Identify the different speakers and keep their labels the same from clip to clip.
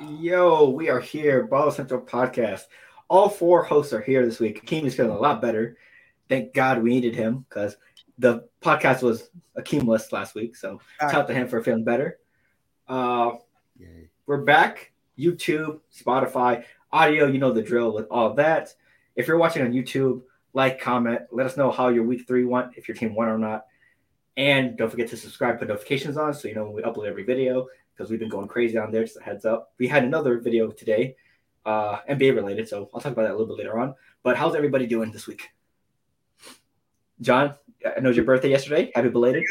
Speaker 1: Yo, we are here, Ball Central Podcast. All four hosts are here this week. Akeem is feeling a lot better. Thank God we needed him because the podcast was Akeemless last week. So shout out to him for feeling better. Uh,
Speaker 2: Yay.
Speaker 1: we're back. YouTube, Spotify, audio, you know the drill with all that. If you're watching on YouTube, like, comment, let us know how your week three went, if your team won or not. And don't forget to subscribe, put notifications on so you know when we upload every video because we've been going crazy on there. Just a heads up. We had another video today, uh, NBA related, so I'll talk about that a little bit later on. But how's everybody doing this week? John, I know it's your birthday yesterday. Happy belated.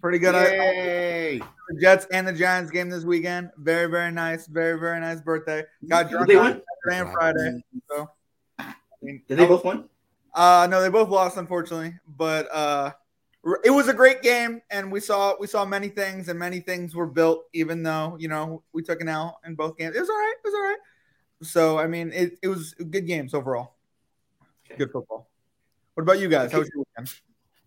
Speaker 3: Pretty good. I- I-
Speaker 2: Yay.
Speaker 3: the Jets and the Giants game this weekend. Very, very nice. Very, very nice birthday. Got drunk
Speaker 1: They
Speaker 3: on
Speaker 1: won?
Speaker 3: Saturday and Friday. I mean,
Speaker 1: Did they both win?
Speaker 3: Uh, no, they both lost, unfortunately. But uh, r- it was a great game, and we saw we saw many things, and many things were built. Even though you know we took an L in both games, it was all right. It was all right. So I mean, it, it was good games overall.
Speaker 1: Okay.
Speaker 3: Good football. What about you guys? How was your weekend?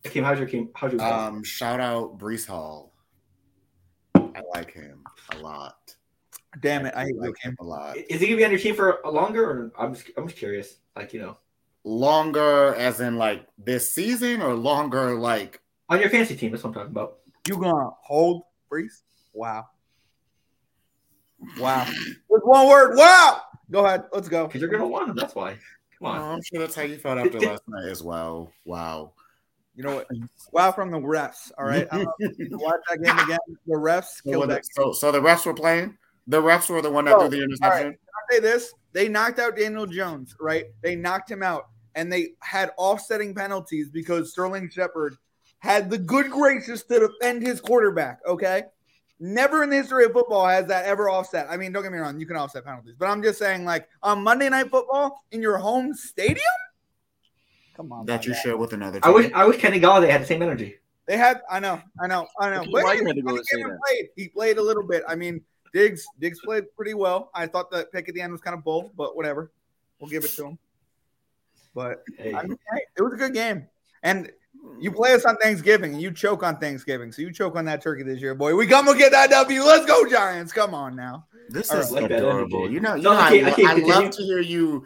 Speaker 1: Akeem, how's your team? How's your weekend?
Speaker 2: Um, shout out Brees Hall. I like him a lot.
Speaker 3: Damn it! I hate
Speaker 2: like
Speaker 3: your game.
Speaker 2: him a lot.
Speaker 1: Uh, Is he gonna be on your team for a longer? Or I'm just, I'm just curious. Like you know,
Speaker 2: Longer as in like this season or longer like
Speaker 1: on your fantasy team. That's what I'm talking about.
Speaker 3: You gonna hold Brees? Wow. Wow. With one word. Wow. Go ahead. Let's go.
Speaker 1: Because you're gonna want him. That's why. Come
Speaker 2: Oh,
Speaker 1: on.
Speaker 2: I'm sure that's how you felt after last night as well. Wow.
Speaker 3: You know what? Wow from the refs. All right. I don't know if you watch that game again. The refs
Speaker 2: So,
Speaker 3: killed
Speaker 2: the,
Speaker 3: that.
Speaker 2: so, so the refs were playing? The refs were the one that
Speaker 3: Oh,
Speaker 2: threw the interception?
Speaker 3: I'll say this. They knocked out Daniel Jones, right? They knocked him out. And they had offsetting penalties because Sterling Shepard had the good graces to defend his quarterback. Okay. Never in the history of football has that ever offset. I mean, don't get me wrong, you can offset penalties, but I'm just saying, like on Monday night football in your home stadium? Come on.
Speaker 2: That you
Speaker 3: man.
Speaker 2: share with another
Speaker 1: I
Speaker 2: team.
Speaker 1: wish I wish Kenny Galladay had the same energy.
Speaker 3: They had. I know. I know. I know.
Speaker 4: Which is
Speaker 3: But
Speaker 4: why
Speaker 3: he,
Speaker 4: you had to go
Speaker 3: he
Speaker 4: to say
Speaker 3: came and
Speaker 4: that.
Speaker 3: played. He played a little bit. I mean, Diggs. Diggs played pretty well. I thought that pick at the end was kind of bold, but whatever. We'll give it to him. But
Speaker 1: Hey,
Speaker 3: I mean, hey, it was a good game, and you play us on Thanksgiving, and you choke on Thanksgiving, so you choke on that turkey this year, boy. We come and get that W. Let's go Giants. Come on now.
Speaker 2: This
Speaker 3: All
Speaker 2: is
Speaker 1: right, like that
Speaker 2: adorable.
Speaker 1: energy.
Speaker 2: You know, you
Speaker 1: No,
Speaker 2: know
Speaker 1: I
Speaker 2: I,
Speaker 1: can't- I
Speaker 2: lo-
Speaker 1: can't
Speaker 2: I
Speaker 1: continue.
Speaker 2: love to hear you,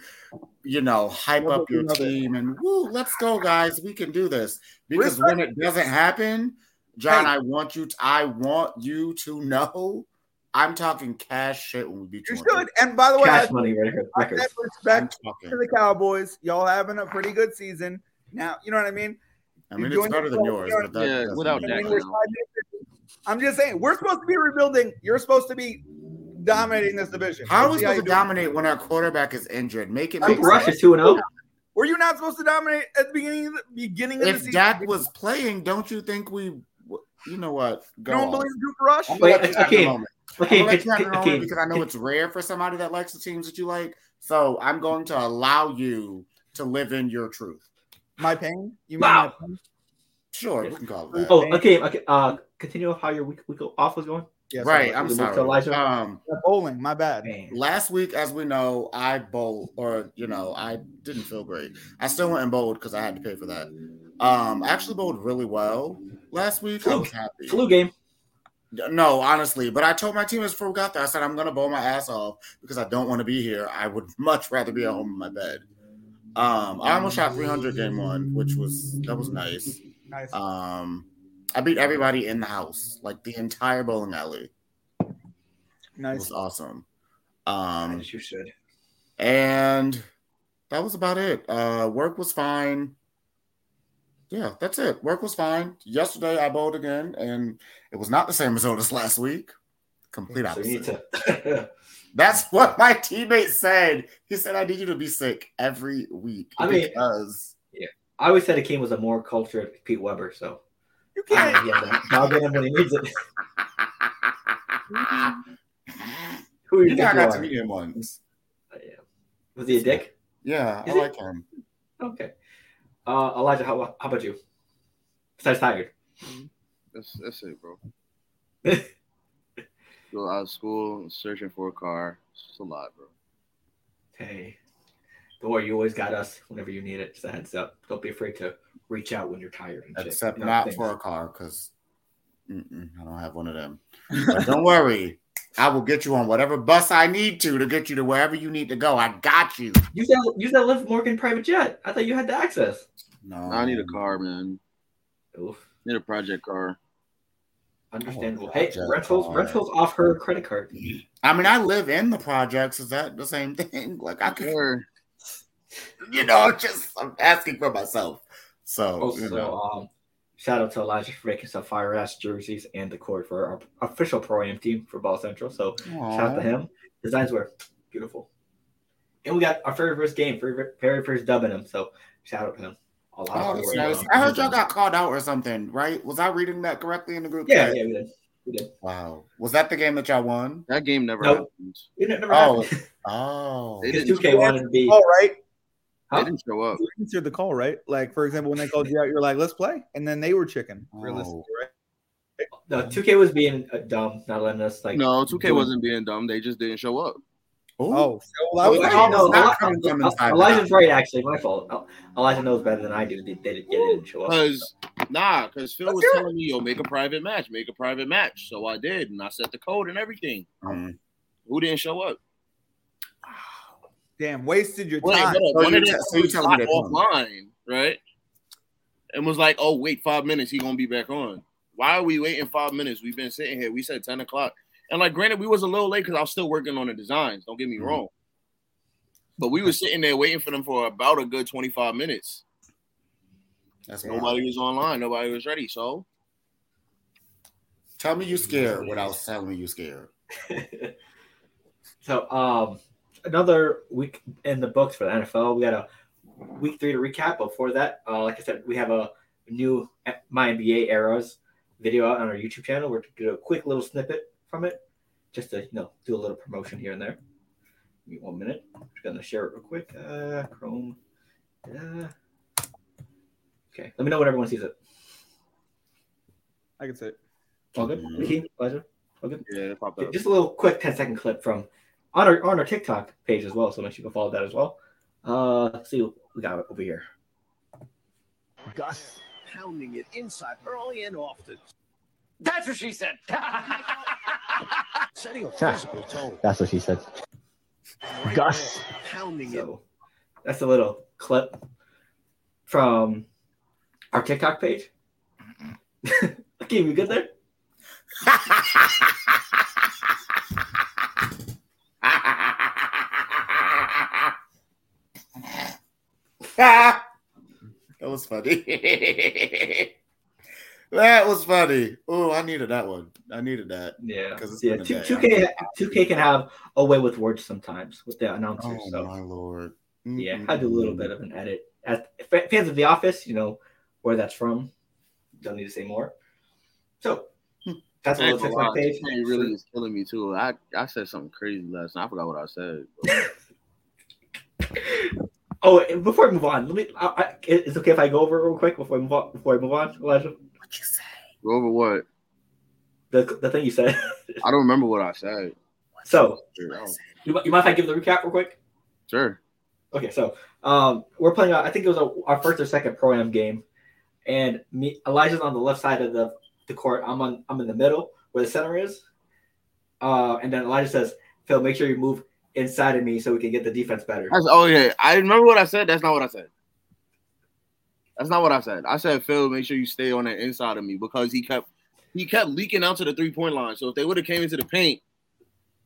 Speaker 2: you know, hype
Speaker 3: Love
Speaker 2: up
Speaker 3: it,
Speaker 2: your
Speaker 3: love it.
Speaker 2: team and woo, let's go, guys. We can do this. Because when it doesn't happen, John,
Speaker 3: Hey.
Speaker 2: I want you to, I want you to know I'm talking cash shit when we beat
Speaker 3: You
Speaker 2: you.
Speaker 3: should. And by the way, I
Speaker 1: cash money record.
Speaker 3: I have
Speaker 1: record.
Speaker 2: I'm
Speaker 3: respect
Speaker 2: talking.
Speaker 3: to the Cowboys. Y'all having a pretty good season now. You know what I mean?
Speaker 2: I mean,
Speaker 3: You're
Speaker 2: it's
Speaker 3: doing
Speaker 2: better than
Speaker 3: well.
Speaker 2: yours. But that
Speaker 4: Yeah,
Speaker 2: doesn't
Speaker 4: without
Speaker 2: mean-
Speaker 3: I mean,
Speaker 4: Dak.
Speaker 3: we're five minutes in. I'm just saying, we're supposed to be rebuilding. You're supposed to be dominating this division.
Speaker 2: How are
Speaker 3: Let's
Speaker 2: we
Speaker 3: see how
Speaker 2: supposed to
Speaker 3: you do.
Speaker 2: dominate when our quarterback is injured? Make it
Speaker 1: I
Speaker 2: make
Speaker 1: think Rush
Speaker 2: sense.
Speaker 1: is two and oh? zero.
Speaker 3: Were you not supposed to dominate at the beginning of the beginning of the
Speaker 2: If
Speaker 3: season?
Speaker 2: Dak was playing, don't you think we? You know what?
Speaker 3: you
Speaker 2: Go
Speaker 3: don't
Speaker 2: on.
Speaker 3: believe Duke Rush?
Speaker 2: I'm
Speaker 1: Wait,
Speaker 2: gonna let Dak in a
Speaker 1: okay.
Speaker 2: moment.
Speaker 1: Okay,
Speaker 2: I'm gonna let
Speaker 1: okay,
Speaker 2: you have your own
Speaker 1: okay.
Speaker 2: because I know it's rare for somebody that likes the teams that you like. So I'm going to allow you to live in your truth.
Speaker 3: My pain. You mean
Speaker 1: Wow.
Speaker 3: my pain?
Speaker 2: Sure, we can call it that.
Speaker 1: Oh, okay, okay. Uh, continue with how your week, week off was going.
Speaker 3: Yes,
Speaker 2: right,
Speaker 3: I'm
Speaker 2: I'm
Speaker 1: Is it
Speaker 2: sorry.
Speaker 1: Elijah?
Speaker 2: Um,
Speaker 3: like bowling. My bad.
Speaker 1: Man.
Speaker 2: last week, as we know, I bowled, or you know, I didn't feel great. I still went and bowled because I had to pay for that. Um, I actually bowled really well last week. I was happy.
Speaker 1: Flu game.
Speaker 2: No, honestly, but I told my teammates before we got there, I said I'm gonna bowl my ass off because I don't want to be here. I would much rather be at home in my bed. Um, I almost shot 300 game one, which was that was nice.
Speaker 3: Nice.
Speaker 2: Um, I beat everybody in the house, like the entire bowling alley. It
Speaker 3: nice.
Speaker 2: was awesome. Um,
Speaker 1: As you should.
Speaker 2: and that was about it. Uh, work was fine. Yeah, that's it. Work was fine. Yesterday I bowled again, and it was not the same result as last week. Complete
Speaker 1: So
Speaker 2: opposite.
Speaker 1: you need to.
Speaker 2: That's what my teammate said. He said, I need you to be sick every week.
Speaker 1: I mean-
Speaker 2: because
Speaker 1: I always said Akeem was a more cultured Pete Weber, so
Speaker 3: You
Speaker 1: I
Speaker 2: uh,
Speaker 3: can't.
Speaker 1: know he has that. I'll get him when he needs it. Who
Speaker 2: you
Speaker 1: you think
Speaker 2: got
Speaker 1: you
Speaker 2: to
Speaker 1: are?
Speaker 2: meet him once.
Speaker 1: Yeah. Was he a dick?
Speaker 2: Yeah, I
Speaker 1: Is it-
Speaker 2: like him.
Speaker 1: Okay. Uh, Elijah, how, how about you? Besides tired.
Speaker 4: That's that's it, bro. Go out of school, searching for a car. It's just a lot, bro.
Speaker 1: Hey, don't worry, you always got us whenever you need it. Just a heads up. Don't be afraid to reach out when you're tired. And shit.
Speaker 2: Except
Speaker 1: You know,
Speaker 2: not
Speaker 1: things.
Speaker 2: for a car because I don't have one of them. But don't worry, I will get you on whatever bus I need to to get you to wherever you need to go. I got you.
Speaker 1: Use that use that Liv Morgan private jet. I thought you had the access.
Speaker 2: No,
Speaker 4: I need a car, man.
Speaker 1: Oof.
Speaker 4: Need a project car.
Speaker 1: Understandable.
Speaker 2: Oh,
Speaker 1: hey,
Speaker 2: Jack
Speaker 1: rentals
Speaker 2: Carr.
Speaker 1: rentals off her credit card.
Speaker 2: I mean, I live in the projects. Is that the same thing? Like I could,
Speaker 4: Sure.
Speaker 2: you know, I'm just I'm asking for myself. So, you know.
Speaker 1: Also, um, shout out to Elijah for making some fire ass jerseys and the cord for our official pro am team for Ball Central. So shout out to
Speaker 2: Aw.
Speaker 1: him. Designs were beautiful. And we got our very first game, very, very first dub in him. So shout out to him. A lot
Speaker 2: Oh,
Speaker 1: of
Speaker 2: that's
Speaker 1: work.
Speaker 2: nice. I heard y'all got called out or something, right? Was I reading that correctly in the group?
Speaker 1: Yeah,
Speaker 2: chat?
Speaker 1: yeah, we did. We did.
Speaker 2: Wow. Was that the game that y'all won?
Speaker 4: That game never
Speaker 1: Nope.
Speaker 4: happened.
Speaker 1: It never
Speaker 2: Oh.
Speaker 1: happened.
Speaker 2: Oh.
Speaker 4: They
Speaker 1: Because
Speaker 4: didn't
Speaker 1: 2K
Speaker 4: show
Speaker 1: wanted to be.
Speaker 3: All right.
Speaker 4: They
Speaker 1: Huh?
Speaker 4: didn't show up.
Speaker 3: You answered the call, right? Like, for example, when they called you out, you're like, let's play. And then they were chicken,
Speaker 2: Oh.
Speaker 3: realistically, right?
Speaker 1: No, 2K was being uh, dumb, not letting us like.
Speaker 4: No, 2K
Speaker 1: do it.
Speaker 4: wasn't being dumb. They just didn't show up.
Speaker 2: Ooh.
Speaker 3: Oh, so I
Speaker 2: Oh,
Speaker 3: was
Speaker 1: Well,
Speaker 2: yeah.
Speaker 3: like,
Speaker 1: no,
Speaker 2: it's not
Speaker 1: Eli-
Speaker 2: coming from
Speaker 1: Eli-
Speaker 2: inside
Speaker 1: Elijah's
Speaker 2: out.
Speaker 1: right, actually. My fault. El- Elijah knows better than I do. They, they didn't get it and show up.
Speaker 4: Cause nah, cause Phil
Speaker 3: Let's
Speaker 4: was
Speaker 3: do it.
Speaker 4: telling me, yo, make a private match, make a private match. So I did, and I set the code and everything.
Speaker 2: Um,
Speaker 4: Who didn't show up?
Speaker 3: damn, wasted your
Speaker 4: Wait,
Speaker 3: time.
Speaker 4: hold
Speaker 2: So
Speaker 4: on. One
Speaker 2: you
Speaker 4: of
Speaker 2: te-
Speaker 4: them
Speaker 2: so you
Speaker 4: was
Speaker 2: telling me
Speaker 4: not
Speaker 2: they won.
Speaker 4: offline, right? And was like, oh wait, five minutes, he gonna be back on. Why are we waiting five minutes? We've been sitting here. We said ten o'clock, and like, granted, we was a little late because I was still working on the designs. Don't get me
Speaker 2: Mhm.
Speaker 4: wrong, but we was sitting there waiting for them for about a good twenty five minutes.
Speaker 2: that's wild.
Speaker 4: Nobody was online. Nobody was ready. So
Speaker 2: Tell me you scared without telling me you scared.
Speaker 1: so, um, another week in the books for the NFL. We got a week three to recap. Before that, uh, like I said, we have a new My NBA Eras video out on our YouTube channel. We're going to do a quick little snippet from it just to, you know, do a little promotion here and there. Give me one minute. I'm just going to share it real quick. Uh, Chrome. Uh, okay. Let me know when everyone sees it.
Speaker 3: I can say it.
Speaker 1: All good? Wiki? Elijah? All good?
Speaker 4: yeah, it popped up.
Speaker 1: Just a little quick 10 second clip from on our on our TikTok page as well, so make sure you go follow that as well. Uh let's see what we got over here.
Speaker 5: Gus pounding it inside early and often,
Speaker 6: That's what she said.
Speaker 5: setting a physical tone.
Speaker 7: That's what she said.
Speaker 5: Right
Speaker 7: Gus.
Speaker 5: there, pounding it.
Speaker 1: So that's a little clip from our TikTok page. okay, we good there?
Speaker 2: that was funny. that was funny. Oh, I needed that one. I needed that.
Speaker 1: Yeah.
Speaker 2: 'Cause it's
Speaker 1: Yeah,
Speaker 2: been a
Speaker 1: two
Speaker 2: day.
Speaker 1: K two K can have a way with words sometimes with the announcers.
Speaker 2: Oh
Speaker 1: so
Speaker 2: my lord.
Speaker 1: yeah,
Speaker 2: Mm-hmm.
Speaker 1: I do a little bit of an edit. As fa- fans of The Office, you know where that's from. Don't need to say more. So that's a
Speaker 4: I ain't
Speaker 1: little
Speaker 4: gonna
Speaker 1: TikTok
Speaker 4: lie,
Speaker 1: page.
Speaker 4: it really is killing me too. I, I said something crazy last night. I forgot what I said.
Speaker 1: Oh, and before I move on, let me. I, I, it's okay if I go over it real quick before I move on. Before I move on, Elijah,
Speaker 2: What you say?
Speaker 4: Go over what?
Speaker 1: the, the thing you said.
Speaker 4: I don't remember what I said.
Speaker 1: so,
Speaker 4: Sure.
Speaker 1: you, mi- you mind if I give the recap real quick?
Speaker 4: Sure.
Speaker 1: Okay, so um, we're playing. uh, I think it was a, our first or second pro am game, and me Elijah's on the left side of the, the court. I'm on. I'm in the middle where the center is. Uh, and then Elijah says, "Phil, make sure you move inside of me so we can get the defense better."
Speaker 4: That's, oh yeah, I remember what I said. That's not what I said. That's not what I said. I said Phil, make sure you stay on the inside of me because he kept he kept leaking out to the three point line. So if they would have came into the paint,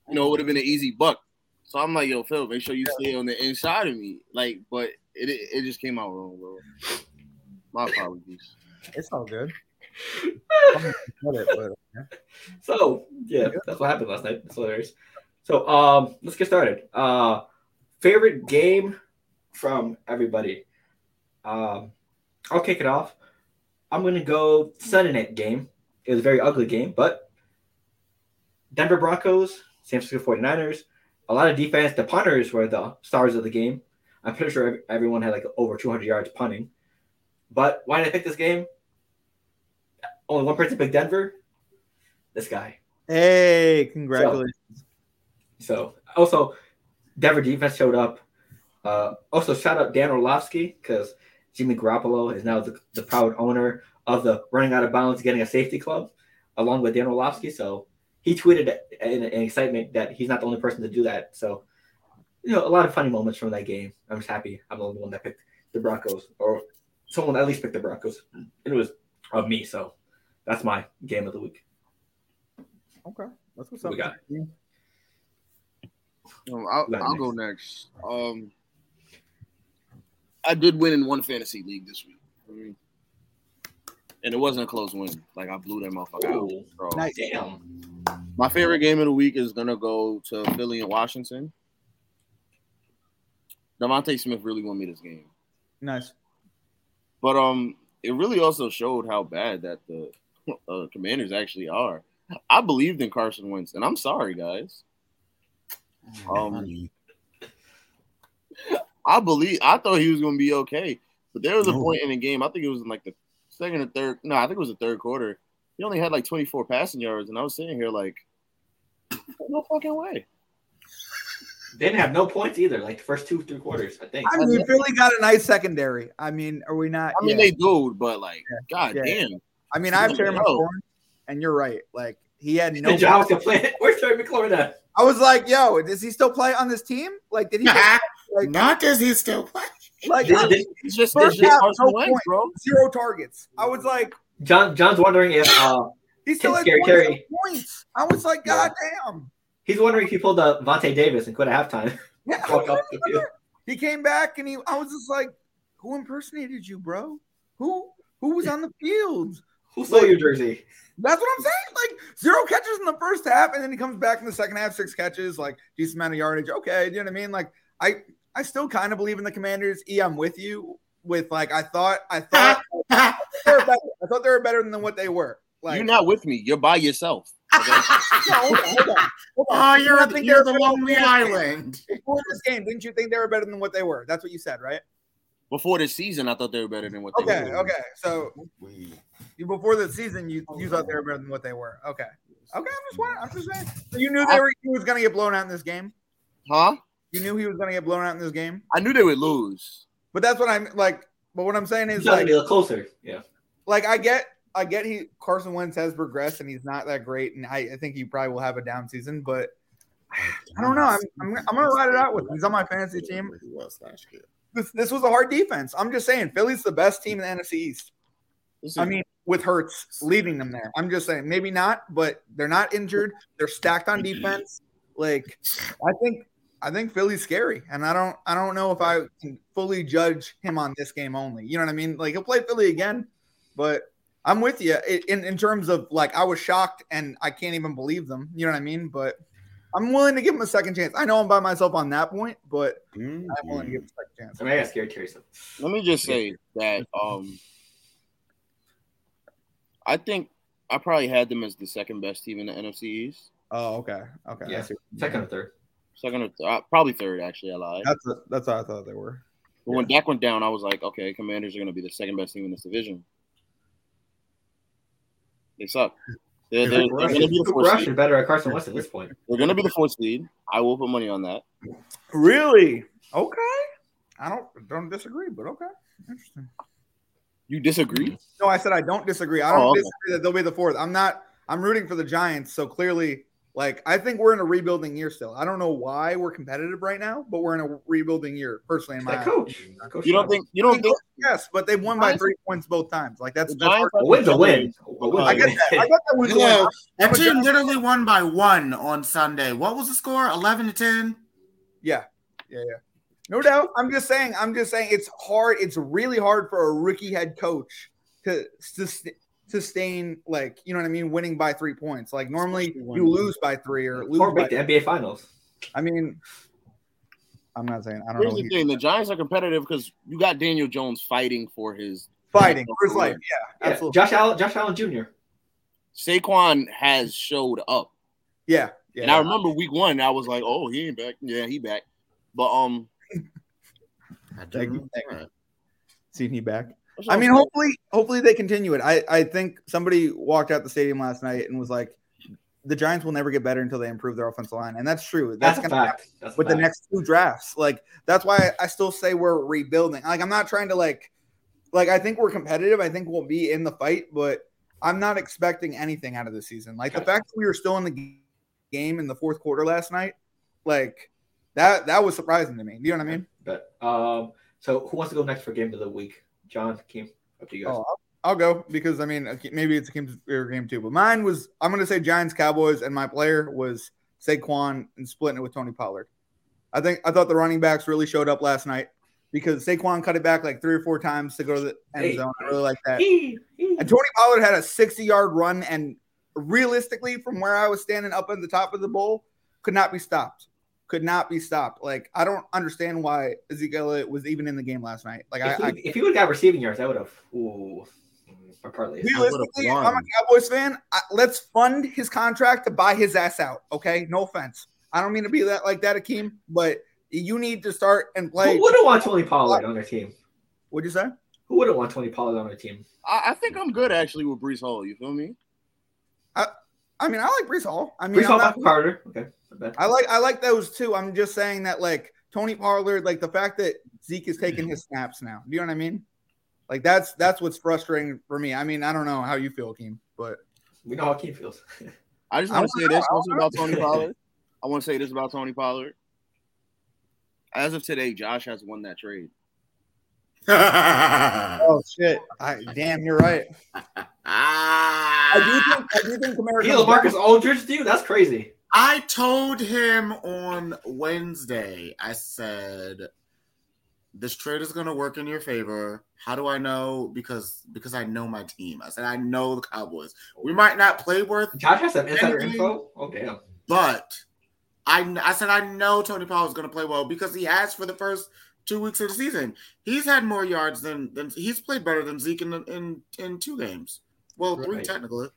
Speaker 4: you know, it would have been an easy buck. So I'm like, yo, Phil, make sure you stay on the inside of me. Like, but it it, it just came out wrong, bro. My apologies.
Speaker 3: It's all good. I'm gonna cut it, but-
Speaker 1: So yeah, that's what happened last night. It's hilarious. So um, let's get started. Uh, favorite game from everybody. Um, I'll kick it off. I'm gonna go Sunday night game. It was a very ugly game, but Denver Broncos, San Francisco 49ers, a lot of defense. The punters were the stars of the game. I'm pretty sure ev- everyone had like over 200 yards punting. But why did I pick this game? Only one person picked Denver. This guy.
Speaker 3: Hey, congratulations.
Speaker 1: So also, Denver defense showed up. Uh, also, shout out Dan Orlovsky because Jimmy Garoppolo is now the, the proud owner of the running out of bounds, getting a safety club, along with Dan Orlovsky. So he tweeted that in, in excitement that he's not the only person to do that. So, you know, a lot of funny moments from that game. I'm just happy I'm the only one that picked the Broncos, or someone at least picked the Broncos. And it was of me, so that's my game of the week.
Speaker 3: Okay, that's what's
Speaker 1: What
Speaker 3: up.
Speaker 1: we got?
Speaker 4: Um, I'll,
Speaker 1: Like
Speaker 4: I'll go next. Um, I did win in one fantasy league this week, I mean, and it wasn't a close win. Like I blew that motherfucker out.
Speaker 1: Ooh,
Speaker 4: bro.
Speaker 3: Nice.
Speaker 1: damn.
Speaker 4: My favorite game of the week is gonna go to Philly and Washington. Devontae Smith really won me this game,
Speaker 3: Nice.
Speaker 4: but um, it really also showed how bad that the uh, Commanders actually are. I believed in Carson Wentz, and I'm sorry, guys. Um, I believe I thought he was going to be okay, but there was a
Speaker 8: No.
Speaker 4: point in the game. I think it was in like the second or third. No, I think it was the third quarter. He only had like 24 passing yards, and I was sitting here like, no fucking way.
Speaker 1: They didn't have no points either. Like the first two, three quarters, I think.
Speaker 3: I mean, Philly got a nice secondary. I mean, are we not?
Speaker 4: I mean,
Speaker 3: yeah.
Speaker 4: they do, but like, god
Speaker 3: Yeah.
Speaker 4: damn.
Speaker 3: I mean, I have Terry
Speaker 4: No.
Speaker 3: McLaurin, and you're right. Like he had no.
Speaker 1: And John was complaining. Where's Terry McLaurin at?
Speaker 3: I was like, yo, does he still play on this team? Like, did he? like,
Speaker 8: Not does he still play.
Speaker 3: like
Speaker 4: um,
Speaker 1: Did- did-
Speaker 4: It's just,
Speaker 3: First
Speaker 4: it's just
Speaker 3: half,
Speaker 4: Carson
Speaker 3: no
Speaker 4: Wentz,
Speaker 3: point.
Speaker 4: bro.
Speaker 3: zero targets. I was like,
Speaker 1: John John's wondering if uh,
Speaker 3: he still had
Speaker 1: Scary
Speaker 3: 27
Speaker 1: Terry.
Speaker 3: points. I was like,
Speaker 1: Yeah.
Speaker 3: god damn.
Speaker 1: he's wondering if he pulled uh, Vontae Davis and quit at halftime.
Speaker 3: Yeah,
Speaker 1: Walk off the field.
Speaker 3: he came back and he. I was just like, who impersonated you, bro? Who who was on the field?
Speaker 1: Who stole your jersey?
Speaker 3: That's what I'm saying. Like zero catches in the first half, and then he comes back in the second half, six catches, like decent amount of yardage. Okay, you know what I mean? Like I, I still kind of believe in the Commanders. E, I'm with you. With like, I thought, I thought they were better. I thought they were better than what they were. Like,
Speaker 4: You're not with me. You're by yourself. okay?
Speaker 3: No, hold on, hold on. Hold on.
Speaker 8: oh,
Speaker 3: Did you
Speaker 8: you're,
Speaker 3: not
Speaker 8: the,
Speaker 3: think
Speaker 8: you're
Speaker 3: they
Speaker 8: the
Speaker 3: were better than
Speaker 8: lonely
Speaker 3: what they were?
Speaker 8: island.
Speaker 3: Before this game, didn't you think they were better than what they were? That's what you said, right?
Speaker 4: Before this season, I thought they were better than what they
Speaker 3: Okay,
Speaker 4: were.
Speaker 3: okay. So you before the season, you you thought they were better than what they were. Okay, okay. I'm just wondering. I'm just saying. So you knew they were. He was gonna get blown out in this game.
Speaker 4: Huh?
Speaker 3: You knew he was gonna get blown out in this game.
Speaker 4: I knew they would lose.
Speaker 3: But that's what I'm like. But what I'm saying is
Speaker 1: He's like,
Speaker 3: like,
Speaker 1: to be closer. Yeah.
Speaker 3: like I get, I get he Carson Wentz has progressed and he's not that great, and I, I think he probably will have a down season. But I don't know. I'm, I'm, I'm gonna ride it out with him. He's on my fantasy team.
Speaker 8: He was last year.
Speaker 3: This, this was a hard defense. I'm just saying, Philly's the best team in the NFC East.
Speaker 4: Listen,
Speaker 3: I mean, with Hurts leading them there. I'm just saying, maybe not, but they're not injured. They're stacked on defense. Like, I think I think Philly's scary, and I don't I don't know if I can fully judge him on this game only. You know what I mean? Like he'll play Philly again, but I'm with you i- in in terms of like I was shocked and I can't even believe them. You know what I mean? But I'm willing to give him a second chance. I know I'm by myself on that point, but I'm willing to give him a second chance.
Speaker 1: I mean, I got scared Terry. So.
Speaker 4: Let me just say that um, I think I probably had them as the second best team in the NFC East,
Speaker 3: Oh, okay, okay. I
Speaker 1: Yeah.
Speaker 3: see what you mean.
Speaker 1: Second or third.
Speaker 4: second or th- uh, probably third. Actually, I lied.
Speaker 3: That's what, that's how I thought they were.
Speaker 4: But when Dak went down, I was like, okay, Commanders are going to be the second best team in this division. They suck. They're, they're,
Speaker 1: Rush,
Speaker 4: going to be the fourth
Speaker 1: Rush
Speaker 4: seed.
Speaker 1: is better at Carson Wentz at this point.
Speaker 4: They're going to be the fourth seed. I will put money on that.
Speaker 3: Really? Okay. I don't don't disagree, but okay. Interesting.
Speaker 4: You disagree?
Speaker 3: No, I said I don't disagree. I don't
Speaker 4: Oh, okay.
Speaker 3: disagree that they'll be the fourth. I'm not. I'm rooting for the Giants, so clearly, like I think we're in a rebuilding year still. I don't know why we're competitive right now, but we're in a rebuilding year. Personally, in my
Speaker 1: That
Speaker 3: eyes.
Speaker 1: coach. coach
Speaker 4: You don't
Speaker 1: Donovan.
Speaker 4: think? You don't think?
Speaker 3: yes, but they've won by three points both times. Like that's,
Speaker 4: The
Speaker 3: that's hard.
Speaker 4: Giants
Speaker 1: A win's a win. A win's a
Speaker 4: I get
Speaker 1: win.
Speaker 3: I thought that was the
Speaker 8: Hello.
Speaker 3: one-
Speaker 8: That
Speaker 3: I'm a
Speaker 8: team
Speaker 3: Giants-
Speaker 8: literally won by one on Sunday. What was the score? Eleven to ten.
Speaker 3: Yeah, yeah, yeah. No doubt. I'm just saying. I'm just saying. It's hard. It's really hard for a rookie head coach to sus- sustain, like you know what I mean, winning by three points. Like normally you lose by three or lose.
Speaker 1: or
Speaker 3: By,
Speaker 1: make the NBA Finals.
Speaker 3: I mean, I'm not saying. I don't
Speaker 4: Here's
Speaker 3: know.
Speaker 4: the
Speaker 3: He's
Speaker 4: thing: the Giants are competitive because you got Daniel Jones fighting for his
Speaker 3: fighting for his life. Yeah,
Speaker 1: Yeah.
Speaker 3: absolutely.
Speaker 1: Josh Allen, Josh Allen Jr.
Speaker 4: Saquon has showed up.
Speaker 3: Yeah,
Speaker 4: And I
Speaker 3: yeah.
Speaker 4: remember week one, I was like, "Oh, he ain't back. Yeah, he back." But um,
Speaker 8: I
Speaker 3: Thank you,
Speaker 8: do.
Speaker 3: thank you. Seeing he back.
Speaker 4: that's
Speaker 3: I
Speaker 4: what
Speaker 3: mean,
Speaker 4: I'm
Speaker 3: hopefully, hopefully they continue it. I, I think somebody walked out the stadium last night and was like, "The Giants will never get better until they improve their offensive line," and that's true.
Speaker 1: That's, a
Speaker 3: gonna happen.
Speaker 1: fact. That's a
Speaker 3: with the
Speaker 1: fact.
Speaker 3: next two drafts. Like that's why I still say we're rebuilding. Like I'm not trying to like like I think we're competitive. I think we'll be in the fight, but I'm not expecting anything out of this season. Like the fact that we were still in the g- game in the fourth quarter last night, like that that was surprising to me. You know what I mean?
Speaker 1: But um, so who wants to go next for game of the week? John, Kim, up to you guys.
Speaker 3: Oh, I'll, I'll go because I mean okay, maybe it's a game or game two, but mine was I'm going to say Giants Cowboys, and my player was Saquon and splitting it with Tony Pollard. I think I thought the running backs really showed up last night because Saquon cut it back like three or four times to go to the end
Speaker 1: Hey.
Speaker 3: zone. I really like that.
Speaker 1: Hee, hee.
Speaker 3: And Tony Pollard had a 60 yard run, and realistically, from where I was standing up at the top of the bowl, could not be stopped. Could not be stopped. Like, I don't understand why Ezekiel Elliott was even in the game last night. Like, I,
Speaker 1: If
Speaker 3: I
Speaker 1: he, if he would have got receiving yards, I would have. Ooh, my parlay. is-
Speaker 3: realistically,
Speaker 2: won.
Speaker 3: I'm a Cowboys fan. I, let's fund his contract to buy his ass out. Okay, no offense. I don't mean to be that like that, Akeem, but you need to start and play.
Speaker 1: Who wouldn't want Tony Pollard on their team?
Speaker 3: What'd you say?
Speaker 1: Who wouldn't want Tony Pollard on their team?
Speaker 4: I, I think I'm good actually with Brees Hall. You feel me?
Speaker 3: I mean, I like Brees Hall. I mean,
Speaker 1: We
Speaker 3: I'm
Speaker 1: saw
Speaker 3: not-
Speaker 1: Michael Carter. Okay, not bad.
Speaker 3: I like I like those two. I'm just saying that like Tony Pollard, like the fact that Zeke is taking his snaps now. Do you know what I mean? Like that's that's what's frustrating for me. I mean, I don't know how you feel, Keem, but
Speaker 1: We know how Keem feels.
Speaker 4: I just
Speaker 3: I
Speaker 4: want to
Speaker 3: don't
Speaker 4: say
Speaker 3: know.
Speaker 4: this
Speaker 3: I
Speaker 4: also
Speaker 3: don't
Speaker 4: about
Speaker 1: know.
Speaker 4: Tony Pollard. I want to say this about Tony Pollard. As of today, Josh has won that trade.
Speaker 3: oh shit! I damn, you're right. I do
Speaker 2: Ah.
Speaker 3: think I do think Kamara
Speaker 1: He
Speaker 3: comes back.
Speaker 1: Marcus Aldridge, dude. That's crazy.
Speaker 2: I told him on Wednesday, I said, this trade is going to work in your favor. How do I know? Because because I know my team. I said I know the Cowboys. We might not play worth,
Speaker 1: Josh has some insider
Speaker 2: Anything-
Speaker 1: info. Oh damn.
Speaker 2: but I I said I know Tony Powell is going to play well because he has for the first two weeks of the season. He's had more yards than than he's played better than Zeke in in, in two games. Well, three
Speaker 1: Right.
Speaker 2: technically.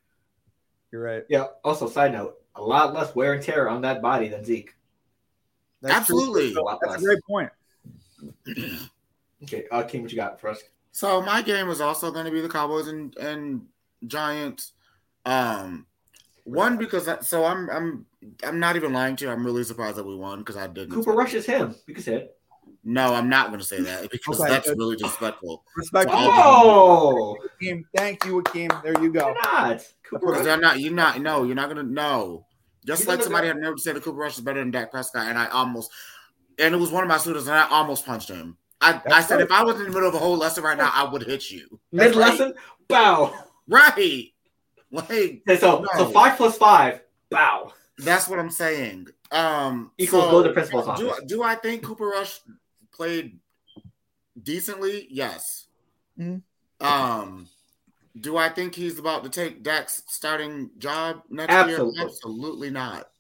Speaker 3: You're right.
Speaker 1: Yeah. Also, side note, a lot less wear and tear on that body than Zeke.
Speaker 3: That's true.
Speaker 2: Absolutely.
Speaker 1: A lot
Speaker 3: That's a
Speaker 1: less.
Speaker 3: great point.
Speaker 1: Okay, uh, Keem, what you got for us?
Speaker 2: So my game is also going to be the Cowboys and, and Giants. Um, one because I, so I'm I'm I'm not even lying to you. I'm really surprised that we won because I didn't.
Speaker 1: Cooper rushes him. You can say it.
Speaker 2: No, I'm not going to say that because
Speaker 3: Okay,
Speaker 2: that's
Speaker 3: good.
Speaker 2: really disrespectful.
Speaker 3: Respect.
Speaker 1: Oh,
Speaker 3: Akeem. Thank you, Akeem. There you
Speaker 1: you're
Speaker 3: go.
Speaker 1: not. Cooper
Speaker 2: Because
Speaker 1: Rush.
Speaker 2: they're not. You're not. No, you're not going to. No. Just
Speaker 1: You
Speaker 2: like
Speaker 1: know
Speaker 2: somebody
Speaker 1: that-
Speaker 2: had never said that Cooper Rush is better than Dak Prescott, and I almost, and it was one of my students, and I almost punched him. I, I
Speaker 3: That's
Speaker 2: said
Speaker 3: right.
Speaker 2: if I was in the middle of a whole lesson right now, I would hit you.
Speaker 1: Mid lesson, bow.
Speaker 2: Right. Like
Speaker 1: And so, so
Speaker 2: No.
Speaker 1: five plus five, bow.
Speaker 2: That's what I'm saying. Um,
Speaker 1: Equals go to the principal's
Speaker 2: do,
Speaker 1: office.
Speaker 2: do I think Cooper Rush played decently? Yes.
Speaker 3: Mhm.
Speaker 2: Um, do I think he's about to take Dak's starting job next
Speaker 1: Absolutely.
Speaker 2: year? Absolutely not.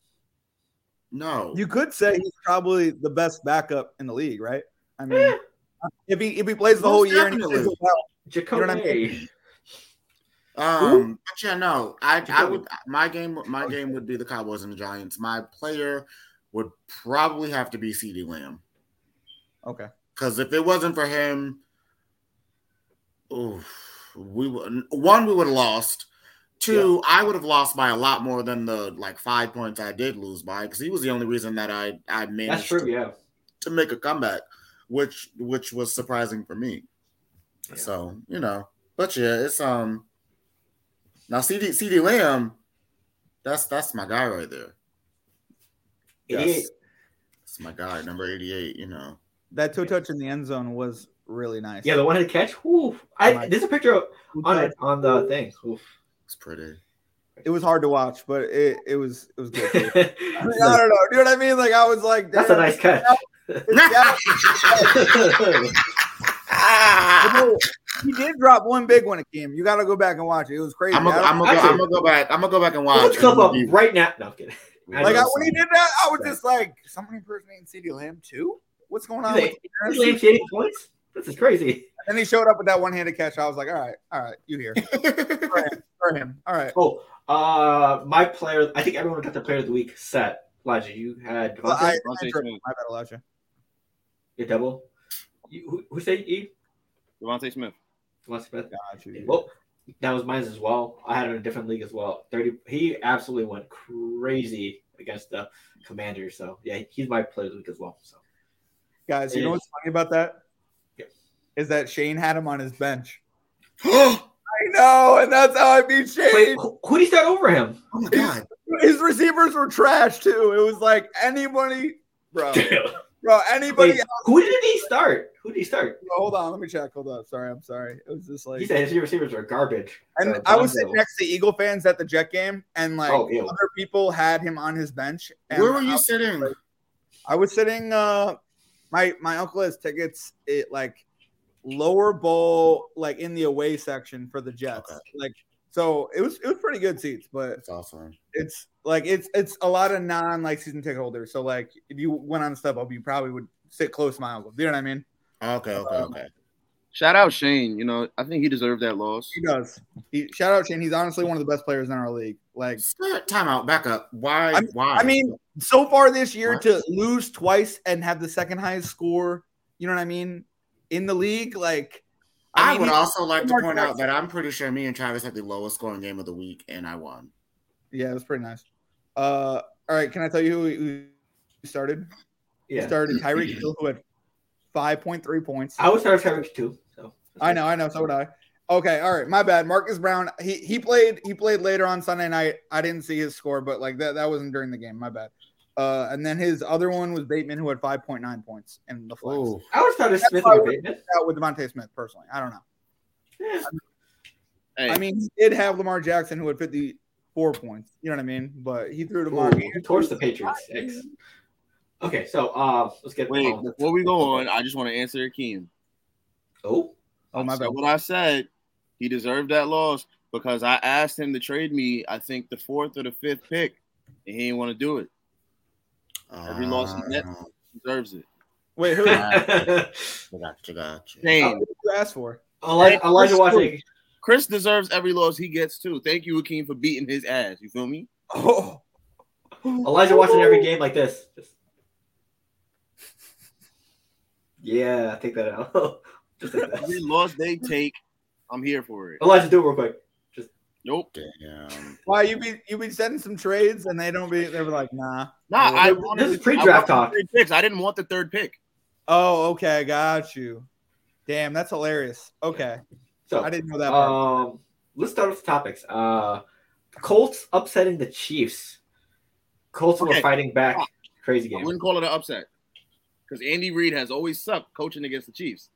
Speaker 2: No.
Speaker 3: You could say he's probably the best backup in the league, right? I mean,
Speaker 1: Yeah.
Speaker 3: if he if he plays the
Speaker 2: Most
Speaker 3: whole year and he
Speaker 2: definitely.
Speaker 3: plays well,
Speaker 1: Jacoby.
Speaker 3: You know what I
Speaker 2: um, but yeah, no. I, I
Speaker 1: Jacoby.
Speaker 2: would my game my game would be the Cowboys and the Giants. My player would probably have to be CeeDee Lamb.
Speaker 3: okay.
Speaker 2: Because if it wasn't for him, oof, we would one we would have lost. Two, I would have lost by a lot more than the like five points I did lose by because he was the only reason that I I managed
Speaker 1: That's true.
Speaker 2: to,
Speaker 1: Yeah.
Speaker 2: to make a comeback, which which was surprising for me.
Speaker 1: Yeah.
Speaker 2: So you know, but yeah, it's um now CD CD Lamb, that's that's my guy right there.
Speaker 1: Yes.
Speaker 2: Yes, it's my guy number eighty eight. You know.
Speaker 3: That toe touch in the end zone was really nice.
Speaker 1: Yeah, the one headed catch. Oof. I, there's a picture of- on it on the thing. Oof.
Speaker 2: It's pretty.
Speaker 3: it was hard to watch, but it, it was it was good. I, mean,
Speaker 1: That's
Speaker 3: I don't know. You know what I mean? Like I was like,
Speaker 1: a
Speaker 3: damn,
Speaker 1: nice catch.
Speaker 3: it's down.
Speaker 1: Ah!
Speaker 2: I'm
Speaker 3: You know, he did drop one big one at game. You got to go back and watch it. It was crazy.
Speaker 2: gonna,
Speaker 3: I don't-
Speaker 2: I'm gonna, go,
Speaker 1: Actually-
Speaker 2: I'm gonna go back. I'm gonna go back and watch.
Speaker 1: Let's clip
Speaker 2: and
Speaker 1: up
Speaker 2: review.
Speaker 1: right now. No, I'm kidding. I
Speaker 3: like I,
Speaker 1: know
Speaker 3: when he did that, I was just like, someone impersonating CD Lamb too. What's going on? With
Speaker 1: They-
Speaker 3: the
Speaker 1: he
Speaker 3: Bears?
Speaker 1: lands 80 points. This is crazy.
Speaker 3: and he showed up with that one handed catch. I was like, all right, all right, you here for him, for him. All right.
Speaker 1: Oh, uh, my player. I think everyone got the player of the week set. Elijah, you had
Speaker 3: Well,
Speaker 1: Devontae,
Speaker 3: I, I,
Speaker 4: Devontae
Speaker 3: interrupted.
Speaker 4: Smith.
Speaker 3: my bad, Elijah.
Speaker 1: your double. You, who, who said E?
Speaker 4: Devontae Smith.
Speaker 1: Devontae Smith.
Speaker 3: Got you.
Speaker 1: Well, that was mine as well. I had him in a different league as well. Thirty. He absolutely went crazy against the Commanders. So yeah, he's my player of the week as well. So
Speaker 3: Guys, you
Speaker 1: It
Speaker 3: know
Speaker 1: is.
Speaker 3: what's funny about that?
Speaker 1: Yeah.
Speaker 3: Is that Shane had him on his bench. know, and that's how I beat Shane.
Speaker 1: Wait, who, who do you start over him?
Speaker 8: Oh my god.
Speaker 3: His receivers were trash too. It was like anybody, bro, bro, anybody.
Speaker 1: Wait, who did he start? Who did he start?
Speaker 3: Hold on, let me check. Hold on, sorry, I'm sorry. It was just
Speaker 1: He
Speaker 3: like,
Speaker 1: said his receivers are garbage.
Speaker 3: and
Speaker 1: Uh,
Speaker 3: I was sitting
Speaker 1: Bonzo.
Speaker 3: next to Eagle fans at the Jet game, and like
Speaker 1: Oh, ew.
Speaker 3: other people had him on his bench. And
Speaker 8: Where were
Speaker 3: I-
Speaker 8: you sitting?
Speaker 3: I was sitting. Uh, my my uncle has tickets. It like lower bowl, like in the away section for the Jets.
Speaker 8: Okay.
Speaker 3: Like so, it was it was pretty good seats, but
Speaker 8: That's awesome.
Speaker 3: it's like it's it's a lot of non like season ticket holders. So like if you went on a step up, you probably would sit close to my uncle. Do you know what I mean?
Speaker 8: Okay, okay, okay.
Speaker 4: Shout out Shane. You know, I think he deserved that loss.
Speaker 3: He does. He, shout out Shane. He's honestly one of the best players in our league. Like
Speaker 8: Time out, back up. Why? why?
Speaker 3: I mean, so far this year
Speaker 8: What?
Speaker 3: to lose twice and have the second highest score. You know what I mean? In the league, like
Speaker 8: I,
Speaker 3: mean,
Speaker 8: would
Speaker 3: he-
Speaker 8: also like to
Speaker 3: Mark
Speaker 8: point out
Speaker 3: Jackson.
Speaker 8: that I'm pretty sure me and Travis had the lowest scoring game of the week, and I won.
Speaker 3: Yeah, it was pretty nice. Uh, all right, can I tell you who, who started? He
Speaker 1: Yeah,
Speaker 3: started Tyreek Hill, who had five point three points.
Speaker 1: I would start Tyreek too. So
Speaker 3: I know, I know, so would I. Okay, all right, my bad. Marcus Brown, he he played he played later on Sunday night. I didn't see his score, but like that that wasn't during the game. My bad. Uh, and then his other one was Bateman, who had five point nine points in the flex.
Speaker 1: I would start
Speaker 3: That's
Speaker 1: Smith
Speaker 3: why I
Speaker 1: or
Speaker 3: would-
Speaker 1: Bateman.
Speaker 3: Out with Devontae Smith, personally, I don't know.
Speaker 1: Yeah.
Speaker 4: Hey,
Speaker 3: I mean, he did have Lamar Jackson, who had fifty four points. You know what I mean? But he threw to
Speaker 1: Ooh,
Speaker 3: Lamar.
Speaker 1: he torched the Patriots. Yikes. Okay, so uh, let's get.
Speaker 4: wait,
Speaker 3: oh.
Speaker 1: um,
Speaker 4: before we go on, I just want to answer Akeem.
Speaker 1: oh,
Speaker 3: Oh my
Speaker 4: So
Speaker 3: bad.
Speaker 4: what I said, he deserved that loss because I asked him to trade me, I think the fourth or the fifth pick, and he didn't want to do it. Every loss is net.
Speaker 8: Uh,
Speaker 4: Deserves it.
Speaker 3: Wait, who
Speaker 8: Yeah.
Speaker 3: who
Speaker 8: Gotcha, gotcha.
Speaker 4: Shane,
Speaker 1: Oh.
Speaker 3: did you ask for?
Speaker 1: Elijah, Elijah watching.
Speaker 4: Chris deserves every loss he gets too. Thank you, Akeem, for beating his ass. You feel me?
Speaker 3: Oh.
Speaker 1: Elijah watching every game like this. Just- Yeah, take that out. Just like that.
Speaker 4: Every loss they take, I'm here for it.
Speaker 1: Elijah, do it real quick.
Speaker 4: Nope.
Speaker 8: Damn.
Speaker 3: Why you be you been sending some trades and they don't be they were like nah.
Speaker 4: Nah, I
Speaker 1: Oh, This
Speaker 4: wanted-
Speaker 1: is pre-draft
Speaker 4: I wanted
Speaker 1: talk.
Speaker 4: three Picks. I didn't want the third pick.
Speaker 3: Oh, okay, I got you. Damn, that's hilarious. Okay,
Speaker 1: So,
Speaker 3: I didn't know that. part.
Speaker 1: um, let's start with the topics. Uh, Colts upsetting the Chiefs. Colts were
Speaker 4: Okay.
Speaker 1: fighting back.
Speaker 3: Ah.
Speaker 1: Crazy
Speaker 4: I
Speaker 1: game.
Speaker 4: wouldn't call it an upset because Andy Reid has always sucked coaching against the Chiefs.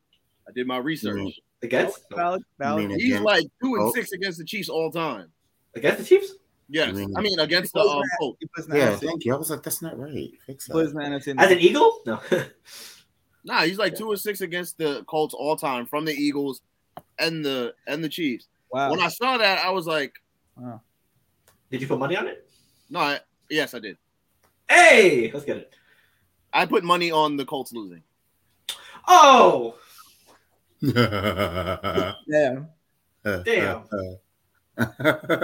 Speaker 4: I did my research.
Speaker 8: Mhm.
Speaker 1: Against
Speaker 3: valid, valid.
Speaker 8: Meaning-
Speaker 4: He's
Speaker 8: Against-
Speaker 4: like two and
Speaker 8: Oh.
Speaker 4: six against the Chiefs all time.
Speaker 1: against the Chiefs.
Speaker 3: Mm-hmm.
Speaker 4: Yes,
Speaker 8: Really?
Speaker 4: I mean against the
Speaker 3: Close
Speaker 4: um,
Speaker 3: that.
Speaker 4: Colts.
Speaker 3: He plays in the
Speaker 8: Yeah,
Speaker 3: NFC.
Speaker 8: thank you. I was like, that's not right. Fix
Speaker 3: He plays
Speaker 8: that.
Speaker 3: in the NFC.
Speaker 1: As an Eagle? No.
Speaker 4: Nah, he's like two and six against the Colts all time from the Eagles and the and the Chiefs.
Speaker 3: wow.
Speaker 4: When I saw that, I was like,
Speaker 1: Did you put money on it?
Speaker 4: no, I, yes, I did.
Speaker 1: Hey, let's get it.
Speaker 4: I put money on the Colts losing.
Speaker 1: Oh,
Speaker 3: yeah.
Speaker 1: Damn.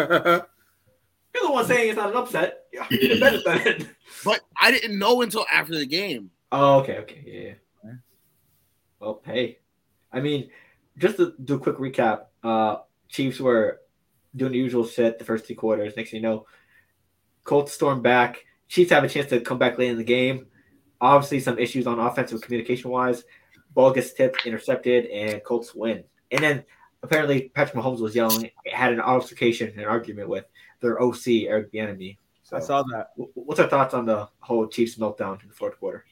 Speaker 1: you're the one saying it's not an upset. Yeah, You're the better than it.
Speaker 4: But I didn't know until after the game.
Speaker 1: Oh, okay, okay, yeah, yeah.
Speaker 3: Yeah.
Speaker 1: Well, hey, I mean, just to do a quick recap, uh, Chiefs were doing the usual shit the first two quarters. Next thing you know, Colts storm back. Chiefs have a chance to come back late in the game. Obviously, some issues on offensive communication wise. Ball gets tipped, intercepted, and Colts win. And then apparently Patrick Mahomes was yelling, had an altercation, an argument with their OC Eric Bieniemy. So,
Speaker 3: I saw that.
Speaker 1: wh- what's our thoughts on the whole Chiefs meltdown in the fourth quarter?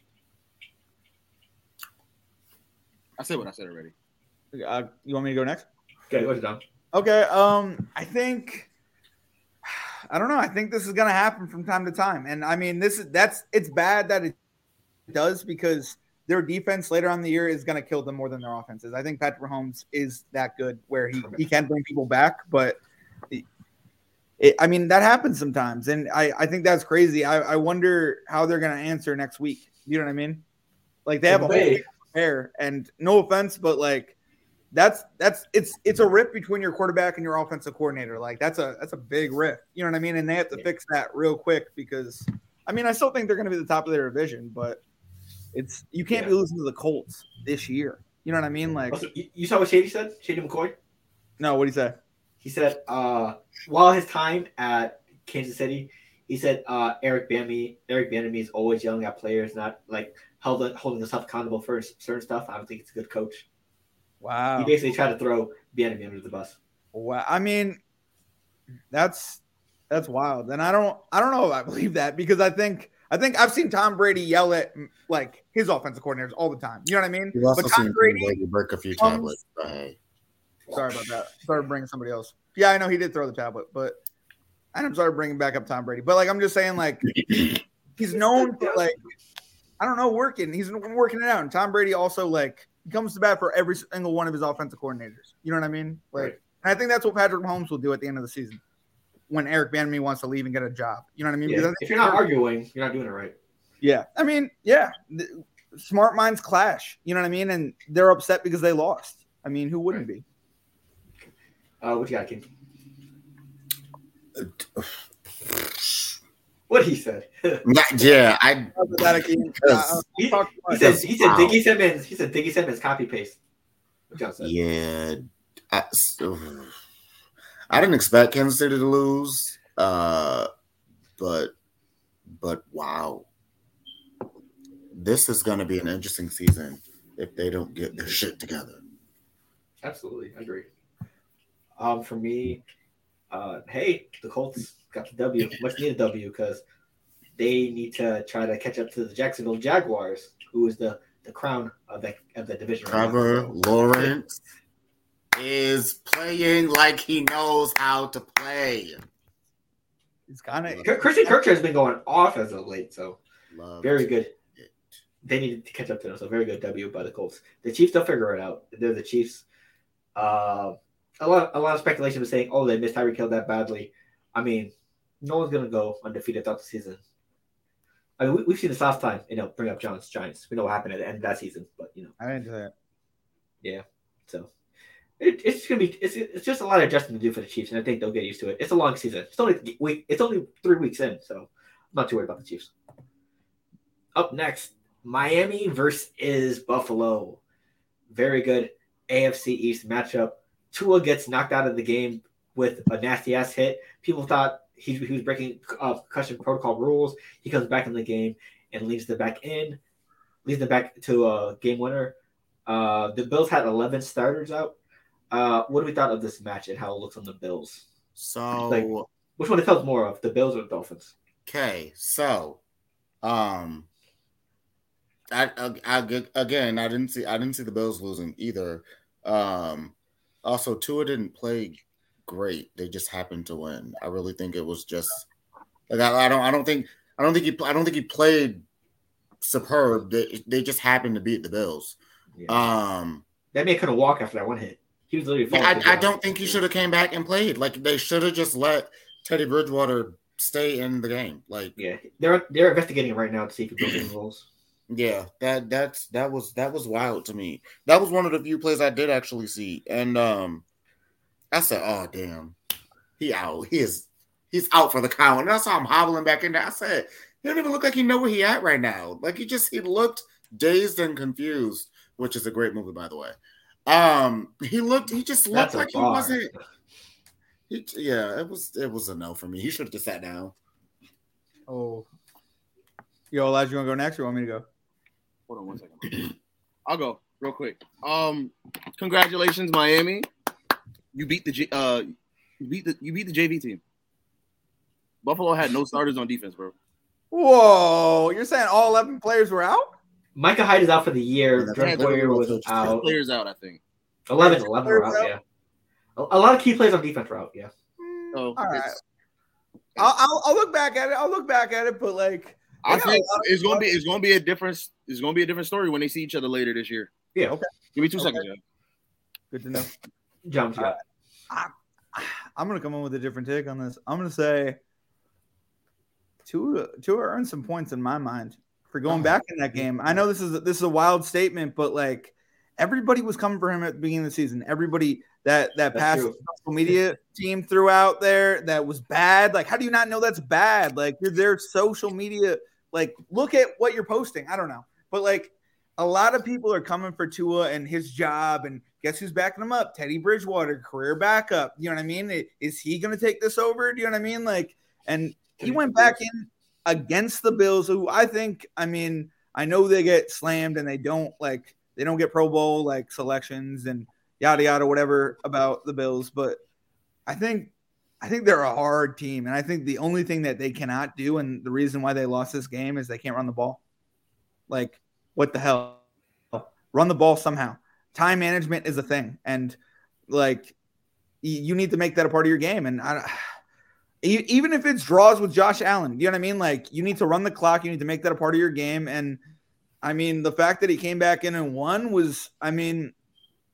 Speaker 4: I said what I said already.
Speaker 3: Uh, you want me to go next?
Speaker 1: Okay, what's down?
Speaker 3: Okay. Um, I think I don't know. I think this is gonna happen from time to time, and I mean, this is that's it's bad that it does because their defense later on in the year is gonna kill them more than their offenses. I think Patrick Mahomes is that good where he he can bring people back, but. It, I mean that happens sometimes, and I, I think that's crazy. I, I wonder how they're gonna answer next week. You know what I mean? Like they have a whole
Speaker 1: Wait.
Speaker 3: week to prepare, and no offense, but like that's that's it's it's a rip between your quarterback and your offensive coordinator. Like that's a that's a big rip. You know what I mean? And they have to
Speaker 1: Yeah.
Speaker 3: fix that real quick because I mean I still think they're going to be the top of their division, but it's you can't be losing to the Colts this year. You know what I mean? Like
Speaker 1: Also, you, you saw what Shady said? Shady McCoy?
Speaker 3: no, what do you say?
Speaker 1: He said, uh, while his time at Kansas City, he said uh, Eric Bammy, Eric Bammy is always yelling at players, not like held, holding himself accountable for certain stuff. I don't think it's a good coach.
Speaker 3: Wow,
Speaker 1: He basically tried to throw Bammy under the bus.
Speaker 3: Wow. I mean, that's that's wild. And I don't I don't know if I believe that because I think I think I've seen Tom Brady yell at like his offensive coordinators all the time. You know what I mean?
Speaker 2: You've also
Speaker 3: But
Speaker 2: seen
Speaker 3: Tom Brady,
Speaker 2: Brady break a few
Speaker 3: comes-
Speaker 2: tablets. Hey.
Speaker 3: sorry about that. Sorry to bring somebody else. Yeah, I know he did throw the tablet, but and I'm sorry to bring back up Tom Brady. But like I'm just saying, like he's known for like I don't know working. He's been working it out. And Tom Brady also like he comes to bat for every single one of his offensive coordinators. You know what I mean? Like,
Speaker 1: Right.
Speaker 3: and I think that's what Patrick Mahomes will do at the end of the season when Eric Bieniemy wants to leave and get a job. You know what I mean? Because
Speaker 1: Yeah.
Speaker 3: I think-
Speaker 1: If you're not arguing, you're not doing it right.
Speaker 3: yeah. I mean, yeah. Th- Smart minds clash. You know what I mean? And they're upset because they lost. I mean, who wouldn't be?
Speaker 1: Uh, what you got, King? What he said?
Speaker 2: Not- yeah, I.
Speaker 3: Other than that, again, uh,
Speaker 2: Because-
Speaker 3: I- I
Speaker 1: he,
Speaker 3: talked
Speaker 1: he
Speaker 3: about
Speaker 1: said he said
Speaker 2: Wow.
Speaker 1: Diggy Simmons. He said Diggy Simmons copy paste. What y'all said?
Speaker 2: Yeah, I, I didn't expect Kansas City to lose, uh, but but wow, this is going to be an interesting season if they don't get their shit together.
Speaker 1: Absolutely, I agree. Um, for me, uh, hey, the Colts got the W. Much needed W because they need to try to catch up to the Jacksonville Jaguars, who is the the crown of that of the division. right now.
Speaker 2: Trevor Lawrence is playing like he knows how to play.
Speaker 3: He's kind of
Speaker 1: K- Christian Kirk has been going off as of late, so
Speaker 2: Love
Speaker 1: very
Speaker 2: to
Speaker 1: good.
Speaker 2: see it.
Speaker 1: They needed to catch up to them, so very good W by the Colts. The Chiefs, they'll figure it out. They're the Chiefs. Uh, a lot, a lot of speculation was saying, "Oh, they missed Tyreek Hill that badly." I mean, no one's gonna go undefeated throughout the season. I mean, we, we've seen this last time. You know, bring up Giants, Giants. We know what happened at the end of that season, but you know,
Speaker 3: I didn't do that.
Speaker 1: so it, it's gonna be it's, it's just a lot of adjusting to do for the Chiefs, and I think they'll get used to it. It's a long season. It's only week. It's only three weeks in, so I'm not too worried about the Chiefs. Up next, Miami versus Buffalo. Very good AFC East matchup. Tua gets knocked out of the game with a nasty ass hit. People thought he, he was breaking uh, concussion protocol rules. He comes back in the game and leads the back in, leads them back to a game winner. Uh, the Bills had 11 starters out. Uh, what do we thought of this match and how it looks on the Bills?
Speaker 2: So.
Speaker 1: Like- Which one it tells more of, the Bills or the Dolphins?
Speaker 2: Okay, so, um, I, I, I again, I didn't see, I didn't see the Bills losing either. Um, also, Tua didn't play great; they just happened to win. I really think it was just like I, I don't, I don't think, I don't think he, I don't think he played superb. They, they just happened to beat the Bills.
Speaker 1: Yeah.
Speaker 2: Um,
Speaker 1: that man couldn't walk after that one hit. He was literally.
Speaker 2: yeah,
Speaker 1: falling to the
Speaker 2: I, I
Speaker 1: ground.
Speaker 2: don't think he should have came back and played. Like they should have just let Teddy Bridgewater stay in the game. Like.
Speaker 1: Yeah, they're they're investigating right now to see if he broke any rules.
Speaker 2: Yeah, that that's that was that was wild to me. That was one of the few plays I did actually see, and um, I said, "Oh damn, he out. He is he's out for the count." And I saw him hobbling back in there. I said, "He don't even look like he know where he at right now. Like he just he looked dazed and confused, which is a great movie by the way. Um, he looked he just looked
Speaker 1: That's a
Speaker 2: like he
Speaker 1: bar.
Speaker 2: wasn't. He, yeah, it was it was a no for me. He should have just sat down.
Speaker 3: Oh. Yo, Elijah, you want to go next or want me to go?
Speaker 4: Hold on one second. I'll go real quick. Um, congratulations, Miami. You beat the J- uh, you beat the you beat the JV team. Buffalo had no starters on defense, bro.
Speaker 3: Whoa, you're saying all 11 players were out?
Speaker 1: Micah Hyde is out for the year.
Speaker 2: Yeah,
Speaker 1: Jordan
Speaker 4: that's what
Speaker 1: Boyer
Speaker 2: we
Speaker 1: was
Speaker 2: were told.
Speaker 4: Six
Speaker 1: out.
Speaker 4: players out, I think.
Speaker 1: 11, 11 were
Speaker 3: Players
Speaker 1: out. Yeah, a, a lot of key players on defense were out. Yeah,
Speaker 3: Mm,
Speaker 1: Oh,
Speaker 4: So
Speaker 3: all right.
Speaker 4: it's-
Speaker 3: I'll, I'll, I'll look back at it. I'll look back at it, but like, Yeah,
Speaker 4: I
Speaker 3: uh,
Speaker 4: think it's gonna be it's gonna be a different it's gonna be a different story when they see each other later this year.
Speaker 1: Yeah,
Speaker 3: okay.
Speaker 4: Give me two
Speaker 3: Okay.
Speaker 4: seconds. yeah.
Speaker 3: good to know.
Speaker 1: John, what you got?
Speaker 3: I'm going to come in with a different take on this. I'm going to say Tua, Tua earned some points in my mind for
Speaker 1: Oh,
Speaker 3: going back in that game. I know this is this is a wild statement, but like everybody was coming for him at the beginning of the season. Everybody that that
Speaker 1: That's
Speaker 3: passed
Speaker 1: true.
Speaker 3: social media team threw out there that was bad. Like, how do you not know that's bad? Like, you're their social media. Like, look at what you're posting. I don't know, but like, a lot of people are coming for Tua and his job. And guess who's backing him up? Teddy Bridgewater, career backup. You know what I mean? I- Is he going to take this over? Do you know what I mean? Like, and he went back in against the Bills, who I think, I mean, I know they get slammed and they don't like they don't get Pro Bowl like selections and yada yada whatever about the Bills, but I think I think they're a hard team, and I think the only thing that they cannot do, and the reason why they lost this game, is they can't run the ball. Like, what the hell? Run the ball somehow. Time management is a thing, and like, y- you need to make that a part of your game. And I, don't- e- even if it's draws with Josh Allen, you know what I mean? Like, you need to run the clock. You need to make that a part of your game. And I mean, the fact that he came back in and won was, I mean,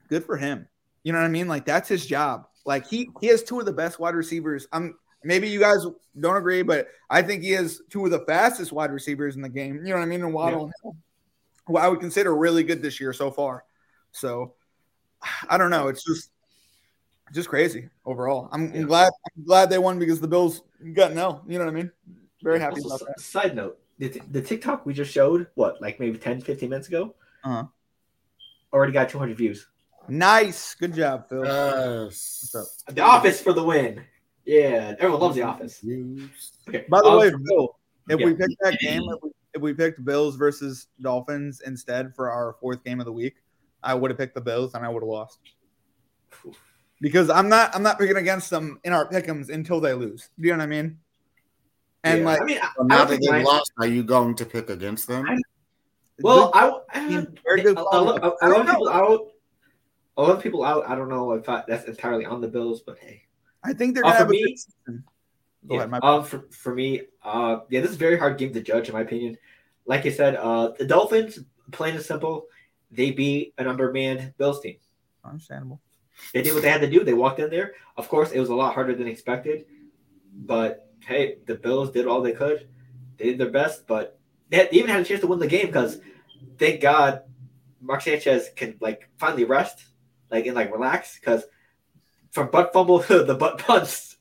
Speaker 3: good for him. You know what I mean? Like that's his job. Like he he has two of the best wide receivers. I'm maybe you guys don't agree, but I think he has two of the fastest wide receivers in the game. You know what I mean? And Waddle, and Hill, who I would consider really good this year so far. So I don't know. It's just just crazy overall. I'm, I'm glad I'm glad they won because the Bills got no. You know what I mean? Very happy
Speaker 1: Also,
Speaker 3: about
Speaker 1: s-
Speaker 3: that.
Speaker 1: Side note: the, t- the TikTok we just showed, what, like maybe 10, 15 minutes ago,
Speaker 3: Uh-huh.
Speaker 1: already got 200 views.
Speaker 3: Nice, good job, Phil.
Speaker 2: Uh,
Speaker 8: Yes.
Speaker 1: Uh, The Office for the win. Yeah, everyone loves The Office.
Speaker 8: Yes.
Speaker 1: Okay.
Speaker 3: By the
Speaker 1: um,
Speaker 3: way, Phil, if we
Speaker 1: yeah.
Speaker 3: picked that game, if we, if we picked Bills versus Dolphins instead for our fourth game of the week, I would have picked the Bills and I would have lost. Because I'm not, I'm not picking against them in our pickems until they lose. Do you know what I mean? And
Speaker 1: yeah,
Speaker 3: like,
Speaker 1: I mean, I,
Speaker 8: Well,
Speaker 1: I
Speaker 8: now
Speaker 1: don't
Speaker 8: that
Speaker 1: think
Speaker 8: they
Speaker 1: Lions-
Speaker 8: lost, are you going to pick against them?
Speaker 1: I- Well, I, I,
Speaker 3: team,
Speaker 1: I,
Speaker 3: very good
Speaker 1: a, a lo-
Speaker 3: quarterback.
Speaker 1: a lot of
Speaker 3: I don't
Speaker 1: people out. A lot of people out. I don't know if I, that's entirely on the Bills, but hey.
Speaker 3: I think they're
Speaker 1: Uh,
Speaker 3: gonna
Speaker 1: for
Speaker 3: have a
Speaker 1: me,
Speaker 3: good season. Go
Speaker 1: Yeah.
Speaker 3: ahead, my-
Speaker 1: Um, for, for me, uh, yeah, this is a very hard game to judge, in my opinion. Like I said, uh, the Dolphins, plain and simple, they beat an undermanned Bills team.
Speaker 3: Oh, Understandable.
Speaker 1: They did what they had to do. They walked in there. Of course, it was a lot harder than expected, but hey, the Bills did all they could. They did their best, but they had- they even had a chance to win the game because thank God Mark Sanchez can like finally rest, like and like relax because from butt fumble to the butt punts,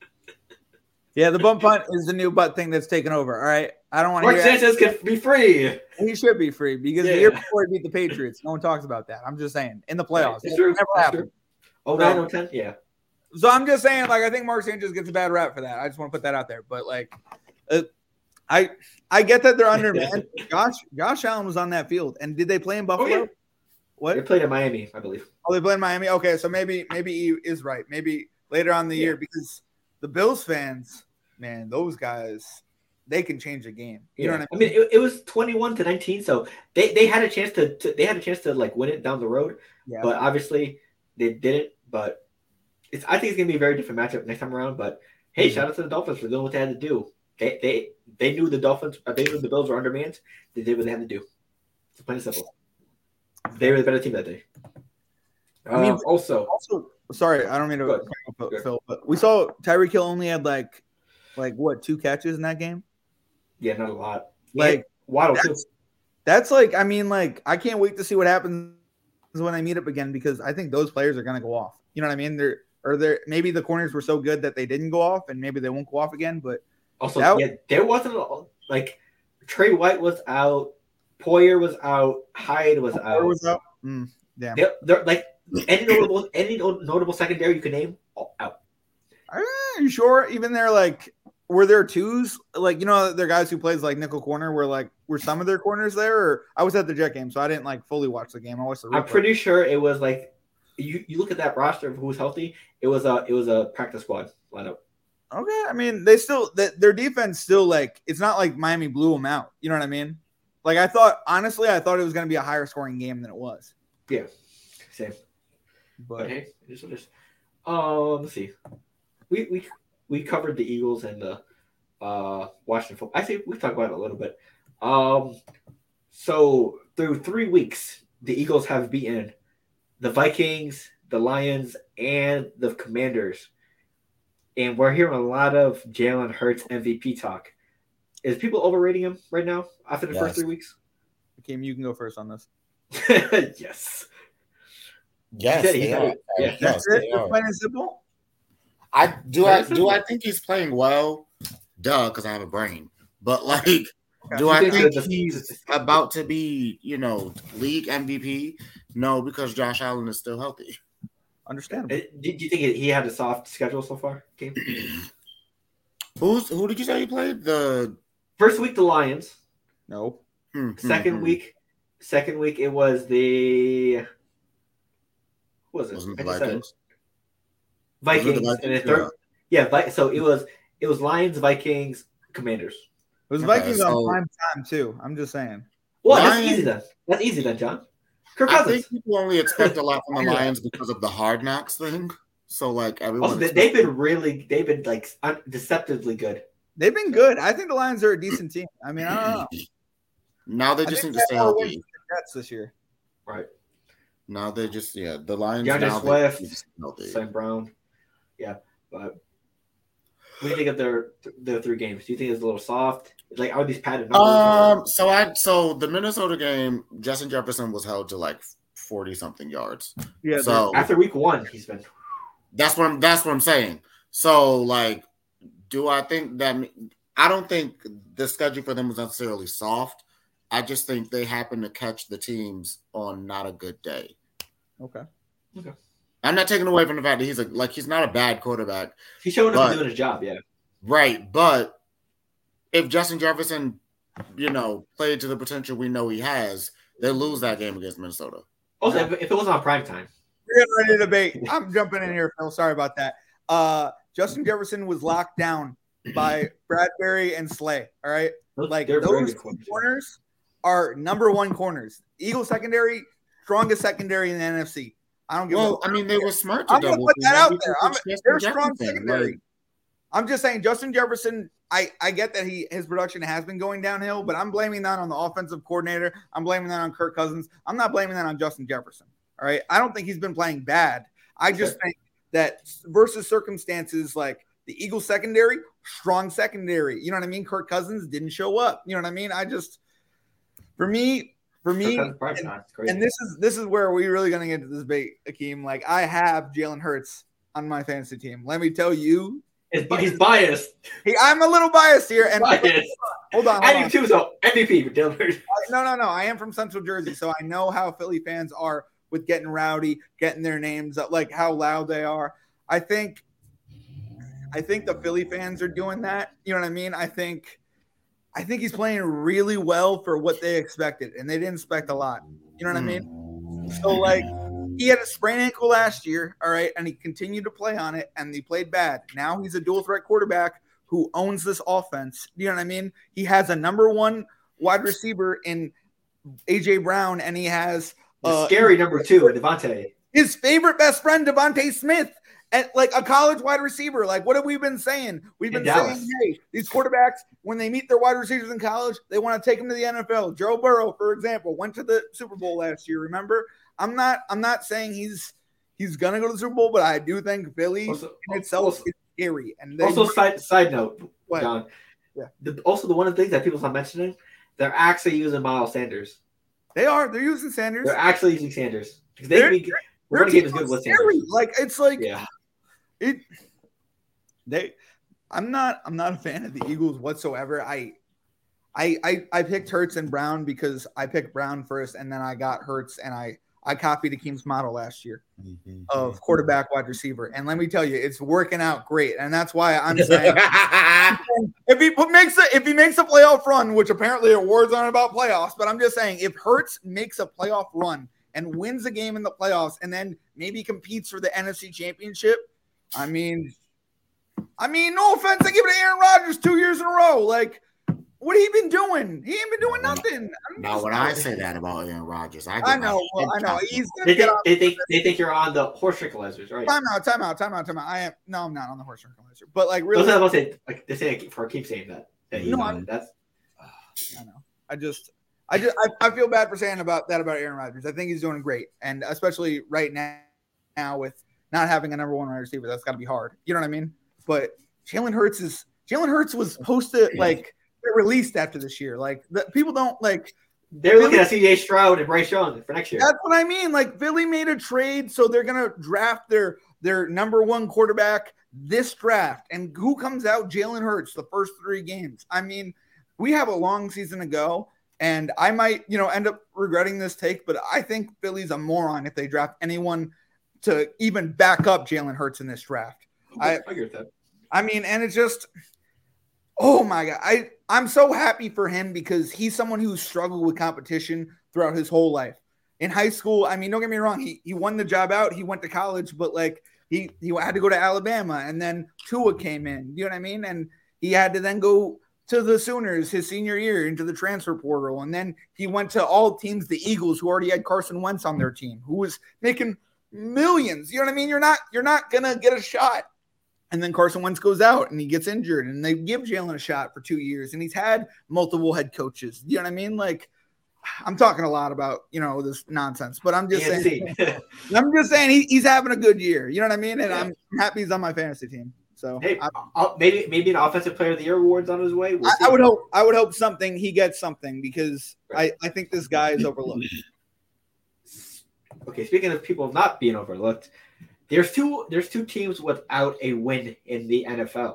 Speaker 3: Yeah, the bump punt is the new butt thing that's taken over. All right, I don't want to
Speaker 1: Mark
Speaker 3: hear. that.
Speaker 1: Sanchez can be free.
Speaker 3: He should be free because
Speaker 1: Yeah.
Speaker 3: the year before he beat the Patriots, no one talks about that. I'm just saying in the playoffs,
Speaker 1: It's
Speaker 3: it
Speaker 1: true.
Speaker 3: never
Speaker 1: It's
Speaker 3: happened.
Speaker 1: true. Oh nine, oh ten, yeah.
Speaker 3: So I'm just saying, like, I think Mark Sanchez gets a bad rap for that. I just want to put that out there. But like, uh, I I get that they're under man. Josh Josh Allen was on that field, and did they play in Buffalo?
Speaker 1: Oh, yeah. They
Speaker 3: What?
Speaker 1: played in Miami, I believe.
Speaker 3: Oh, they play in Miami. Okay, so maybe maybe he is right. Maybe later on in the year because the Bills fans, man, those guys, they can change a game. You know what I mean?
Speaker 1: I mean, it, it was twenty-one to nineteen, so they, they had a chance to, to they had a chance to like win it down the road,
Speaker 3: Yeah.
Speaker 1: but obviously they didn't. But it's I think it's gonna be a very different matchup next time around. But hey,
Speaker 3: Mm-hmm.
Speaker 1: shout out to the Dolphins for doing what they had to do. They they they knew the Dolphins, uh, they knew the Bills were undermanned. They did what they had to do. It's plain and simple. They were the better team that day. Um,
Speaker 3: I mean-
Speaker 1: also,
Speaker 3: Also, sorry, I don't mean to
Speaker 1: Go ahead.
Speaker 3: cut
Speaker 1: Go
Speaker 3: off,
Speaker 1: ahead.
Speaker 3: Phil, but we saw Tyreek Hill only had like like what two catches in that game.
Speaker 1: yeah, not a lot.
Speaker 3: Like.
Speaker 1: And Waddle too.
Speaker 3: that's, that's like I mean like I can't wait to see what happens when they meet up again because I think those players are going to go off. You know what I mean? They're or they're maybe the corners were so good that they didn't go off and maybe they won't go off again. But
Speaker 1: Also,
Speaker 3: That-
Speaker 1: yeah, there wasn't a, like Trey White was out, Poyer was out, Hyde was out.
Speaker 3: Mm, damn.
Speaker 1: They're, they're, like any notable any no- notable secondary you can name all out.
Speaker 3: Are you sure? Even they're like were there twos like you know there are guys who plays like nickel corner were like were some of their corners there or I was at the jet game so I didn't like fully watch the game. I watched the
Speaker 1: I'm
Speaker 3: replay.
Speaker 1: pretty sure it was like you, you look at that roster of who's healthy. It was a it was a practice squad lineup.
Speaker 3: Okay, I mean they still th- their defense still like it's not like Miami blew them out. You know what I mean? Like I thought honestly, I thought it was going to be a higher scoring game than it was.
Speaker 1: Same, but
Speaker 3: But
Speaker 1: hey, it is what it is. Um, let's see. We we we covered the Eagles and the uh Washington football. I think we talked about it a little bit. Um, so through three weeks, the Eagles have beaten the Vikings, the Lions, and the Commanders. And we're hearing a lot of Jalen Hurts MVP talk. Is people overrating him right now after the
Speaker 8: Yes.
Speaker 1: first three weeks?
Speaker 3: Kim, you can go first on this.
Speaker 1: yes.
Speaker 8: Yes,
Speaker 1: Yeah,
Speaker 8: they
Speaker 1: yeah,
Speaker 8: are.
Speaker 1: yeah.
Speaker 8: Uh,
Speaker 3: That's
Speaker 8: Yes,
Speaker 3: it.
Speaker 8: they
Speaker 3: It's
Speaker 8: are.
Speaker 3: plain and simple.
Speaker 8: I do. I
Speaker 1: Where is
Speaker 8: do.
Speaker 1: it?
Speaker 8: I think he's playing well. Duh, because I have a brain. But like, do
Speaker 1: You
Speaker 8: I
Speaker 1: think
Speaker 8: think
Speaker 1: that the-
Speaker 8: he's about to be, you know, league MVP? No, because Josh Allen is still healthy.
Speaker 3: Understandable.
Speaker 1: Uh, Do, do you think he had a soft schedule so far? Game
Speaker 8: Who's who did you say he played? The
Speaker 1: first week the Lions,
Speaker 3: No.
Speaker 8: hmm, hmm,
Speaker 1: 2nd
Speaker 8: hmm.
Speaker 1: week, second week it was the who was it?
Speaker 8: wasn't the
Speaker 1: I just said it.
Speaker 8: Vikings.
Speaker 1: Vikings,
Speaker 8: Wasn't the
Speaker 1: and then
Speaker 8: Vikings?
Speaker 1: third Yeah, Vi- so it was it was Lions, Vikings, Commanders.
Speaker 3: It was
Speaker 8: Okay,
Speaker 3: Vikings
Speaker 8: so-
Speaker 3: on prime time too. I'm just saying.
Speaker 1: Well,
Speaker 8: Lions-
Speaker 1: that's easy then. That's easy then, John. Kirk
Speaker 8: I
Speaker 1: Cousins.
Speaker 8: think people only expect a lot from the
Speaker 1: Yeah.
Speaker 8: Lions because of the hard knocks thing. So like
Speaker 1: Also,
Speaker 8: everyone,
Speaker 1: they- they've been really, they've been like un- deceptively good.
Speaker 3: They've been good. I think the Lions are a decent team. I mean, I don't know.
Speaker 8: now they
Speaker 3: I
Speaker 8: just
Speaker 3: think
Speaker 8: need to stay
Speaker 3: they have more
Speaker 8: healthy.
Speaker 3: wins than the Jets this year.
Speaker 8: Now they just yeah, the Lions
Speaker 1: DeAndre
Speaker 8: now they
Speaker 1: Swift.
Speaker 8: need to stay healthy.
Speaker 1: Sam Brown, yeah. But what do you think of their their three games? Do you think it's a little soft? Like, are these padded numbers?
Speaker 8: Um. So I so the Minnesota game, Justin Jefferson was held to like forty something yards.
Speaker 3: Yeah.
Speaker 8: so
Speaker 1: After week one, he's been
Speaker 8: that's what I'm. That's what I'm saying. So like, do I think that? me- I don't think the schedule for them was necessarily soft. I just think they happened to catch the teams on not a good day.
Speaker 3: Okay.
Speaker 1: Okay.
Speaker 8: I'm not taking away from the fact that he's a like he's not a bad quarterback.
Speaker 1: he's showing up
Speaker 8: But-
Speaker 1: and doing his job. Yeah,
Speaker 8: Right, but if Justin Jefferson, you know, played to the potential we know he has, they lose that game against Minnesota.
Speaker 1: Also, if, if it was on prime time,
Speaker 3: We're getting ready to debate. I'm jumping in here, Phil. Sorry about that. Uh, Justin Jefferson was locked down by Bradbury and Slay. All right.
Speaker 1: those,
Speaker 3: Like
Speaker 1: they're very
Speaker 3: those
Speaker 1: good
Speaker 3: two
Speaker 1: corners.
Speaker 3: corners are number one corners. Eagle secondary, strongest secondary in the NFC. I don't give a
Speaker 8: Well, I mean, they were smart to
Speaker 3: I'm gonna
Speaker 8: double
Speaker 3: put that
Speaker 8: team
Speaker 3: out
Speaker 8: because
Speaker 3: there.
Speaker 8: it's
Speaker 3: I'm-
Speaker 8: Justin
Speaker 3: they're strong
Speaker 8: Jefferson.
Speaker 3: secondary.
Speaker 8: Like,
Speaker 3: I'm just saying Justin Jefferson. I, I get that he his production has been going downhill, but I'm blaming that on the offensive coordinator. I'm blaming that on Kirk Cousins. I'm not blaming that on Justin Jefferson. All right. I don't think he's been playing bad. I just think that versus circumstances like the Eagles secondary, strong secondary. You know what I mean? Kirk Cousins didn't show up. You know what I mean? I just for me, for
Speaker 1: Kirk
Speaker 3: me,
Speaker 1: Cousins prime time. It's crazy.
Speaker 3: and this is this is where we really gonna get to this debate, Akeem. Like I have Jalen Hurts on my fantasy team. Let me tell you,
Speaker 1: It's- but he's biased.
Speaker 3: he, I'm a little biased here. And uh,
Speaker 1: biased.
Speaker 3: hold on, hold
Speaker 1: I do
Speaker 3: on.
Speaker 1: too. So MVP, but Dylan Hurts-
Speaker 3: no, no, no. I am from Central Jersey, so I know how Philly fans are with getting rowdy, getting their names up, like how loud they are. I think, I think the Philly fans are doing that. You know what I mean? I think, I think he's playing really well for what they expected, and they didn't expect a lot. You know what I mean? So like he had a sprained ankle last year, all right, and he continued to play on it and he played bad. Now he's a dual threat quarterback who owns this offense. You know what I mean? He has a number one wide receiver in AJ Brown and he has uh,
Speaker 1: scary number two, Devontae.
Speaker 3: his favorite best friend Devontae Smith and like a college wide receiver. Like what have we been saying? We've
Speaker 1: In
Speaker 3: been
Speaker 1: Dallas.
Speaker 3: saying, hey, these quarterbacks when they meet their wide receivers in college, they want to take them to the NFL. Joe Burrow, for example, went to the Super Bowl last year. Remember, I'm not I'm not saying he's he's gonna go to the Super Bowl, but I do think Philly
Speaker 1: Also,
Speaker 3: in itself
Speaker 1: also-
Speaker 3: is scary. And they
Speaker 1: also side side note,
Speaker 3: What?
Speaker 1: John.
Speaker 3: Yeah.
Speaker 1: The, also, the one of the things that people's not mentioning, they're actually using Miles Sanders.
Speaker 3: they are they're using Sanders.
Speaker 1: They're actually using Sanders because they
Speaker 3: They're-
Speaker 1: be,
Speaker 3: Their
Speaker 1: running game is
Speaker 3: team
Speaker 1: good
Speaker 3: is
Speaker 1: with
Speaker 3: scary.
Speaker 1: Sanders.
Speaker 3: Like it's like
Speaker 1: Yeah,
Speaker 3: it they i'm not i'm not a fan of the eagles whatsoever i i i, I picked hertz and brown because i picked brown first and then i got hertz and i i copied Akeem's model last year
Speaker 8: Mm-hmm.
Speaker 3: of quarterback wide receiver and let me tell you it's working out great and that's why i'm saying if he put- makes a if he makes a playoff run which apparently awards aren't about playoffs but i'm just saying if hertz makes a playoff run and wins a game in the playoffs and then maybe competes for the nfc championship I mean, I mean, no offense, I give it to Aaron Rodgers two years in a row. Like, what he been doing? He ain't been doing nothing. I'm
Speaker 8: now,
Speaker 3: just-
Speaker 8: when I say that about Aaron Rodgers, I, get
Speaker 3: I know,
Speaker 8: my head
Speaker 3: well, I know,
Speaker 8: chopped
Speaker 3: he's gonna
Speaker 1: they
Speaker 3: get
Speaker 1: think,
Speaker 3: on.
Speaker 1: they think they think you're on the horse tranquilizers, right?
Speaker 3: Time out, time out, time out, time out. I am no, I'm not on the horse tranquilizer, but like
Speaker 1: Those
Speaker 3: really,
Speaker 1: are the ones that like they say. I keep, I keep saying that. that
Speaker 3: No,
Speaker 1: you know,
Speaker 3: I'm-
Speaker 1: that's
Speaker 3: I know. I just, I just, I, I feel bad for saying about that about Aaron Rodgers. I think he's doing great, and especially right now, now with not having a number one wide receiver, that's got to be hard. You know what I mean? But Jalen Hurts is Jalen Hurts was supposed to like get released after this year. Like the, people don't like
Speaker 1: they're looking at CJ Stroud and Bryce Young for next year.
Speaker 3: That's what I mean. Like Philly made a trade, so they're gonna draft their their number one quarterback this draft. And who comes out? Jalen Hurts the first three games. I mean, we have a long season to go, and I might you know end up regretting this take, but I think Philly's a moron if they draft anyone to even back up Jalen Hurts in this draft. I-
Speaker 1: I agree with that.
Speaker 3: I mean, and it's just, oh my god, I I'm so happy for him because he's someone who struggled with competition throughout his whole life. In high school, I mean, don't get me wrong, he he won the job out, he went to college, but like He he had to go to Alabama, and then Tua came in. You know what I mean? And he had to then go to the Sooners his senior year into the transfer portal, and then he went to all teams, the Eagles, who already had Carson Wentz on their team, who was making millions. You know what I mean? You're not you're not gonna get a shot. And then Carson Wentz goes out and he gets injured, and they give Jalen a shot for two years, and he's had multiple head coaches. You know what I mean? Like, I'm talking a lot about you know this nonsense, but I'm just saying.
Speaker 1: ENC.
Speaker 3: I'm just saying he, he's having a good year. You know what I mean? And I'm happy he's on my fantasy team. So
Speaker 1: hey,
Speaker 3: I,
Speaker 1: I'll- maybe maybe an offensive player of the year award's on his way. We'll
Speaker 3: I, I
Speaker 1: see.
Speaker 3: would hope I would hope something he gets something because I, I think this guy is overlooked.
Speaker 1: Okay, speaking of people not being overlooked, there's two there's two teams without a win in the NFL.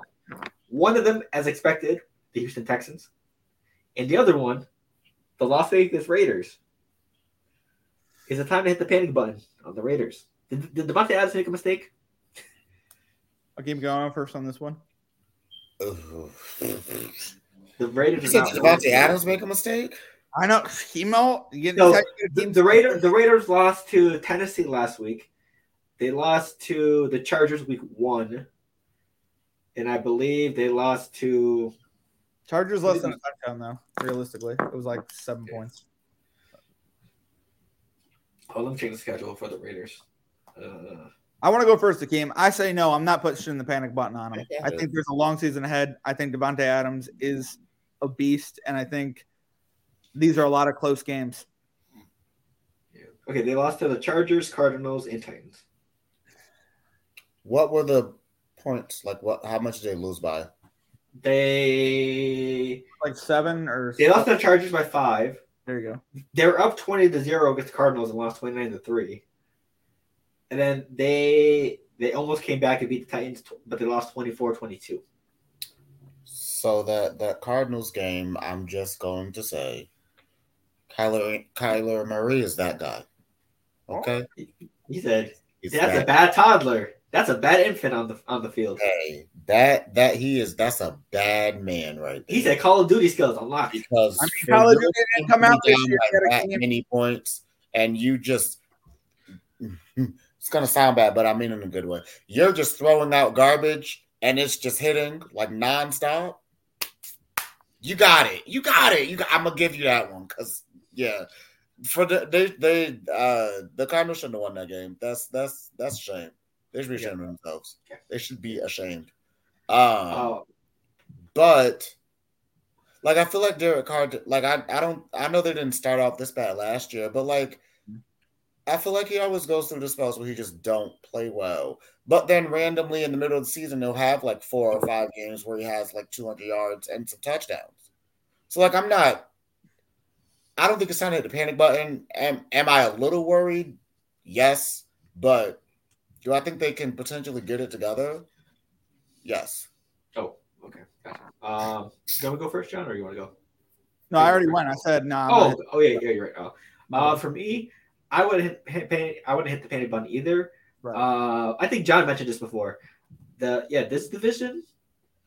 Speaker 1: One of them, as expected, the Houston Texans, and the other one, the Las Vegas Raiders. Is it time to hit the panic button on the Raiders? Did, did Devontae Adams make a mistake?
Speaker 3: I'll keep going on first on this one.
Speaker 1: The Raiders
Speaker 2: You
Speaker 1: are
Speaker 2: said
Speaker 1: not-
Speaker 2: Devontae Adams make a mistake?
Speaker 3: I know Hemo. You get
Speaker 1: No,
Speaker 3: no,
Speaker 1: the, the Raiders the Raiders lost to Tennessee last week. They lost to the Chargers week one, and I believe they lost to
Speaker 3: Chargers less than a touchdown though. Realistically, it was like seven points.
Speaker 1: Oh, let me check the schedule for the Raiders. Uh,
Speaker 3: I want to go first, Akeem. I say no. I'm not pushing the panic button on him. I think there's a long season ahead. I think Devontae Adams is a beast, and I think these are a lot of close games.
Speaker 1: okay, they lost to the Chargers, Cardinals, and Titans.
Speaker 2: What were the points? Like, what? How much did they lose by?
Speaker 1: They
Speaker 3: Like seven or
Speaker 1: they lost to the Chargers by five.
Speaker 3: there you go.
Speaker 1: They were up twenty to zero against the Cardinals and lost twenty nine to three. And then they they almost came back and beat the Titans, tw- but they lost 24-22.
Speaker 2: So that that Cardinals game, I'm just going to say, Kyler Kyler Murray is that guy. Okay,
Speaker 1: He said,
Speaker 2: He's
Speaker 1: "That's a
Speaker 2: that
Speaker 1: bad toddler. That's a bad infant on the on the field."
Speaker 2: guy. That that he is. That's a bad man right there.
Speaker 1: He said, "Call of Duty skills unlocked."
Speaker 2: because
Speaker 3: I mean,
Speaker 2: for
Speaker 3: Call of
Speaker 2: your
Speaker 3: Duty didn't come
Speaker 2: team to be
Speaker 3: out this
Speaker 2: down
Speaker 3: year.
Speaker 2: by
Speaker 3: They had a
Speaker 2: that
Speaker 3: game.
Speaker 2: many points, and you just. It's gonna sound bad, but I mean in a good way. You're just throwing out garbage, and it's just hitting like nonstop. You got it. You got it. You. Got, I'm gonna give you that one because yeah, for the they they uh the Cardinals shouldn't have won that game. That's that's that's a shame. They should be ashamed of themselves.
Speaker 1: Yeah.
Speaker 2: They should be ashamed. Um,
Speaker 1: Oh,
Speaker 2: but like I feel like Derek Carr, like I, I don't I know they didn't start off this bad last year, but like I feel like he always goes through the spells where he just don't play well. But then randomly in the middle of the season, he'll have like four or five games where he has like 200 yards and some touchdowns. So like I'm not, I don't think it's time to hit the panic button. Am am I a little worried? Yes, but do I think they can potentially get it together? Yes.
Speaker 1: oh, okay. Gotcha. Um, do you want to go first, John, or you want to go?
Speaker 3: No, I already went. I said no. I'm
Speaker 1: Oh,
Speaker 3: not-
Speaker 1: oh yeah, yeah, you're right. Oh. Uh, for me, I wouldn't hit, hit panic, I wouldn't hit the panic button either.
Speaker 3: Right.
Speaker 1: Uh, I think John mentioned this before. The yeah, this division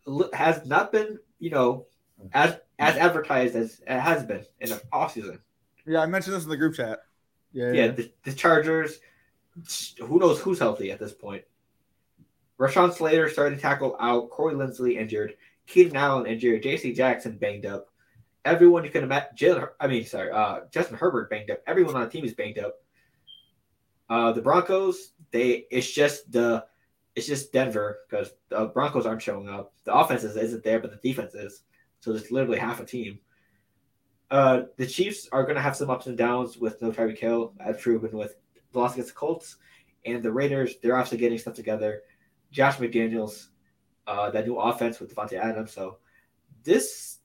Speaker 1: l- has not been you know as as advertised as it has been in the offseason.
Speaker 3: yeah, I mentioned this in the group chat. Yeah,
Speaker 1: Yeah, the, the Chargers. Who knows who's healthy at this point? Rashawn Slater started tackle out. Corey Lindsley injured. Keaton Allen injured. J.C. Jackson banged up. Everyone you can imagine. Jill, I mean, sorry, uh, Justin Herbert banged up. Everyone on the team is banged up. Uh, the Broncos. They. It's just the. It's just Denver because the Broncos aren't showing up. The offense is, isn't there, but the defense is. So there's literally half a team. Uh, the Chiefs are going to have some ups and downs with no Tyreek Hill, as proven with the loss against the Colts, and the Raiders. They're obviously getting stuff together. Josh McDaniels, uh, that new offense with Devontae Adams. So this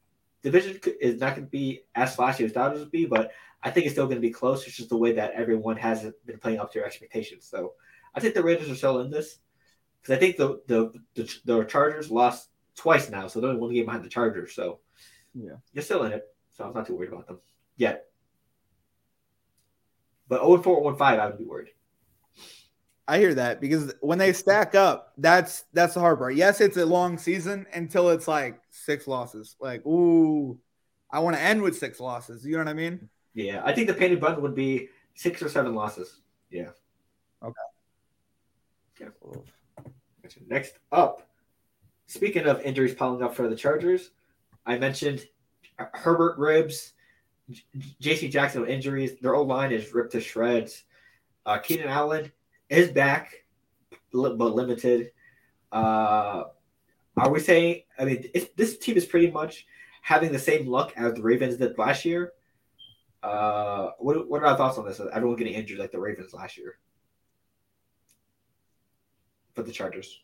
Speaker 1: division c- is not going to be as flashy as thought it would be, but I think it's still going to be close. It's just the way that everyone hasn't been playing up to your expectations. So I think the Raiders are still in this because I think the, the the the Chargers lost twice now, so they're only one game behind the Chargers. So
Speaker 3: Yeah.
Speaker 1: you're still in it so I'm not too worried about them yet. But 0 4 1 5, I would be worried.
Speaker 3: I hear that because when they stack up, that's that's the hard part. Yes, it's a long season until it's like six losses. Like, ooh, I want to end with six losses. You know what I mean?
Speaker 1: Yeah, I think the panic button would be six or seven losses. Next up, speaking of injuries piling up for the Chargers, I mentioned Herbert ribs, J- J.C. Jackson with injuries. Their old line is ripped to shreds. Uh, Keenan Allen is back, li- but limited. Uh, are we saying? I mean, it's, this team is pretty much having the same luck as the Ravens did last year. Uh, what, what are our thoughts on this? Everyone getting injured like the Ravens last year for the Chargers.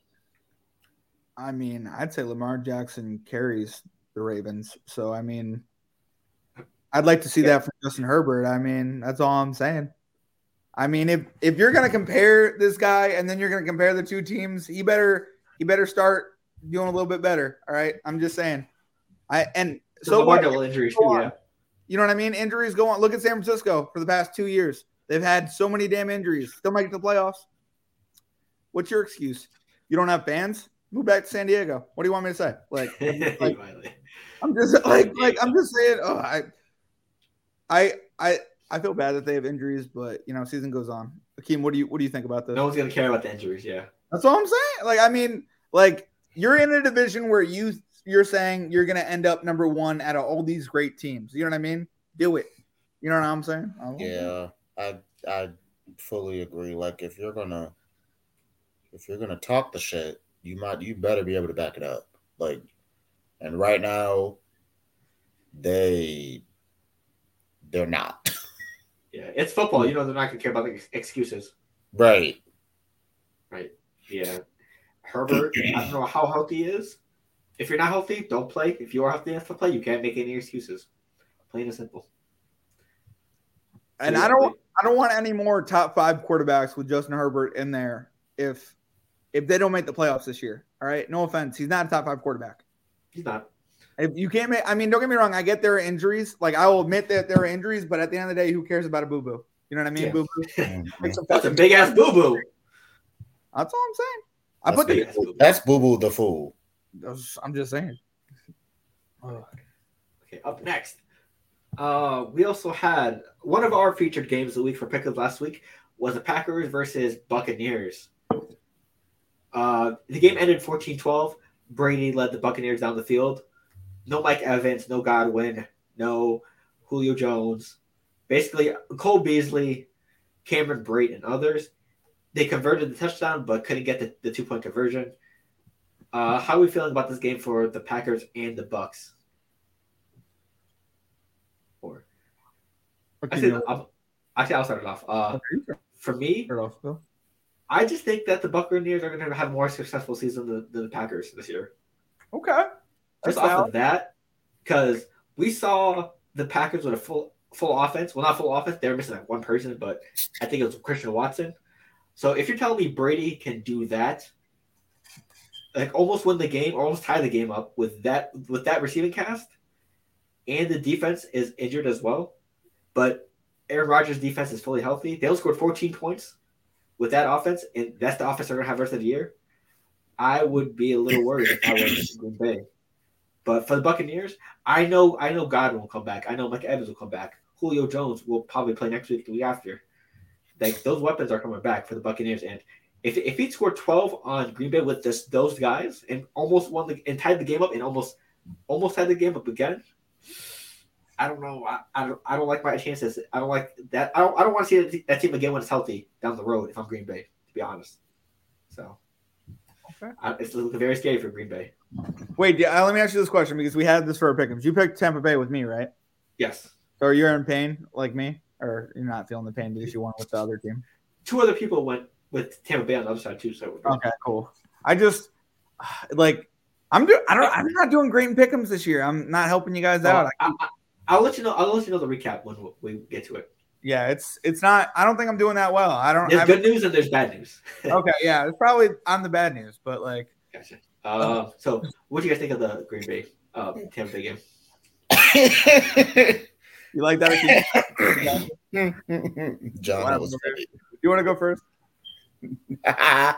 Speaker 3: I mean, I'd say Lamar Jackson carries the Ravens. So I mean, I'd like to see that from Justin Herbert. I mean, that's all I'm saying. I mean, if if you're gonna compare this guy and then you're gonna compare the two teams, he better he better start doing a little bit better. All right, I'm just saying. I and so
Speaker 1: So
Speaker 3: what?
Speaker 1: double injuries
Speaker 3: Go
Speaker 1: too.
Speaker 3: on.
Speaker 1: Yeah.
Speaker 3: You know what I mean? Injuries go on. Look at San Francisco for the past two years. They've had so many damn injuries. Still make the playoffs. What's your excuse? You don't have fans? Move back to San Diego. What do you want me to say? Like, like I'm just like like I'm just saying. Oh, I, I, I, I feel bad that they have injuries, but you know, season goes on. Akeem, what do you what do you think about this?
Speaker 1: no one's gonna care about the injuries. Yeah.
Speaker 3: That's all I'm saying. Like, I mean, like you're in a division where you you're saying you're gonna end up number one out of all these great teams. You know what I mean? Do it. You know what I'm saying? I don't-
Speaker 8: Yeah, I I fully agree. Like if you're gonna if you're gonna talk the shit, you might you better be able to back it up. Like, and right now, they they're not
Speaker 1: Yeah. It's football. You know they're not gonna care about the ex- excuses.
Speaker 8: right.
Speaker 1: Yeah. Herbert, I don't know how healthy he is. If you're not healthy, don't play. If you are healthy enough to play, you can't make any excuses. Plain and simple.
Speaker 3: And I don't I don't want any more top five quarterbacks with Justin Herbert in there if if they don't make the playoffs this year. All right. No offense. He's not a top five quarterback.
Speaker 1: He's not.
Speaker 3: If you can't make, I mean, don't get me wrong. I get there are injuries. Like I will admit that there are injuries, but at the end of the day, who cares about a boo boo? You know what I mean?
Speaker 1: Yeah.
Speaker 3: Boo boo.
Speaker 8: That's
Speaker 1: That's a big ass boo boo.
Speaker 3: That's all I'm saying. I put the.
Speaker 1: big.
Speaker 8: Boo- that's Boo Boo the fool.
Speaker 3: I'm just saying.
Speaker 1: Okay, up next. Uh, we also had one of our featured games of the week for Pickles last week was the Packers versus Buccaneers. Uh, the game ended 14 12. Brady led the Buccaneers down the field. No Mike Evans, no Godwin, no Julio Jones. Basically, Cole Beasley, Cameron Brate, and others. They converted the touchdown but couldn't get the, the two point conversion. Uh, how are we feeling about this game for the Packers and the Bucks? Or I
Speaker 3: Okay,
Speaker 1: said,
Speaker 3: you
Speaker 1: I'll, actually, I'll start it off. Uh, for me,
Speaker 3: start off, Bill.
Speaker 1: I just think that the Buccaneers are going to have more successful season than, than the Packers this year.
Speaker 3: Okay.
Speaker 1: Just
Speaker 3: That's
Speaker 1: off
Speaker 3: valid.
Speaker 1: of that, because we saw the Packers with a full full offense. Well, not full offense; they were missing like one person, but I think it was Christian Watson. So if you're telling me Brady can do that, like almost win the game, or almost tie the game up with that with that receiving cast, and the defense is injured as well, but Aaron Rodgers' defense is fully healthy. They only scored 14 points with that offense, and that's the offense they're gonna have the rest of the year. I would be a little worried if I was Green Bay. But for the Buccaneers, I know I know Godwin will come back. I know Mike Evans will come back. Julio Jones will probably play next week, the week after. Like those weapons are coming back for the Buccaneers. And if if he scored twelve on Green Bay with this those guys and almost won the and tied the game up and almost almost tied the game up again, I don't know. I, I don't I don't like my chances. I don't like that. I don't I don't want to see that te- that team again when it's healthy down the road. If I'm Green Bay, to be honest. So.
Speaker 3: Okay.
Speaker 1: I, it's looking very scary for Green Bay.
Speaker 3: Wait, yeah, uh, let me ask you this question because we had this for our pickums. You picked Tampa Bay with me, right?
Speaker 1: Yes.
Speaker 3: So are you in pain like me, or you're not feeling the pain because you won with the other team?
Speaker 1: two other people went with Tampa Bay on the other side too. So we're good.
Speaker 3: Okay, cool. I just like I'm do I don't I'm not doing great in pickums this year. I'm not helping you guys out.
Speaker 1: Well, I, will let you know. I'll let you know the recap when we get to it.
Speaker 3: Yeah, it's it's not. I don't think I'm doing that well. I don't.
Speaker 1: There's
Speaker 3: I
Speaker 1: good news and there's bad news.
Speaker 3: okay, yeah, it's probably on the bad news, but like,
Speaker 1: Gotcha.
Speaker 3: Oh.
Speaker 1: Uh, so, what do you guys think of the Green Bay uh, Tampa Bay game?
Speaker 3: you like that? Akeem?
Speaker 8: John that was
Speaker 3: you want to go first?
Speaker 8: great.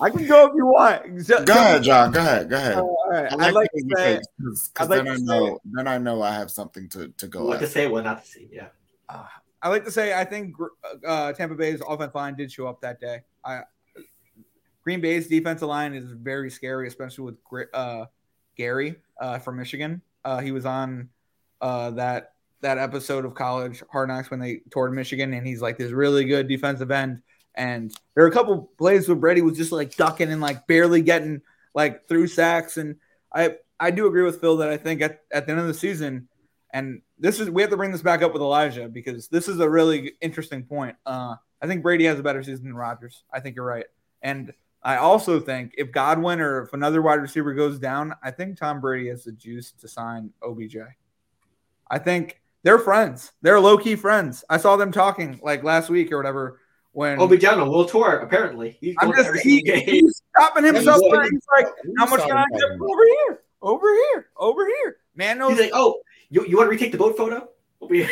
Speaker 3: I can go if you want. So-
Speaker 8: go ahead, John. Go ahead. Go ahead.
Speaker 3: Oh, all right.
Speaker 8: I
Speaker 3: I'd like to
Speaker 8: hear your
Speaker 3: say,
Speaker 8: takes, 'cause- 'cause
Speaker 3: I'd like
Speaker 8: then
Speaker 3: to
Speaker 8: I
Speaker 3: say-
Speaker 8: know then I know I have something to, to go
Speaker 1: What to
Speaker 8: at.
Speaker 1: say, what not to say? Yeah.
Speaker 3: uh, I like to say I think uh, Tampa Bay's offensive line did show up that day. I Green Bay's defensive line is very scary, especially with Gr- uh, Gary uh, from Michigan. Uh, he was on uh, that that episode of College Hard Knocks when they toured Michigan, and he's like this really good defensive end. And there were a couple plays where Brady was just like ducking and like barely getting like through sacks. And I I do agree with Phil that I think at, at the end of the season, and this is we have to bring this back up with Elijah because this is a really interesting point. Uh, I think Brady has a better season than Rodgers. I think you're right, and I also think if Godwin or if another wide receiver goes down, I think Tom Brady has the juice to sign OBJ. I think they're friends. They're low key friends. I saw them talking like last week or whatever when
Speaker 1: Obi Oh, John on World Tour, apparently. He's
Speaker 3: I'm
Speaker 1: going
Speaker 3: just-
Speaker 1: every single
Speaker 3: he-
Speaker 1: game.
Speaker 3: he's stopping himself.
Speaker 1: Yeah,
Speaker 3: He's like, how much
Speaker 2: saw
Speaker 3: can I
Speaker 2: him
Speaker 3: get
Speaker 2: talking
Speaker 3: over here? Over here? Over here? Man knows.
Speaker 1: He's like, oh, you, you want to retake the boat photo? Obi-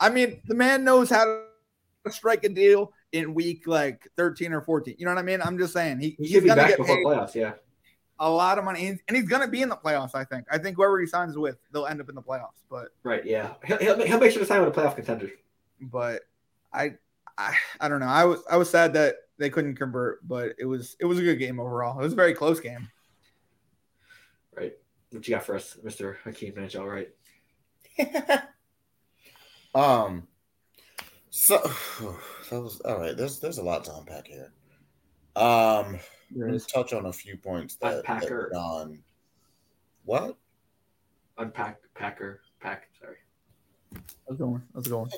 Speaker 3: I mean, the man knows how to strike a deal in week like 13 or 14. You know what I mean? I'm just saying he,
Speaker 1: He
Speaker 3: he's
Speaker 1: should be
Speaker 3: gonna
Speaker 1: back
Speaker 3: get
Speaker 1: before
Speaker 3: paid
Speaker 1: playoffs, yeah.
Speaker 3: a lot of money, and and he's gonna be in the playoffs. I think. I think whoever he signs with, they'll end up in the playoffs. But
Speaker 1: Right, yeah. He'll, he'll, he'll make sure to sign with a playoff contender.
Speaker 3: but I, I I don't know. I was I was sad that they couldn't convert, but it was it was a good game overall. It was a very close game.
Speaker 1: Right. What you got for us, Mr. Hakeem Bench? All right.
Speaker 2: Um. So that was all right. There's there's a lot to unpack here. Um, let's touch on a few points that, that
Speaker 1: Unpacker.
Speaker 2: Don. What?
Speaker 1: Unpack, Packer, Pack, sorry.
Speaker 3: Let's go. Let's go.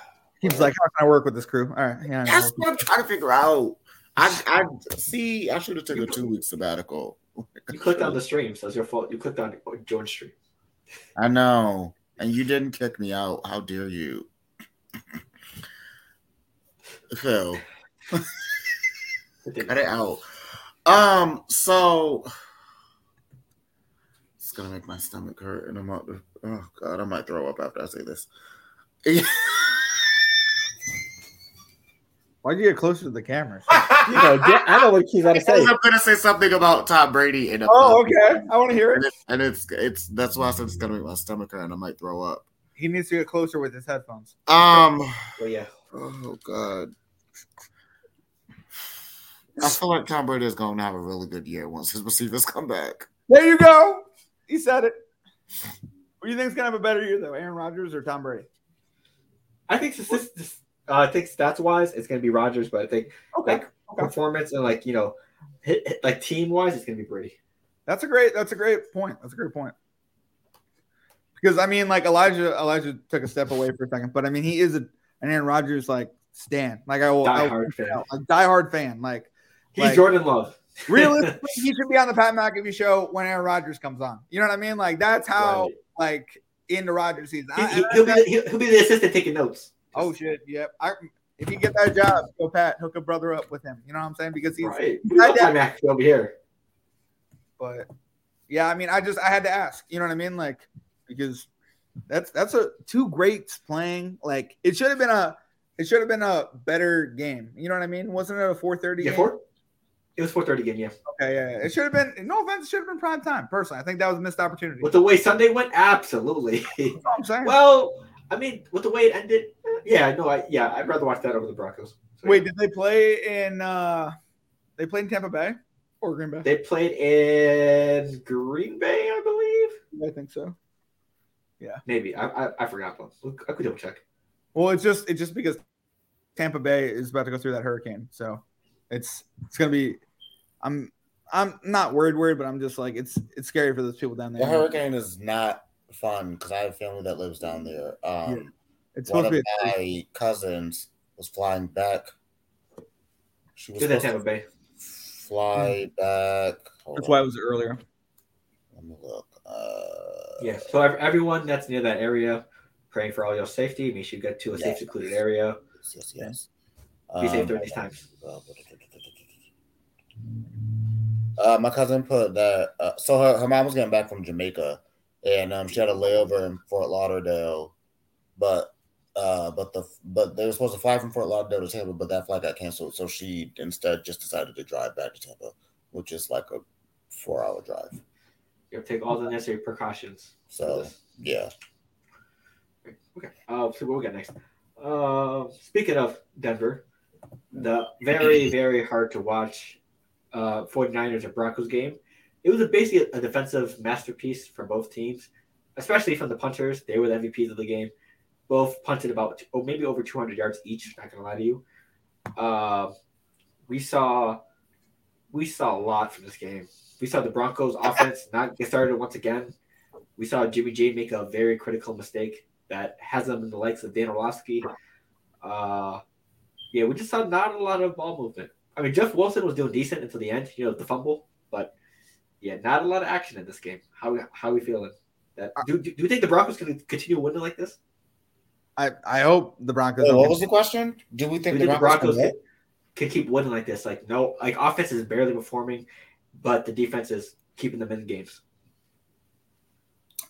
Speaker 3: He's like, how can I work with this crew? All right, yeah. I
Speaker 2: That's
Speaker 3: know.
Speaker 2: what I'm trying to figure out. I I see. I should have taken a two week sabbatical.
Speaker 1: You clicked on the stream, so it's your fault. You clicked on George Stream.
Speaker 2: I know, and you didn't kick me out. How dare you, Phil? Cut it out. Um, so it's gonna make my stomach hurt, and I'm out. Oh god, I might throw up after I say this.
Speaker 3: Why'd you get closer to the cameras?
Speaker 1: know, I know what he's got to
Speaker 2: I'm gonna say something about Tom Brady, and
Speaker 3: oh, okay. I want to hear
Speaker 2: and,
Speaker 3: it.
Speaker 2: it, and it's it's that's why I said it's gonna make my stomach hurt, and I might throw up.
Speaker 3: He needs to get closer with his headphones.
Speaker 2: Um,
Speaker 1: Well, yeah.
Speaker 2: oh god. I feel like Tom Brady is going to have a really good year once his receivers come back.
Speaker 3: There you go. He said it. Who do you think's gonna have a better year though, Aaron Rodgers or Tom Brady?
Speaker 1: I think this, this, this, uh, I think stats wise, it's going to be Rodgers, but I think
Speaker 3: Okay,
Speaker 1: like performance and like you know, hit, hit- like team wise, it's going to be Brady.
Speaker 3: that's a great that's a great point. That's a great point. Because I mean, like Elijah Elijah took a step away for a second, but I mean, he is a, an Aaron Rodgers like stan. Like I will,
Speaker 1: Die
Speaker 3: I will
Speaker 1: hard fan.
Speaker 3: a diehard fan. Like
Speaker 1: He's
Speaker 3: Like-
Speaker 1: Jordan Love.
Speaker 3: realistically, he should be on the Pat McAfee show when Aaron Rodgers comes on. You know what I mean? Like that's how
Speaker 1: Right.
Speaker 3: like into Rodgers season.
Speaker 1: He,
Speaker 3: I-
Speaker 1: he,
Speaker 3: I-
Speaker 1: he'll, be, he'll, he'll be the assistant taking notes.
Speaker 3: Oh shit! Yep. I, if you get that job, go Pat, hook a brother up with him. You know what I'm saying? Because he's.
Speaker 1: right. We love
Speaker 3: Yeah.
Speaker 1: Time Max over here.
Speaker 3: But yeah, I mean, I just I had to ask. You know what I mean? Like because that's that's a two greats playing. Like it should have been a it should have been a better game. You know what I mean? Wasn't it a 4:30
Speaker 1: Yeah,
Speaker 3: game?
Speaker 1: four. It was four thirty again. Yeah.
Speaker 3: Okay, yeah, yeah. It should have been. No offense, it should have been prime time. Personally, I think that was a missed opportunity.
Speaker 1: With the way Sunday went, absolutely.
Speaker 3: That's all I'm saying.
Speaker 1: well, I mean, with the way it ended, eh, yeah, no, I yeah, I'd rather watch that over the Broncos. So,
Speaker 3: Wait, did they play in? uh They played in Tampa Bay or Green Bay?
Speaker 1: they played in Green Bay, I believe.
Speaker 3: I think so.
Speaker 1: Maybe I I, I forgot one. Look, I could double check.
Speaker 3: Well, it's just it's just because Tampa Bay is about to go through that hurricane, so it's it's gonna be. I'm I'm not worried worried, but I'm just like it's it's scary for those people down
Speaker 2: The
Speaker 3: there.
Speaker 2: hurricane is not fun because I have family that lives down there. Um,
Speaker 3: It's
Speaker 2: one
Speaker 3: supposed
Speaker 2: of
Speaker 3: to be.
Speaker 2: my cousins was flying back. She was
Speaker 1: Did that Tampa
Speaker 2: supposed
Speaker 1: Bay?
Speaker 2: to fly back.
Speaker 3: Hmm.
Speaker 2: Hold
Speaker 3: That's
Speaker 2: on,
Speaker 3: why it was earlier.
Speaker 2: Let me look. Uh,
Speaker 1: Yeah. So ev- everyone that's near that area, praying for all your safety. Make sure you get to a safe, secluded area.
Speaker 2: Yes, yes, yes.
Speaker 1: Be safe
Speaker 2: Um,
Speaker 1: during these times.
Speaker 2: Uh, my cousin put that. Uh, so her, her mom was getting back from Jamaica, and um, she had a layover in Fort Lauderdale, but uh, but the but they were supposed to fly from Fort Lauderdale to Tampa, but that flight got canceled. So she instead just decided to drive back to Tampa, which is like a four-hour drive.
Speaker 1: You have to take all the necessary precautions. for
Speaker 2: So
Speaker 1: this.
Speaker 2: yeah,
Speaker 1: Okay. Uh, so what we got next? Uh, speaking of Denver, the very, very hard to watch uh, 49ers and Broncos game. It was a, basically a defensive masterpiece for both teams, especially from the punters. They were the MVPs of the game. Both punted about oh, maybe over 200 yards each. Not gonna lie to you. Uh, we saw we saw a lot from this game. We saw the Broncos offense not get started once again. We saw Jimmy G make a very critical mistake that has them in the likes of Dan Orlovsky. Uh, yeah, we just saw not a lot of ball movement. I mean, Jeff Wilson was doing decent until the end, you know, the fumble, but yeah, not a lot of action in this game. How how we feeling? That
Speaker 2: Uh,
Speaker 1: do, do, do you think the Broncos can continue winning like this?
Speaker 3: I, I hope the Broncos.
Speaker 2: Wait,
Speaker 3: don't
Speaker 2: what
Speaker 3: get-
Speaker 2: was the question? Do we
Speaker 1: Do you
Speaker 2: think
Speaker 1: think the Broncos
Speaker 2: can
Speaker 1: can,
Speaker 2: win?
Speaker 1: can keep winning like this? Like no, like offense is barely performing, but the defense is keeping them in games.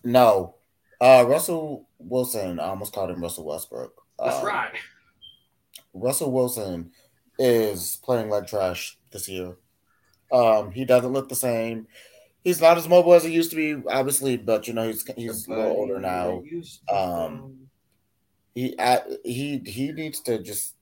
Speaker 2: No. Uh, Russell Wilson. I almost called him Russell Westbrook.
Speaker 1: That's
Speaker 2: Uh,
Speaker 1: right.
Speaker 2: Russell Wilson is playing like trash this year. Um, he doesn't look the same. He's not as mobile as he used to be, obviously, but you know he's he's a little older now. Um, He I, he he needs to just.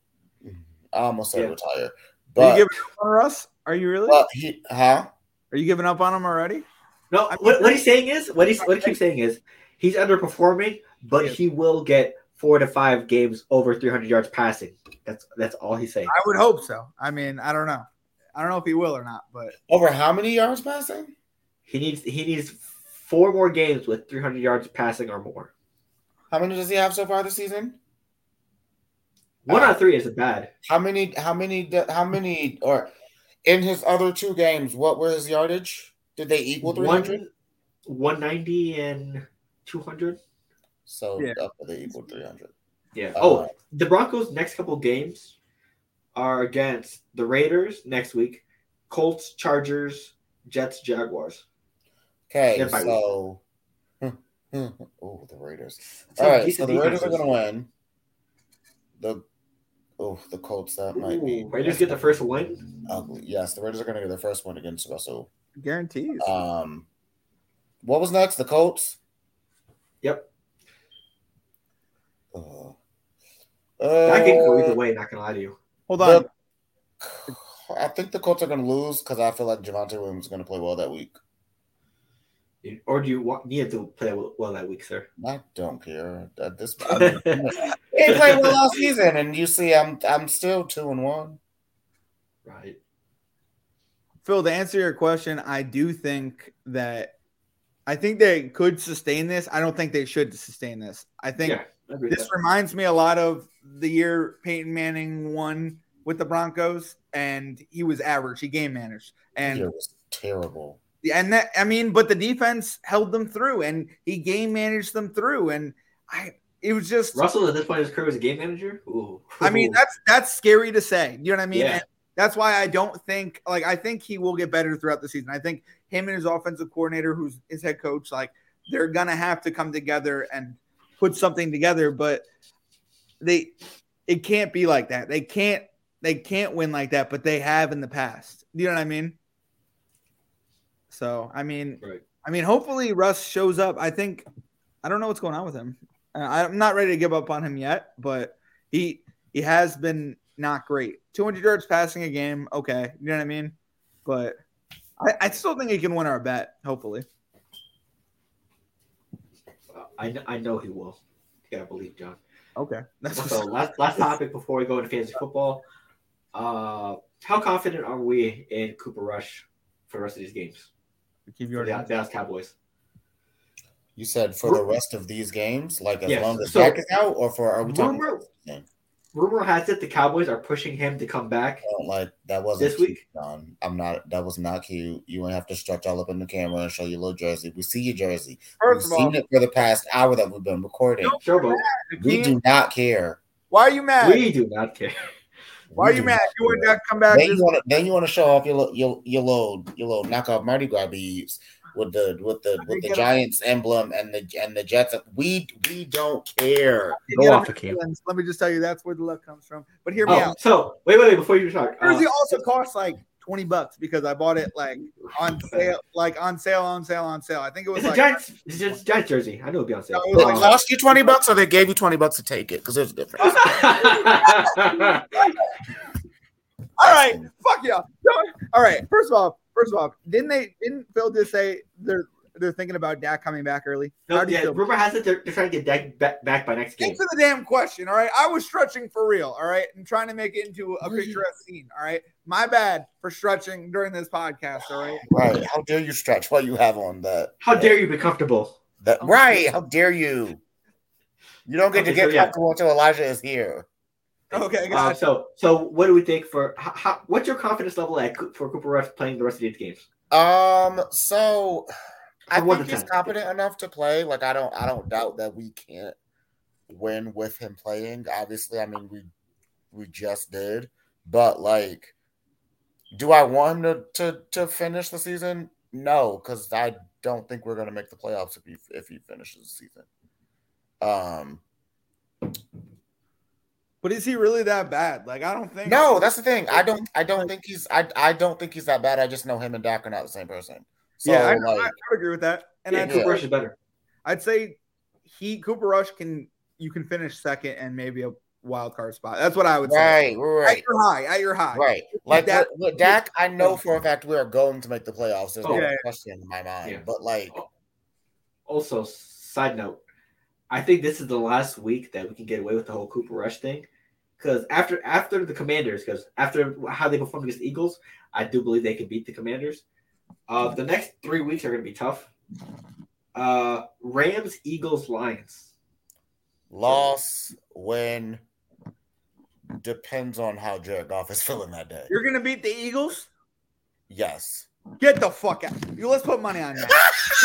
Speaker 2: I almost said
Speaker 1: Yeah.
Speaker 2: retire,
Speaker 3: Are
Speaker 2: but
Speaker 3: you giving up on Russ? Are you really?
Speaker 2: but he huh?
Speaker 3: Are you giving up on him already?
Speaker 1: No,
Speaker 3: I mean,
Speaker 1: what, what he's saying is what he's what he keeps saying is he's underperforming, but he will get four to five games over 300 yards passing. That's that's all he's saying.
Speaker 3: I would hope so. I mean, I don't know. I don't know if he will or not, but
Speaker 2: Over how many yards passing?
Speaker 1: He needs he needs four more games with 300 yards passing or more.
Speaker 2: How many does he have so far this season?
Speaker 1: One
Speaker 2: Uh,
Speaker 1: out of three isn't bad.
Speaker 2: How many? How many? How many? Or in his other two games, what were his yardage? Did they equal three hundred?
Speaker 1: One, 190 and 200.
Speaker 2: So
Speaker 3: Yeah.
Speaker 2: up to the equal 300.
Speaker 1: Yeah.
Speaker 2: Uh,
Speaker 1: oh, the Broncos' next couple games are against the Raiders next week, Colts, Chargers, Jets, Jaguars.
Speaker 2: Okay,
Speaker 1: They're fine.
Speaker 2: so oh, the Raiders.
Speaker 1: So
Speaker 2: All right, so
Speaker 1: decent
Speaker 2: the Raiders are
Speaker 1: defenses.
Speaker 2: going to win. The oh, the Colts that might be
Speaker 1: Ooh, Raiders get the first win.
Speaker 2: ugly. Yes, the Raiders are going to get the first one against Russell.
Speaker 3: guarantees.
Speaker 2: Um, what was next? The Colts.
Speaker 1: Yep.
Speaker 2: Uh,
Speaker 1: That game could go
Speaker 2: uh,
Speaker 1: either way, not gonna lie to you.
Speaker 3: Hold on.
Speaker 2: the- I think the Colts are going to lose because I feel like Javante Williams is going to play well that week.
Speaker 1: Or do you want need to play well that week, sir?
Speaker 2: I don't care at this point. He played well all season, and you see, I'm I'm still two and one.
Speaker 1: right.
Speaker 3: Phil, to answer your question, I do think that I think they could sustain this. I don't think they should sustain this. I think
Speaker 1: Yeah, I agree with
Speaker 3: this
Speaker 1: that.
Speaker 3: reminds me a lot of the year Peyton Manning won with the Broncos, and he was average. He game managed, and
Speaker 2: it was terrible.
Speaker 3: and that I mean, but the defense held them through, and he game managed them through, and I it was just
Speaker 1: Russell at this point in his career is a game manager. Ooh.
Speaker 3: I mean, that's that's scary to say. You know what I mean?
Speaker 1: Yeah.
Speaker 3: And that's why I don't think like I think he will get better throughout the season. I think him and his offensive coordinator, who's his head coach, like they're gonna have to come together and put something together, but they it can't be like that. They can't they can't win like that, but they have in the past. You know what I mean? So I mean
Speaker 1: Right.
Speaker 3: I mean hopefully Russ shows up. I think I don't know what's going on with him. Uh, I'm not ready to give up on him yet, but he he has been not great. 200 yards passing a game, okay, you know what I mean. But I, I still think he can win our bet. Hopefully,
Speaker 1: I, kn- I know he will. You gotta believe John.
Speaker 3: okay. That's
Speaker 1: So last last topic before we go into fantasy football. Uh how confident are we in Cooper Rush for the rest of these games?
Speaker 3: keep
Speaker 1: For
Speaker 3: your
Speaker 1: the Dallas Cowboys.
Speaker 2: You said for the rest of these games, like as
Speaker 1: Yes,
Speaker 2: long as
Speaker 1: so-
Speaker 2: Dak is out, or for are we talking?
Speaker 1: Rumor
Speaker 2: Yeah.
Speaker 1: rumor has it the Cowboys are pushing him to come back.
Speaker 3: Oh,
Speaker 2: I don't like that wasn't
Speaker 1: This week?
Speaker 2: cute, John. I'm not. That was not cute. You wouldn't have to stretch all up in the camera and show your little jersey. We see your jersey.
Speaker 3: First
Speaker 2: We've
Speaker 3: of all,
Speaker 2: seen it for the past hour that we've been recording.
Speaker 1: Showboat.
Speaker 2: we do not care.
Speaker 3: why are you mad?
Speaker 1: We do not care.
Speaker 3: why are
Speaker 2: We
Speaker 3: you
Speaker 2: do
Speaker 3: mad?
Speaker 2: not
Speaker 3: You would
Speaker 2: care.
Speaker 3: not come back.
Speaker 2: then you
Speaker 3: This,
Speaker 2: want to then you want to show off your little your, your little your little knockoff Mardi Gras beads with the with the with the Giants emblem and the and the Jets. We we don't care.
Speaker 1: Go off the camp.
Speaker 3: let me just tell you, that's where the love comes from. But hear me
Speaker 1: Oh,
Speaker 3: out.
Speaker 1: so wait, wait, wait, before you talk.
Speaker 3: Jersey
Speaker 1: uh,
Speaker 3: also costs like twenty bucks because I bought it like on sale, like on sale, on sale, on sale. I think it was
Speaker 1: It's a
Speaker 3: like
Speaker 1: Giants. It's just Giants jersey. I knew it'd be on sale.
Speaker 3: No, it
Speaker 2: Did
Speaker 3: was
Speaker 2: it cost you 20 bucks or they gave you 20 bucks to take it? Because there's a difference.
Speaker 3: All right, fuck yeah. Don't- All right, first of all, first of all, didn't they didn't Phil just say they're they're thinking about Dak coming back early?
Speaker 1: No,
Speaker 3: How do you
Speaker 1: yeah,
Speaker 3: feel?
Speaker 1: rumor has it they're, they're trying to get Dak back, back by next game.
Speaker 3: Answer the damn question, all right? I was stretching for real, all right? I'm trying to make it into a picturesque scene, all right? My bad for stretching during this podcast, all
Speaker 1: Uh,
Speaker 3: right?
Speaker 2: right. How dare you stretch what you have on that?
Speaker 1: How dare you be comfortable?
Speaker 2: That, right. How dare you? You don't get to
Speaker 1: Okay,
Speaker 2: get
Speaker 1: so, yeah.
Speaker 2: comfortable until Elijah is here.
Speaker 3: Okay,
Speaker 1: Uh,
Speaker 3: guys.
Speaker 1: so, so what do we think for how, how, what's your confidence level at Coo- for Cooper Rush playing the rest of these games?
Speaker 2: Um, so I
Speaker 1: From one
Speaker 2: think
Speaker 1: to
Speaker 2: he's
Speaker 1: ten.
Speaker 2: competent enough to play. Like I don't I don't doubt that we can't win with him playing. Obviously, I mean we we just did, but like do I want him to to, to finish the season? No, because I don't think we're gonna make the playoffs if he if he finishes the season. Um
Speaker 3: But is he really that bad? Like, I don't think.
Speaker 2: No, that's the thing. I don't. I don't think he's. I. I don't think he's that bad. I just know him and Dak are not the same person. So
Speaker 3: yeah, I, I,
Speaker 2: like,
Speaker 3: would agree with that. And
Speaker 1: yeah,
Speaker 3: I'd,
Speaker 1: Cooper Rush is better.
Speaker 3: I'd say he Cooper Rush can you can finish second and maybe a wild card spot. That's what I would say.
Speaker 2: right,
Speaker 3: At
Speaker 2: right,
Speaker 3: your high, at your high.
Speaker 2: right. Like
Speaker 3: Dak-
Speaker 2: Dak, with Dak, I know for a fact we are going to make the playoffs. There's no
Speaker 1: Okay.
Speaker 2: question in my mind.
Speaker 1: Yeah.
Speaker 2: But like,
Speaker 3: Oh.
Speaker 1: Also, side note, I think this is the last week that we can get away with the whole Cooper Rush thing, because after after the Commanders, because after how they performed against the Eagles, I do believe they can beat the Commanders. Uh, the next three weeks are going to be tough. Uh, Rams, Eagles, Lions.
Speaker 2: loss, win, depends on how Jared Goff is feeling that day.
Speaker 3: You're gonna beat the Eagles?
Speaker 2: Yes.
Speaker 3: Get the fuck out. You let's put money on that.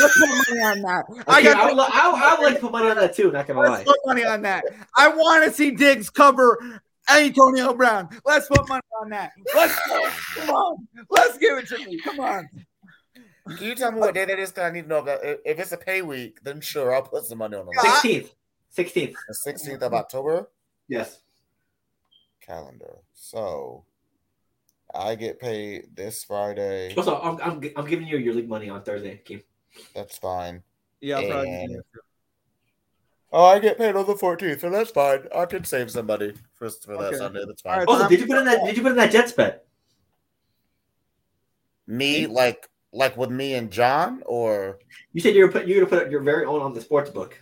Speaker 3: let's put money on that. I
Speaker 1: Okay, I,
Speaker 3: got
Speaker 1: would, li- I, would- I would like to put money on that too. Not gonna lie.
Speaker 3: let's put money on that. I want to see Diggs cover Antonio Brown. Let's put money on that. Let's go. Come on. Let's give it to me. Come on.
Speaker 2: Can you tell me what day that is? Because I need to know. If, if it's a pay week, then sure, I'll put some money on the line.
Speaker 3: I-
Speaker 1: Sixteenth, sixteenth.
Speaker 2: The 16th of October.
Speaker 1: Yes.
Speaker 2: calendar. So I get paid this Friday.
Speaker 1: Also, I'm, I'm, gi- I'm giving you your league money on Thursday. Keem.
Speaker 2: That's fine.
Speaker 3: Yeah, I'll probably
Speaker 2: And-
Speaker 3: do that.
Speaker 2: Oh, I get paid on the 14th, so that's fine. I can save somebody for, for that
Speaker 3: Okay.
Speaker 2: Sunday. That's
Speaker 3: All
Speaker 2: fine.
Speaker 3: right.
Speaker 1: Also, did you put in that? Did you put in that Jets bet?
Speaker 2: Me, like, like with me and John, or
Speaker 1: You said you were put, you're gonna put up your very own on the sports book.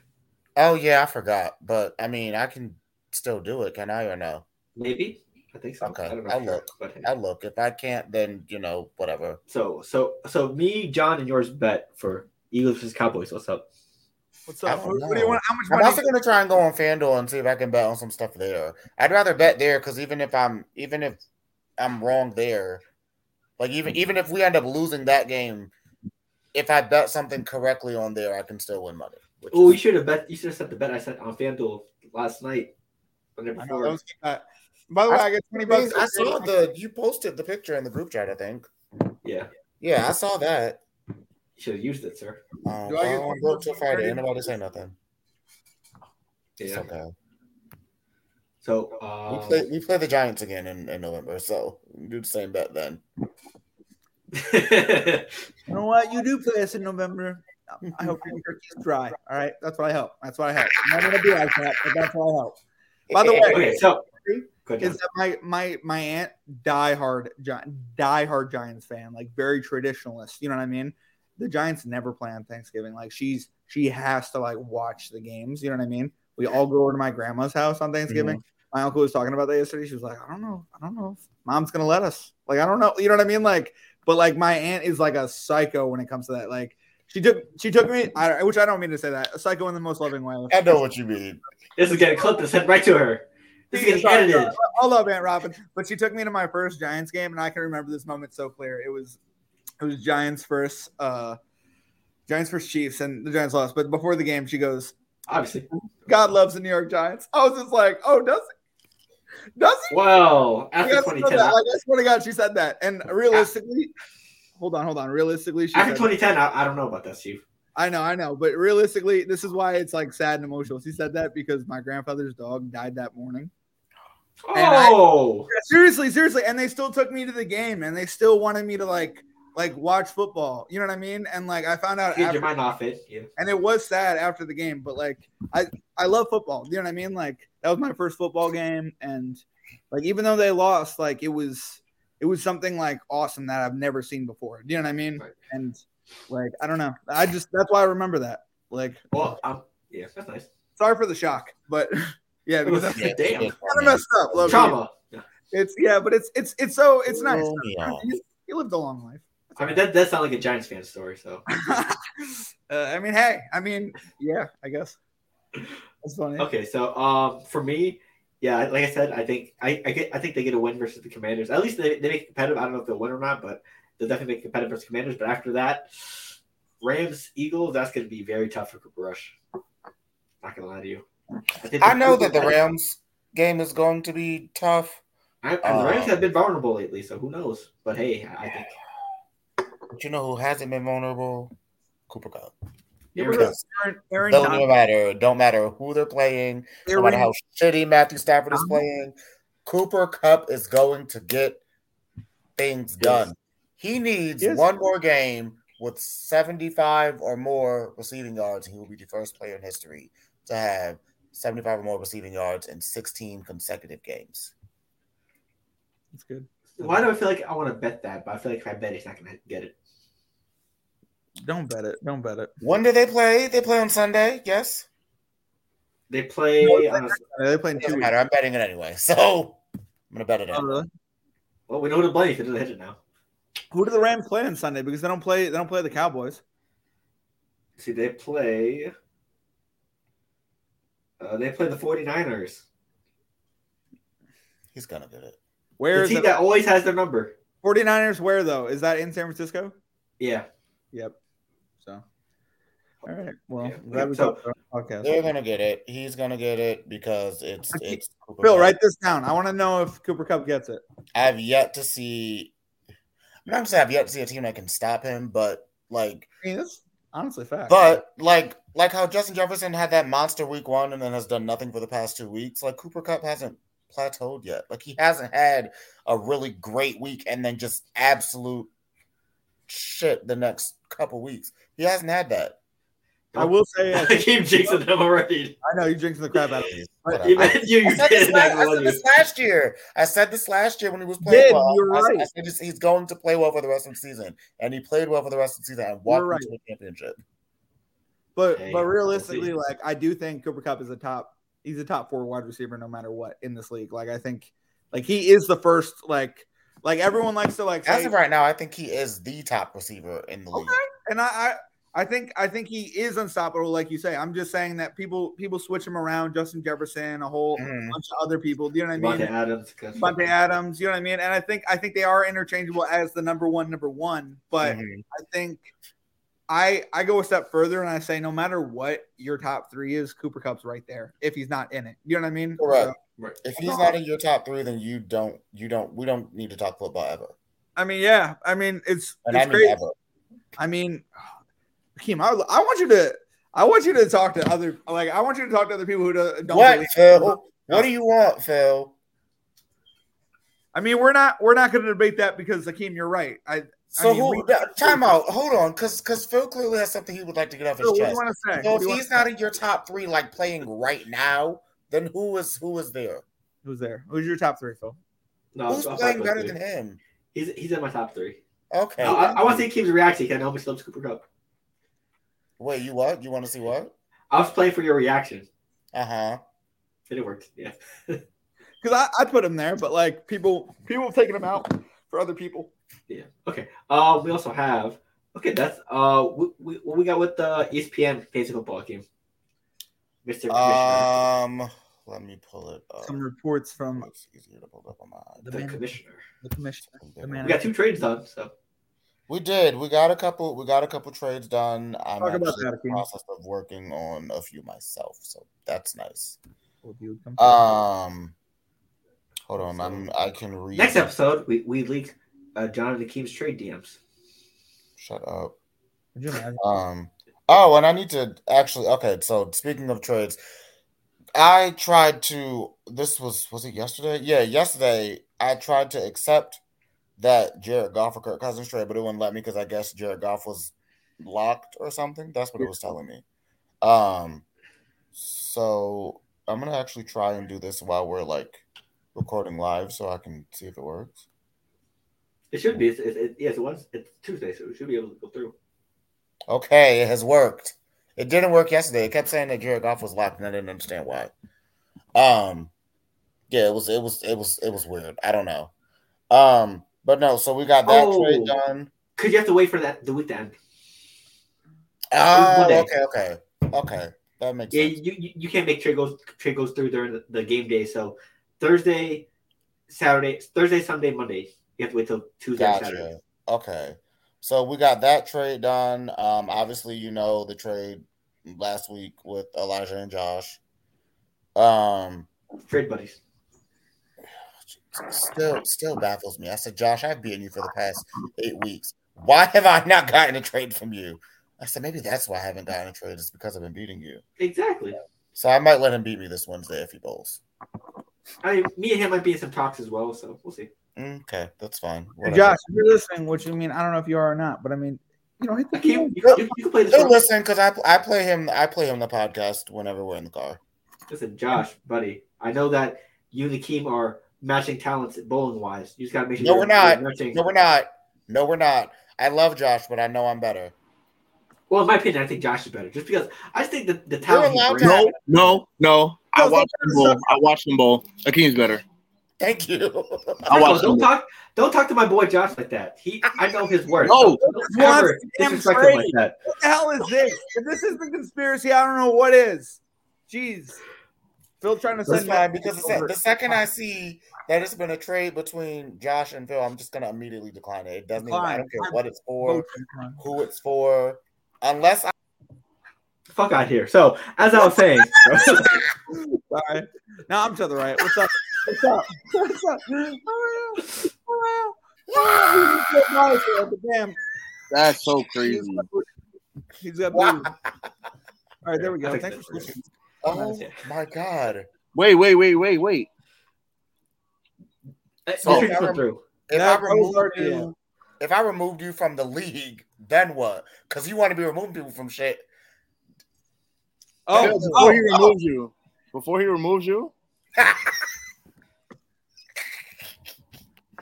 Speaker 2: oh yeah, I forgot. But I mean, I can still do it, can I or no?
Speaker 1: Maybe. I think so.
Speaker 2: Okay,
Speaker 1: I don't know.
Speaker 2: I'll
Speaker 1: for sure,
Speaker 2: look.
Speaker 1: But
Speaker 2: I look. If I can't, then you know, whatever.
Speaker 1: so so so me, John, and yours bet for Eagles versus Cowboys. What's up?
Speaker 3: What's
Speaker 2: I
Speaker 3: up?
Speaker 2: don't
Speaker 3: What, what do
Speaker 2: know.
Speaker 3: you want? How much
Speaker 2: I'm
Speaker 3: money?
Speaker 2: also gonna try and go on FanDuel and see if I can bet on some stuff there. I'd rather bet there because even if I'm even if I'm wrong there, like even even if we end up losing that game, if I bet something correctly on there, I can still win money. which
Speaker 1: Oh, you
Speaker 2: is-
Speaker 1: should have bet. You should have set the bet I sent on FanDuel last night. the night
Speaker 3: I know,
Speaker 1: before.
Speaker 3: that was- uh, by the way, I got twenty bucks.
Speaker 2: I saw the you posted the picture in the group chat. I think.
Speaker 1: yeah,
Speaker 2: Yeah, I saw that.
Speaker 1: you should have used it, sir.
Speaker 2: Um,
Speaker 3: Do
Speaker 2: I
Speaker 3: I get
Speaker 2: don't
Speaker 3: one
Speaker 2: work till
Speaker 3: for
Speaker 2: Friday.
Speaker 3: thirty?
Speaker 2: Ain't nobody say nothing. It's
Speaker 1: Yeah.
Speaker 2: okay.
Speaker 1: So
Speaker 2: We
Speaker 1: um,
Speaker 2: play we play the Giants again in, in November, so do the same bet then.
Speaker 3: You know what? You do play us in November. I hope your turkey's dry. All right, that's what I hope. That's what I hope. I'm not gonna be like that, but that's what I hope. By the way-
Speaker 1: okay, so go ahead, John.
Speaker 3: is that my my my aunt diehard Gi- diehard Giants fan, like very traditionalist. You know what I mean? The Giants never play on Thanksgiving. Like she's she has to like watch the games. You know what I mean? We all go over to my grandma's house on Thanksgiving. My uncle was talking about that yesterday. She was like, I don't know, I don't know if mom's gonna let us. Like I don't know. You know what I mean? Like, but like my aunt is like a psycho when it comes to that. Like she took she took me, I, which I don't mean to say that, a psycho in the most loving way.
Speaker 2: I know what you mean.
Speaker 1: This is getting clipped and sent right to her. This is getting
Speaker 3: Sorry,
Speaker 1: edited.
Speaker 3: I love Aunt Robin, but she took me to my first Giants game, and I can remember this moment so clear. It was it was Giants first uh Giants first Chiefs, and the Giants lost. But before the game, she goes,
Speaker 1: Obviously.
Speaker 3: "God loves the New York Giants." I was just like, "Oh, does he? Does he?"
Speaker 1: Wow. After
Speaker 3: Yes, I know
Speaker 1: 2010,
Speaker 3: that.
Speaker 1: I,
Speaker 3: Like, I swear to God, she said that. And realistically, hold on, hold on. Realistically, she
Speaker 1: after
Speaker 3: said-
Speaker 1: 2010, I, I don't know about that, Steve.
Speaker 3: I know, I know, but realistically, this is why it's like sad and emotional. She said that because my grandfather's dog died that morning, And I-
Speaker 1: Oh,
Speaker 3: Yeah, seriously, seriously, and they still took me to the game, and they still wanted me to like like watch football. You know what I mean? And like I found out
Speaker 1: get your
Speaker 3: after,
Speaker 1: mind off it. Yeah.
Speaker 3: and it was sad after the game, but like I I love football. You know what I mean? Like that was my first football game, and like even though they lost, like it was it was something like awesome that I've never seen before. You know what I mean?
Speaker 1: Right.
Speaker 3: And like I don't know, I just that's why I remember that. Like
Speaker 1: Well, um, yeah, that's nice.
Speaker 3: sorry for the shock, but yeah,
Speaker 1: It
Speaker 3: because
Speaker 1: was,
Speaker 3: that's
Speaker 1: yeah, damn
Speaker 3: kind of messed up. Love you.
Speaker 1: trauma. Yeah.
Speaker 3: It's yeah, but it's it's it's so it's nice.
Speaker 2: Throw me off.
Speaker 3: You, you lived a long life.
Speaker 1: I mean, that does sound like a Giants fan story. So
Speaker 3: uh, I mean, hey, I mean, yeah, I guess that's funny.
Speaker 1: okay, so um, for me, yeah, like I said, I think I, I get I think they get a win versus the Commanders. At least they, they make it competitive. I don't know if they'll win or not, but they'll definitely make it competitive versus Commanders. But after that, Rams Eagles, that's going to be very tough for Cooper Rush. Not gonna lie to you. think
Speaker 2: I know that the Rams game is going to be tough,
Speaker 1: I, and the Rams
Speaker 2: uh,
Speaker 1: have been vulnerable lately, so who knows? But hey, I I think
Speaker 2: but you know who hasn't been vulnerable? Cooper Cup.
Speaker 1: here we go.
Speaker 2: Because
Speaker 3: Aaron, Aaron
Speaker 2: don't
Speaker 3: Donald,
Speaker 2: even matter. Don't matter who they're playing. No matter
Speaker 3: Aaron,
Speaker 2: how shitty Matthew Stafford
Speaker 3: Uh-huh.
Speaker 2: is playing, Cooper Cup is going to get things done. He needs
Speaker 3: Yes.
Speaker 2: one more game with 75 or more receiving yards. He will be the first player in history to have 75 or more receiving yards in 16 consecutive games.
Speaker 3: that's good.
Speaker 1: Why do I feel like I want to bet that? But I feel like if I bet, it, it's not gonna get it.
Speaker 3: Don't bet it. Don't bet it.
Speaker 2: When do they play? They play on Sunday, yes.
Speaker 1: They play.
Speaker 3: No,
Speaker 1: on a-
Speaker 3: They played
Speaker 2: It
Speaker 3: two
Speaker 2: doesn't
Speaker 3: weeks.
Speaker 2: matter. I'm betting it anyway. So I'm going to bet it
Speaker 3: Oh,
Speaker 2: in.
Speaker 3: really?
Speaker 1: well, we know who to blame because they hit it now.
Speaker 3: Who do the Rams play on Sunday? Because they don't play. They don't play the Cowboys.
Speaker 1: See, they play. Uh, they play the 49ers.
Speaker 2: He's going to get it.
Speaker 3: Where
Speaker 1: The
Speaker 3: is
Speaker 1: team
Speaker 3: it?
Speaker 1: that always has their number.
Speaker 3: 49ers? Where though? Is that in San Francisco?
Speaker 1: Yeah.
Speaker 3: Yep. So. All right. Well,
Speaker 1: Yeah.
Speaker 3: that was
Speaker 1: So-
Speaker 3: our podcast.
Speaker 2: They're going to get it. He's going to get it because it's
Speaker 3: I think-
Speaker 2: it's Cooper
Speaker 3: Bill,
Speaker 2: Kupp.
Speaker 3: write this down. I want to know if Cooper Cup gets it.
Speaker 2: I've yet to see. I'm not gonna say I've yet to see a team that can stop him, but like,
Speaker 3: I mean, that's honestly fact.
Speaker 2: but like, like how Justin Jefferson had that monster week one and then has done nothing for the past two weeks. Like Cooper Cup hasn't plateaued yet. Like he hasn't had a really great week and then just absolute shit the next couple weeks. He hasn't had that.
Speaker 3: I will say, I,
Speaker 1: I keep jinxing them already.
Speaker 3: I know you're drinking the crap out of it.
Speaker 2: Whatever.
Speaker 1: Even you,
Speaker 2: I
Speaker 1: you
Speaker 2: said,
Speaker 1: did
Speaker 2: this
Speaker 1: it
Speaker 2: last, I
Speaker 1: back
Speaker 2: said
Speaker 1: on
Speaker 2: this
Speaker 1: you.
Speaker 2: last year. I said this last year when he was playing
Speaker 3: did,
Speaker 2: well.
Speaker 3: you're
Speaker 2: I, said- I
Speaker 3: right.
Speaker 2: said this- he's going to play well for the rest of the season, and he played well for the rest of the season and walked
Speaker 3: You're
Speaker 2: into the championship.
Speaker 3: But
Speaker 1: Hey,
Speaker 3: but
Speaker 1: we'll
Speaker 3: realistically,
Speaker 1: see.
Speaker 3: like I do think Cooper Cup is a top. He's a top four wide receiver no matter what in this league. Like I think, like he is the first. Like like everyone likes to like.
Speaker 2: As
Speaker 3: say-
Speaker 2: of right now, I think he is the top receiver in the league.
Speaker 3: Okay. and I, I I think I think he is unstoppable. Like you say, I'm just saying that people people switch him around. Justin Jefferson, a whole
Speaker 2: Mhm.
Speaker 3: bunch of other people. Do you know what I mean?
Speaker 1: Mm-hmm. Devontae Adams. 'cause-
Speaker 3: Bunty Adams, you know what I mean, and I think I think they are interchangeable as the number one, number one. But
Speaker 2: Mhm.
Speaker 3: I think I I go a step further and I say no matter what your top three is, Cooper Cup's right there if he's not in it. You know what I mean?
Speaker 2: Correct.
Speaker 3: So,
Speaker 2: If he's not in your top three, then you don't, you don't, we don't need to talk football ever.
Speaker 3: I mean, yeah. I mean, it's
Speaker 2: And
Speaker 3: it's
Speaker 2: I mean
Speaker 3: crazy.
Speaker 2: ever.
Speaker 3: I mean, Kim, I, I want you to I want you to talk to other like I want you to talk to other people who do- don't.
Speaker 2: What
Speaker 3: believe-
Speaker 2: Phil? What do you want, Phil?
Speaker 3: I mean, we're not we're not going to debate that because Akeem, you're right. I
Speaker 2: So
Speaker 3: mean,
Speaker 2: who?
Speaker 3: we-
Speaker 2: no, time out. Hold on, because because Phil clearly has something he would like to get off his
Speaker 3: what do you
Speaker 2: chest.
Speaker 3: want to say?
Speaker 2: So
Speaker 3: What
Speaker 2: if
Speaker 3: do you wanna
Speaker 2: he's not in your top three, like playing right now, then who is who is there?
Speaker 3: Who's there? Who's your top three, Phil?
Speaker 1: No,
Speaker 2: Who's
Speaker 1: I'm- I'm
Speaker 2: playing
Speaker 1: fine
Speaker 2: better
Speaker 1: with
Speaker 2: than
Speaker 1: it.
Speaker 2: him?
Speaker 1: He's, he's in my top three.
Speaker 2: Okay.
Speaker 1: No, I, I want to see Keem's reaction because I know he loves Cooper Cup.
Speaker 2: Wait, you what? You want to see what?
Speaker 1: I was playing for your reaction.
Speaker 2: Uh huh.
Speaker 1: It worked. Yeah.
Speaker 3: Because I, I put him there, but like people people have taken him out for other people.
Speaker 1: Yeah. Okay. Uh, we also have. Okay, that's uh, we, we, what we got with the E ESPN fantasy football game, Mister.
Speaker 2: Um, let me pull it up.
Speaker 3: Some reports from
Speaker 2: It's easier to pull up on my.
Speaker 3: the
Speaker 1: the
Speaker 3: man-
Speaker 1: commissioner.
Speaker 3: the commissioner. The
Speaker 1: We
Speaker 3: man.
Speaker 1: got two trades done, so
Speaker 2: We did. We got a couple. We got a couple trades done. I'm
Speaker 3: Talk about
Speaker 2: actually in
Speaker 3: that,
Speaker 2: the
Speaker 3: Akeem.
Speaker 2: process of working on a few myself, so that's nice.
Speaker 3: Dude, come
Speaker 2: Um, hold on. I'm. I can read.
Speaker 1: next episode we we leaked uh, John and Akeem's trade DMs.
Speaker 2: Shut up.
Speaker 3: Could you imagine?
Speaker 2: Um. Oh, and I need to actually. Okay, so speaking of trades, I tried to. This was was it yesterday? Yeah, yesterday I tried to accept that Jared Goff or Kirk Cousins trade, but it wouldn't let me because I guess Jared Goff was locked or something. That's what it was telling me. Um, so I'm gonna actually try and do this while we're like recording live, so I can see if it works.
Speaker 1: It should be. It's, it's, it, yes, it was. It's Tuesday, so it should be able to go through.
Speaker 2: Okay, it has worked. It didn't work yesterday. It kept saying that Jared Goff was locked, and I didn't understand why. Um, yeah, it was it was it was it was weird. I don't know. Um, but no, so we got that
Speaker 1: Oh.
Speaker 2: trade done.
Speaker 1: Because you have to wait for that the week to end.
Speaker 2: Oh,
Speaker 1: Monday.
Speaker 2: okay, okay, okay. That makes
Speaker 1: Yeah,
Speaker 2: sense.
Speaker 1: you, you, you can't make trade goes trade goes through during the, the game day. So Thursday, Saturday, Thursday, Sunday, Monday. You have to wait till Tuesday, and Saturday.
Speaker 2: Gotcha. Okay, so we got that trade done. Um, obviously, you know the trade last week with Elijah and Josh. Um,
Speaker 1: Trade buddies.
Speaker 2: still still baffles me. I said, Josh, I've beaten you for the past eight weeks. Why have I not gotten a trade from you? I said, maybe that's why I haven't gotten a trade. It's because I've been beating you.
Speaker 1: Exactly.
Speaker 2: So I might let him beat me this Wednesday if he bowls.
Speaker 1: I mean, me and him might be in some talks as well, so we'll see.
Speaker 2: Okay, that's fine.
Speaker 3: Hey,
Speaker 2: Whatever.
Speaker 3: Josh, if you're listening, which I mean, I don't know if you are or not, but I mean, you know, hit the
Speaker 1: I can't,
Speaker 3: field.
Speaker 1: you, you, you can play this.
Speaker 2: He'll
Speaker 1: role.
Speaker 2: listen because I, I play him. I play him the podcast whenever we're in the car.
Speaker 1: Listen, Josh, buddy, I know that you and Akeem are matching talents bowling wise. You just got to make sure
Speaker 2: No,
Speaker 1: you're-
Speaker 2: we're not.
Speaker 1: you're matching-
Speaker 2: No, we're not. No, we're not. I love Josh, but I know I'm better.
Speaker 1: Well, in my opinion, I think Josh is better, just because I just think that the
Speaker 2: You're
Speaker 1: talent. he
Speaker 2: allowed
Speaker 1: brings-
Speaker 2: to have
Speaker 4: No, no, no. I
Speaker 3: Doesn't
Speaker 4: watched them bowl. I watched them bowl. Akeem's better.
Speaker 2: Thank you.
Speaker 4: I
Speaker 1: First of all,
Speaker 4: watched
Speaker 1: don't
Speaker 4: them.
Speaker 1: talk. Don't talk to my boy Josh like that. He, I know his worth.
Speaker 4: No.
Speaker 1: don't ever
Speaker 3: Damn
Speaker 1: disrespect him like
Speaker 3: Brady.
Speaker 1: that.
Speaker 3: What the hell is this? If this isn't a conspiracy, I don't know what is. Jeez. Phil trying to
Speaker 2: That's
Speaker 3: send
Speaker 2: fine because the, se- the second I see that it's been a trade between Josh and Phil, I'm just gonna immediately decline it. It doesn't even, I don't care what it's for, who it's for, unless I,
Speaker 1: Fuck out here. So, as I was saying,
Speaker 3: Sorry. Now I'm to the right. What's up? What's up? What's up? Oh, yeah. Oh, yeah. Oh, yeah. He's got nice at the damn-
Speaker 4: That's so
Speaker 3: he's
Speaker 4: crazy.
Speaker 3: got- He's got blue.
Speaker 2: Wow.
Speaker 3: All right, there we
Speaker 1: I
Speaker 3: go.
Speaker 1: think
Speaker 3: Thanks
Speaker 1: that's
Speaker 3: for listening.
Speaker 2: Oh my god!
Speaker 4: Wait, wait, wait, wait, wait.
Speaker 1: so this went through.
Speaker 2: If I
Speaker 3: That
Speaker 2: removed
Speaker 3: over
Speaker 2: you, if I removed you from the league, then what? Because you want to be removing people from shit.
Speaker 3: Oh,
Speaker 4: before
Speaker 3: oh,
Speaker 4: he removes you. Before he removes you.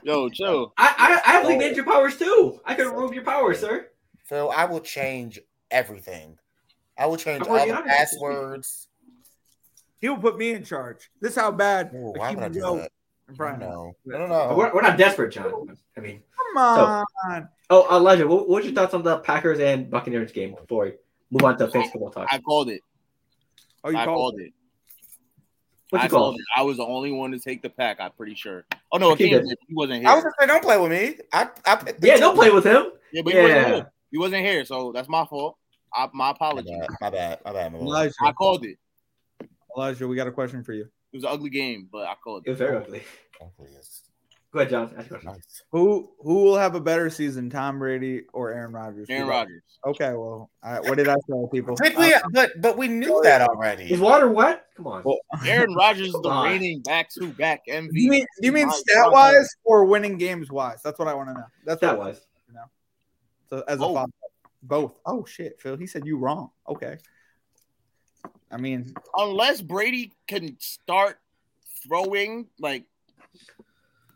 Speaker 4: Yo, chill.
Speaker 1: I, I, I
Speaker 2: Oh.
Speaker 1: have Lee Major powers too. I could remove your powers, sir.
Speaker 2: Phil, I will change everything. I will change
Speaker 1: I'm
Speaker 2: all
Speaker 1: already
Speaker 2: the
Speaker 1: on it this week.
Speaker 2: passwords.
Speaker 3: he will put me in charge. This is how bad.
Speaker 2: Ooh, why would I
Speaker 3: Akeem
Speaker 2: do
Speaker 3: Joe
Speaker 2: that?
Speaker 3: and
Speaker 2: No,
Speaker 3: Brian are.
Speaker 2: no, no, no.
Speaker 1: We're, we're not desperate, John. I mean,
Speaker 3: Come on.
Speaker 1: oh, Elijah, what, what's your thoughts on the Packers and Buccaneers game before we move on to fantasy football talk?
Speaker 4: I called it.
Speaker 3: Oh, you
Speaker 4: I
Speaker 3: called.
Speaker 4: called it.
Speaker 1: What
Speaker 4: I
Speaker 1: you call
Speaker 4: called
Speaker 1: it?
Speaker 4: it. I was the only one to take the pack. I'm pretty sure. Oh no,
Speaker 1: I think
Speaker 4: Akeem,
Speaker 1: that-
Speaker 4: did. he wasn't here.
Speaker 2: I was gonna say, don't play with me. I, I picked the
Speaker 1: Yeah,
Speaker 2: team.
Speaker 1: don't play with him.
Speaker 4: yeah, but he wasn't
Speaker 1: yeah.
Speaker 4: here. He wasn't here, so that's my fault. I, my
Speaker 2: My
Speaker 4: apology.
Speaker 2: bad, my bad, my bad. My bad.
Speaker 3: Elijah,
Speaker 4: I called it.
Speaker 3: Elijah, we got a question for you.
Speaker 4: It was an ugly game, but I called
Speaker 1: It
Speaker 4: it.
Speaker 1: was very ugly.
Speaker 2: Oh, please.
Speaker 1: Go ahead, John. Ask your question.
Speaker 2: Nice.
Speaker 3: Who who will have a better season, Tom Brady or Aaron Rodgers?
Speaker 4: Aaron Rodgers.
Speaker 3: Okay, well, I, what did I say, people?
Speaker 2: Did we,
Speaker 3: Uh,
Speaker 2: but but we knew that already.
Speaker 1: Is water wet? Come on.
Speaker 4: Well, Aaron Rodgers is the
Speaker 1: Come on.
Speaker 4: reigning back-to-back MVP.
Speaker 3: do you mean do you mean
Speaker 4: My
Speaker 3: stat wise or winning games wise? That's what I want to know. That's
Speaker 1: that
Speaker 3: what,
Speaker 1: was.
Speaker 3: So as a
Speaker 4: Both.
Speaker 3: follow both. Oh shit, Phil, he said you wrong. Okay. I mean,
Speaker 4: unless Brady can start throwing, like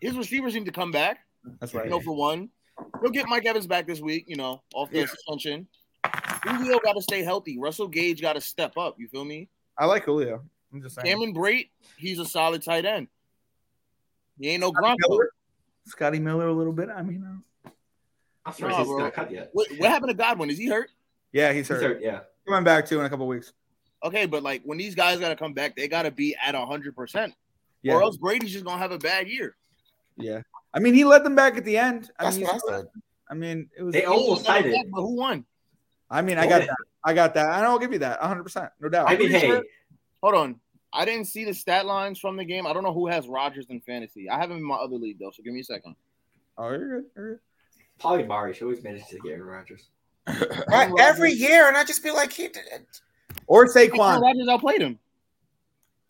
Speaker 4: his receivers seem to come back.
Speaker 3: that's
Speaker 4: You
Speaker 3: right.
Speaker 4: know, for one, he'll get Mike Evans back this week. You know, off the suspension. Julio got to stay healthy. Russell Gage got to step up. You feel me?
Speaker 3: I like Julio. I'm just saying.
Speaker 4: Cameron Brate, he's a solid tight end. He ain't no Gronko.
Speaker 3: Miller? Scotty Miller a little bit. I mean, uh,
Speaker 1: I'm sorry,
Speaker 4: Nah,
Speaker 1: he's
Speaker 4: bro.
Speaker 1: not cut yet.
Speaker 4: What, what happened to Godwin? Is he hurt?
Speaker 3: yeah, he's
Speaker 1: He's
Speaker 3: hurt.
Speaker 1: hurt, yeah.
Speaker 3: Coming back too in a couple weeks.
Speaker 4: Okay, but like when these guys gotta come back, they gotta be at hundred percent,
Speaker 3: Yeah,
Speaker 4: or else Brady's just gonna have a bad year.
Speaker 3: yeah. I mean, he led them back at the end. I
Speaker 2: That's
Speaker 3: mean,
Speaker 2: what I said.
Speaker 3: I mean, it was.
Speaker 1: They almost tied it.
Speaker 4: But who won?
Speaker 3: I mean, I got that. I got that. And I'll give you that 100%. No doubt.
Speaker 1: I mean, hey,
Speaker 4: Hold on. I didn't see the stat lines from the game. I don't know who has Rodgers in fantasy. I have him in my other league though, so give me a second.
Speaker 3: oh, you're good. You're good.
Speaker 1: Polly Mari, she always manages to get Aaron Rodgers.
Speaker 2: Right, every year, and I just feel like he did.
Speaker 3: Or
Speaker 4: Aaron
Speaker 3: Saquon.
Speaker 4: Rodgers outplayed him.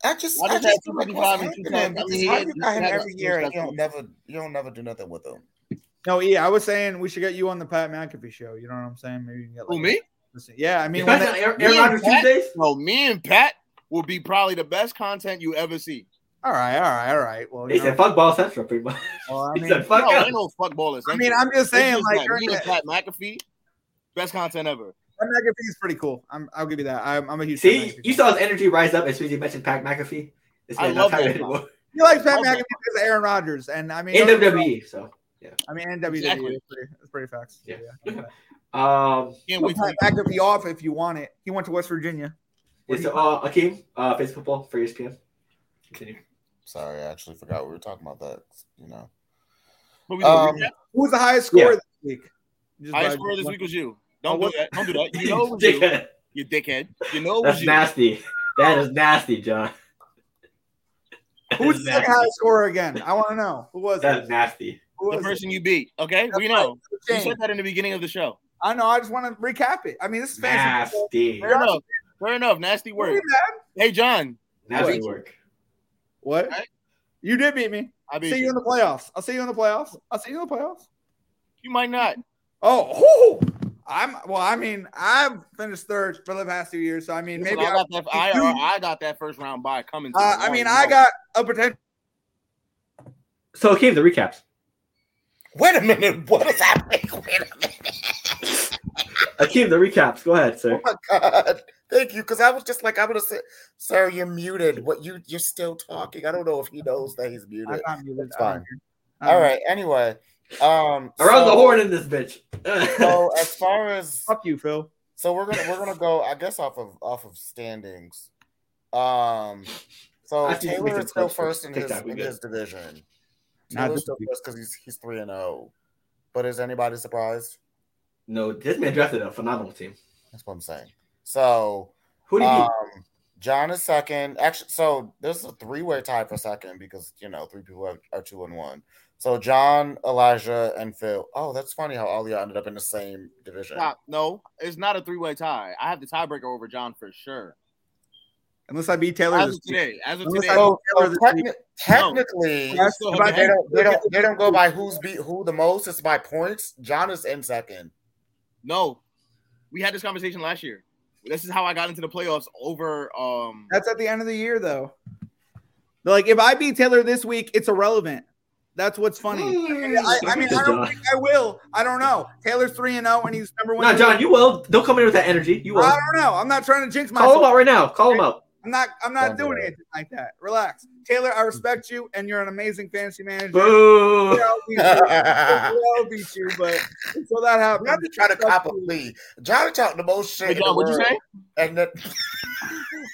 Speaker 2: I just,
Speaker 4: Why
Speaker 2: I
Speaker 4: does
Speaker 2: just
Speaker 4: that
Speaker 2: feel like
Speaker 4: 55
Speaker 2: what's
Speaker 4: and
Speaker 2: happening?
Speaker 4: 210? I
Speaker 2: Because
Speaker 4: mean,
Speaker 2: how
Speaker 4: he
Speaker 2: do you
Speaker 4: is-
Speaker 2: got him
Speaker 4: he's got
Speaker 2: every
Speaker 4: a-
Speaker 2: year and
Speaker 4: he's
Speaker 2: you
Speaker 4: got
Speaker 2: don't never, you don't never do nothing with him.
Speaker 3: No, yeah, I was saying we should get you on the Pat McAfee show. You know what I'm saying? Maybe you can get
Speaker 4: Who
Speaker 3: like,
Speaker 4: me?
Speaker 3: listen- Yeah, I mean, when
Speaker 1: Depends
Speaker 3: they-
Speaker 1: on Aaron,
Speaker 4: me and
Speaker 1: Aaron Rodgers
Speaker 4: Pat-
Speaker 1: Tuesdays.
Speaker 4: No, me and Pat will be probably the best content you ever see.
Speaker 3: all right, all right, all right. Well,
Speaker 1: He
Speaker 3: you know,
Speaker 1: said, "Fuck ball central, pretty much."
Speaker 3: well, I
Speaker 1: He
Speaker 3: mean,
Speaker 1: said, "Fuck
Speaker 4: no, ain't
Speaker 1: up."
Speaker 4: no fuckball is
Speaker 3: I mean, I'm just saying, like, during
Speaker 4: me and
Speaker 3: that,
Speaker 4: Pat McAfee, best content ever.
Speaker 3: Pat McAfee's pretty cool. I'm, I'll give you that. I'm, I'm a huge. Pat
Speaker 1: See,
Speaker 3: McAfee
Speaker 1: you
Speaker 3: fan.
Speaker 1: saw his energy rise up as soon as you mentioned Pat McAfee. This
Speaker 4: I
Speaker 1: man knows
Speaker 4: love
Speaker 1: how
Speaker 4: that
Speaker 1: to hit
Speaker 4: guy.
Speaker 1: one.
Speaker 3: You like Pat
Speaker 4: Okay.
Speaker 3: McAfee because of Aaron Rodgers, and I mean,
Speaker 1: in
Speaker 3: don't get me wrong.
Speaker 1: WWE. E, So,
Speaker 3: I mean, and WWE.
Speaker 4: Exactly.
Speaker 3: It's pretty, it's pretty facts.
Speaker 1: Yeah.
Speaker 3: yeah. okay.
Speaker 1: um,
Speaker 4: Can't
Speaker 3: Put
Speaker 4: wait.
Speaker 3: Pat
Speaker 4: to-
Speaker 3: McAfee off if you want it. He went to West Virginia.
Speaker 1: is the uh, Akeem uh, face football for ESPN? Continue.
Speaker 2: Sorry, I actually forgot we were talking about that. You know,
Speaker 4: What we doing?
Speaker 2: Um,
Speaker 4: Recap?
Speaker 3: Who was the highest scorer
Speaker 1: Yeah.
Speaker 3: this week? Just
Speaker 4: Highest
Speaker 3: by-
Speaker 4: score this week was you.
Speaker 3: Oh,
Speaker 4: Don't do
Speaker 3: what-
Speaker 4: that. Don't do that. You know it was you.
Speaker 1: Dickhead.
Speaker 4: You dickhead. You know it was
Speaker 1: That's
Speaker 4: you.
Speaker 1: nasty. That is nasty, John. That
Speaker 3: Who was
Speaker 1: is
Speaker 3: the second
Speaker 1: nasty.
Speaker 3: highest scorer again? I want to know. Who was
Speaker 1: That's
Speaker 3: it?
Speaker 1: nasty.
Speaker 3: Who
Speaker 4: The
Speaker 3: was it?
Speaker 4: person you beat. Okay, we
Speaker 3: That's right.
Speaker 4: know. You
Speaker 3: Shane.
Speaker 4: said that in the beginning of the show.
Speaker 3: I know. I just want to recap it. I mean, this is fancy. football.
Speaker 1: Nasty.
Speaker 4: Fair enough. Fair enough. Nasty
Speaker 3: Don't be
Speaker 4: word.
Speaker 3: mad.
Speaker 4: Hey, John.
Speaker 1: Nasty work.
Speaker 3: What?
Speaker 4: Right?
Speaker 3: You did beat me.
Speaker 4: I
Speaker 3: See
Speaker 4: beat
Speaker 3: you in
Speaker 4: you.
Speaker 3: the playoffs. I'll see you in the playoffs. I'll see you in the playoffs.
Speaker 4: You might not.
Speaker 3: Oh, whoo! I'm well. I mean, I've finished third for the past two years, so I mean,
Speaker 4: Listen,
Speaker 3: maybe
Speaker 4: I
Speaker 3: I,
Speaker 4: got that. I, I, got that first round by coming. to
Speaker 3: uh,
Speaker 4: the
Speaker 3: I mean,
Speaker 4: line,
Speaker 3: I
Speaker 4: no.
Speaker 3: got a potential.
Speaker 1: So, Akeem, the recaps.
Speaker 2: wait a minute, what is happening? Wait a minute.
Speaker 1: Akeem, the recaps. Go ahead, sir.
Speaker 2: Oh my god, thank you. Because I was just like, I'm gonna say, sir, you're muted. What you you're still talking? I don't know if he knows that he's
Speaker 3: I'm
Speaker 2: muted.
Speaker 3: not muted.
Speaker 2: It's
Speaker 3: I don't care.
Speaker 2: fine.
Speaker 3: I don't
Speaker 2: All
Speaker 3: know.
Speaker 2: right. Anyway, um,
Speaker 1: Around the
Speaker 2: so-
Speaker 1: horn in this bitch.
Speaker 3: Oh,
Speaker 2: So as far as
Speaker 3: Fuck you, Phil.
Speaker 2: So we're gonna we're gonna go, I guess, off of off of standings. Um, so
Speaker 1: I think we
Speaker 2: Taylor
Speaker 1: can
Speaker 2: is still
Speaker 1: close first.
Speaker 2: first in
Speaker 1: Take
Speaker 2: his
Speaker 1: that, we
Speaker 2: in
Speaker 1: good.
Speaker 2: his division.
Speaker 3: Nah,
Speaker 2: Taylor's
Speaker 3: this
Speaker 2: still
Speaker 3: week.
Speaker 2: first because he's he's three and zero. But is anybody surprised?
Speaker 1: no, this man drafted a phenomenal team.
Speaker 2: That's what I'm saying. So
Speaker 1: Who do you
Speaker 3: Uh,
Speaker 2: um,
Speaker 1: beat?
Speaker 2: John is second. Actually, so there's a three way tie for second because you know three people are, are two and one. So John, Elijah, and Phil. Oh, that's funny how all y'all ended up in the same division.
Speaker 4: Stop. No, it's not a three way tie. I have the tiebreaker over John for sure.
Speaker 3: Unless I beat Taylor
Speaker 4: As
Speaker 3: this
Speaker 4: of
Speaker 3: week.
Speaker 4: today, as of
Speaker 3: Unless
Speaker 4: today,
Speaker 3: I-
Speaker 2: So, so
Speaker 3: Taylor this
Speaker 2: techni-
Speaker 3: week.
Speaker 2: technically,
Speaker 4: you still
Speaker 3: About
Speaker 4: have
Speaker 2: they
Speaker 4: the-
Speaker 2: don't they don't they don't go by who's beat who the most. It's by points. John is in second.
Speaker 4: no. We had this conversation last year. This is how I got into the playoffs over. Um,
Speaker 3: That's at the end of the year, though. But, Like, if I beat Taylor this week, it's irrelevant. That's what's funny.
Speaker 2: Hmm.
Speaker 3: I, I mean, I don't think I will. I don't know. Taylor's three and zero, and he's number one.
Speaker 1: No, John, you will. Don't come in with that energy. You will.
Speaker 3: I don't know. I'm not trying to jinx myself.
Speaker 1: Call him out right now. Call him out.
Speaker 3: I'm not. I'm not
Speaker 2: Don't do
Speaker 3: doing
Speaker 2: that.
Speaker 3: anything like that. Relax, Taylor. I respect you, and you're an amazing fantasy manager.
Speaker 1: Boo.
Speaker 3: Yeah, I'll beat you. I'll beat you, but until that
Speaker 2: John
Speaker 3: happens,
Speaker 2: is trying to cop a plea. John is talking the most shit.
Speaker 4: Hey,
Speaker 2: in the
Speaker 4: John, what'd you
Speaker 2: world.
Speaker 4: say?
Speaker 2: And then,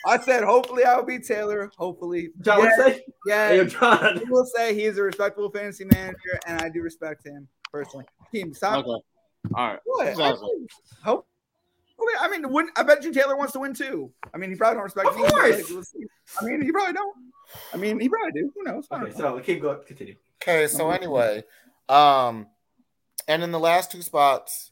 Speaker 3: I said, hopefully, I'll beat Taylor. Hopefully,
Speaker 1: John, what's that?
Speaker 3: yeah.
Speaker 1: Hey, John.
Speaker 3: I will say he is a respectable fantasy manager, and I do respect him personally. Team, stop.
Speaker 4: Okay. All right.
Speaker 3: What?
Speaker 4: Exactly.
Speaker 3: Hope. Okay, I mean, wouldn't- I bet you Taylor wants to win too. I mean, he probably don't respect.
Speaker 1: Of
Speaker 3: me, but,
Speaker 1: course.
Speaker 3: like, I mean, he probably don't. I mean, he probably do. Who knows? I don't
Speaker 1: Okay,
Speaker 3: know.
Speaker 1: so keep going. Continue.
Speaker 2: okay, so anyway, um, and in the last two spots,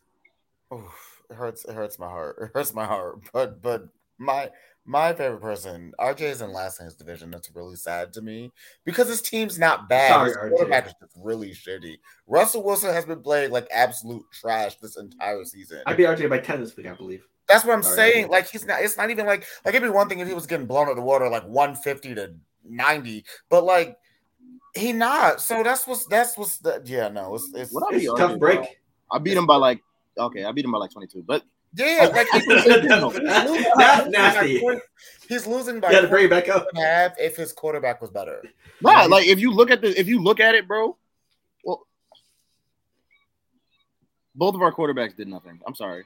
Speaker 2: oof, it hurts. It hurts my heart. It hurts my heart. But but my my favorite person, RJ, is in last in his division. That's really sad to me because his team's not bad.
Speaker 1: Sorry,
Speaker 2: his
Speaker 1: RJ.
Speaker 2: quarterback is just really shitty. Russell Wilson has been playing like absolute trash this entire season.
Speaker 1: I beat RJ by 10 this week, I believe.
Speaker 2: That's what I'm
Speaker 1: Sorry,
Speaker 2: saying.
Speaker 1: RJ.
Speaker 2: Like he's not. It's not even like like it'd be one thing if he was getting blown out of the water like 150 to 90, but like he not. So that's what's that's what's the yeah no it's it's
Speaker 4: What I
Speaker 1: It's
Speaker 4: beat
Speaker 1: a tough
Speaker 4: RJ,
Speaker 1: break.
Speaker 4: bro. I beat him by like okay. I beat him by like twenty two, but
Speaker 2: yeah like he's losing,
Speaker 1: That's nasty. You
Speaker 2: he's losing
Speaker 1: got
Speaker 2: by
Speaker 1: to
Speaker 2: half
Speaker 1: bring it back up.
Speaker 2: if his quarterback was better.
Speaker 4: Nah, like if you look at the if you look at it, bro. Well, both of our quarterbacks did nothing. I'm sorry,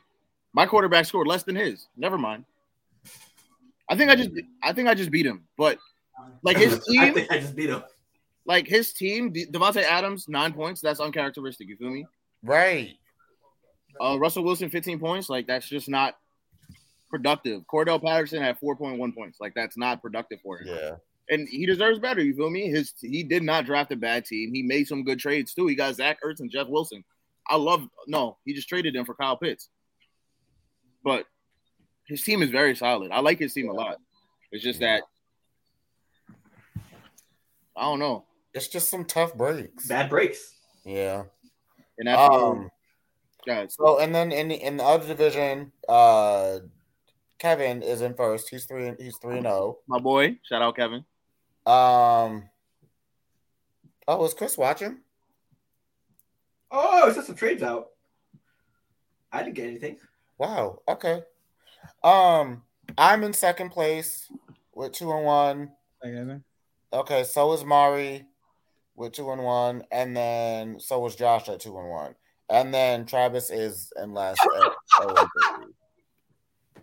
Speaker 4: my quarterback scored less than his. Never mind. I think I just I think I just beat him, but like his
Speaker 1: I
Speaker 4: team,
Speaker 1: think I just beat him.
Speaker 4: like his team, De- Devontae Adams nine points. That's uncharacteristic. You feel me?
Speaker 2: Right.
Speaker 4: Uh, Russell Wilson 15 points. Like that's just not productive. Cordell Patterson had 4.1 points. Like that's not productive for him.
Speaker 2: Yeah.
Speaker 4: and he deserves better. You feel me? His he did not draft a bad team. He made some good trades too. He got Zach Ertz and Jeff Wilson. I love no, he just traded them for Kyle Pitts. But his team is very solid. I like his team a lot. It's just that I don't know.
Speaker 2: It's just some tough breaks.
Speaker 1: Bad breaks.
Speaker 2: Yeah.
Speaker 4: And after
Speaker 2: Um,
Speaker 4: guys,
Speaker 2: so and then in the in the other division, uh Kevin is in first. He's three he's three and oh.
Speaker 4: my boy, shout out Kevin.
Speaker 2: Um Oh, is Chris watching?
Speaker 1: Oh, it's just some trades out. I didn't get anything.
Speaker 2: Wow. Okay. Um, I'm in second place with two and one. Okay, so is Mari with two and one, and then so was Josh at two and one, and then Travis is in last. at oh and three.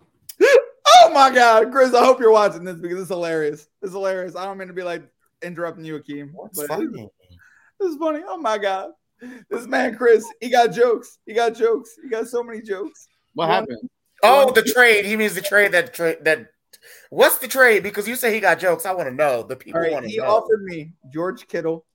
Speaker 3: Oh my God, Chris! I hope you're watching this because it's hilarious. It's hilarious. I don't mean to be like interrupting you, Akeem.
Speaker 2: What's
Speaker 3: but
Speaker 2: funny?
Speaker 3: This is funny. Oh my God, this man Chris, he got jokes. He got jokes. He got so many jokes.
Speaker 4: What happened?
Speaker 2: Oh, the trade. He means the trade that trade that. What's the trade? Because you say he got jokes. I want to know. The people
Speaker 3: All right,
Speaker 2: want to
Speaker 3: he
Speaker 2: know.
Speaker 3: offered me George Kittle,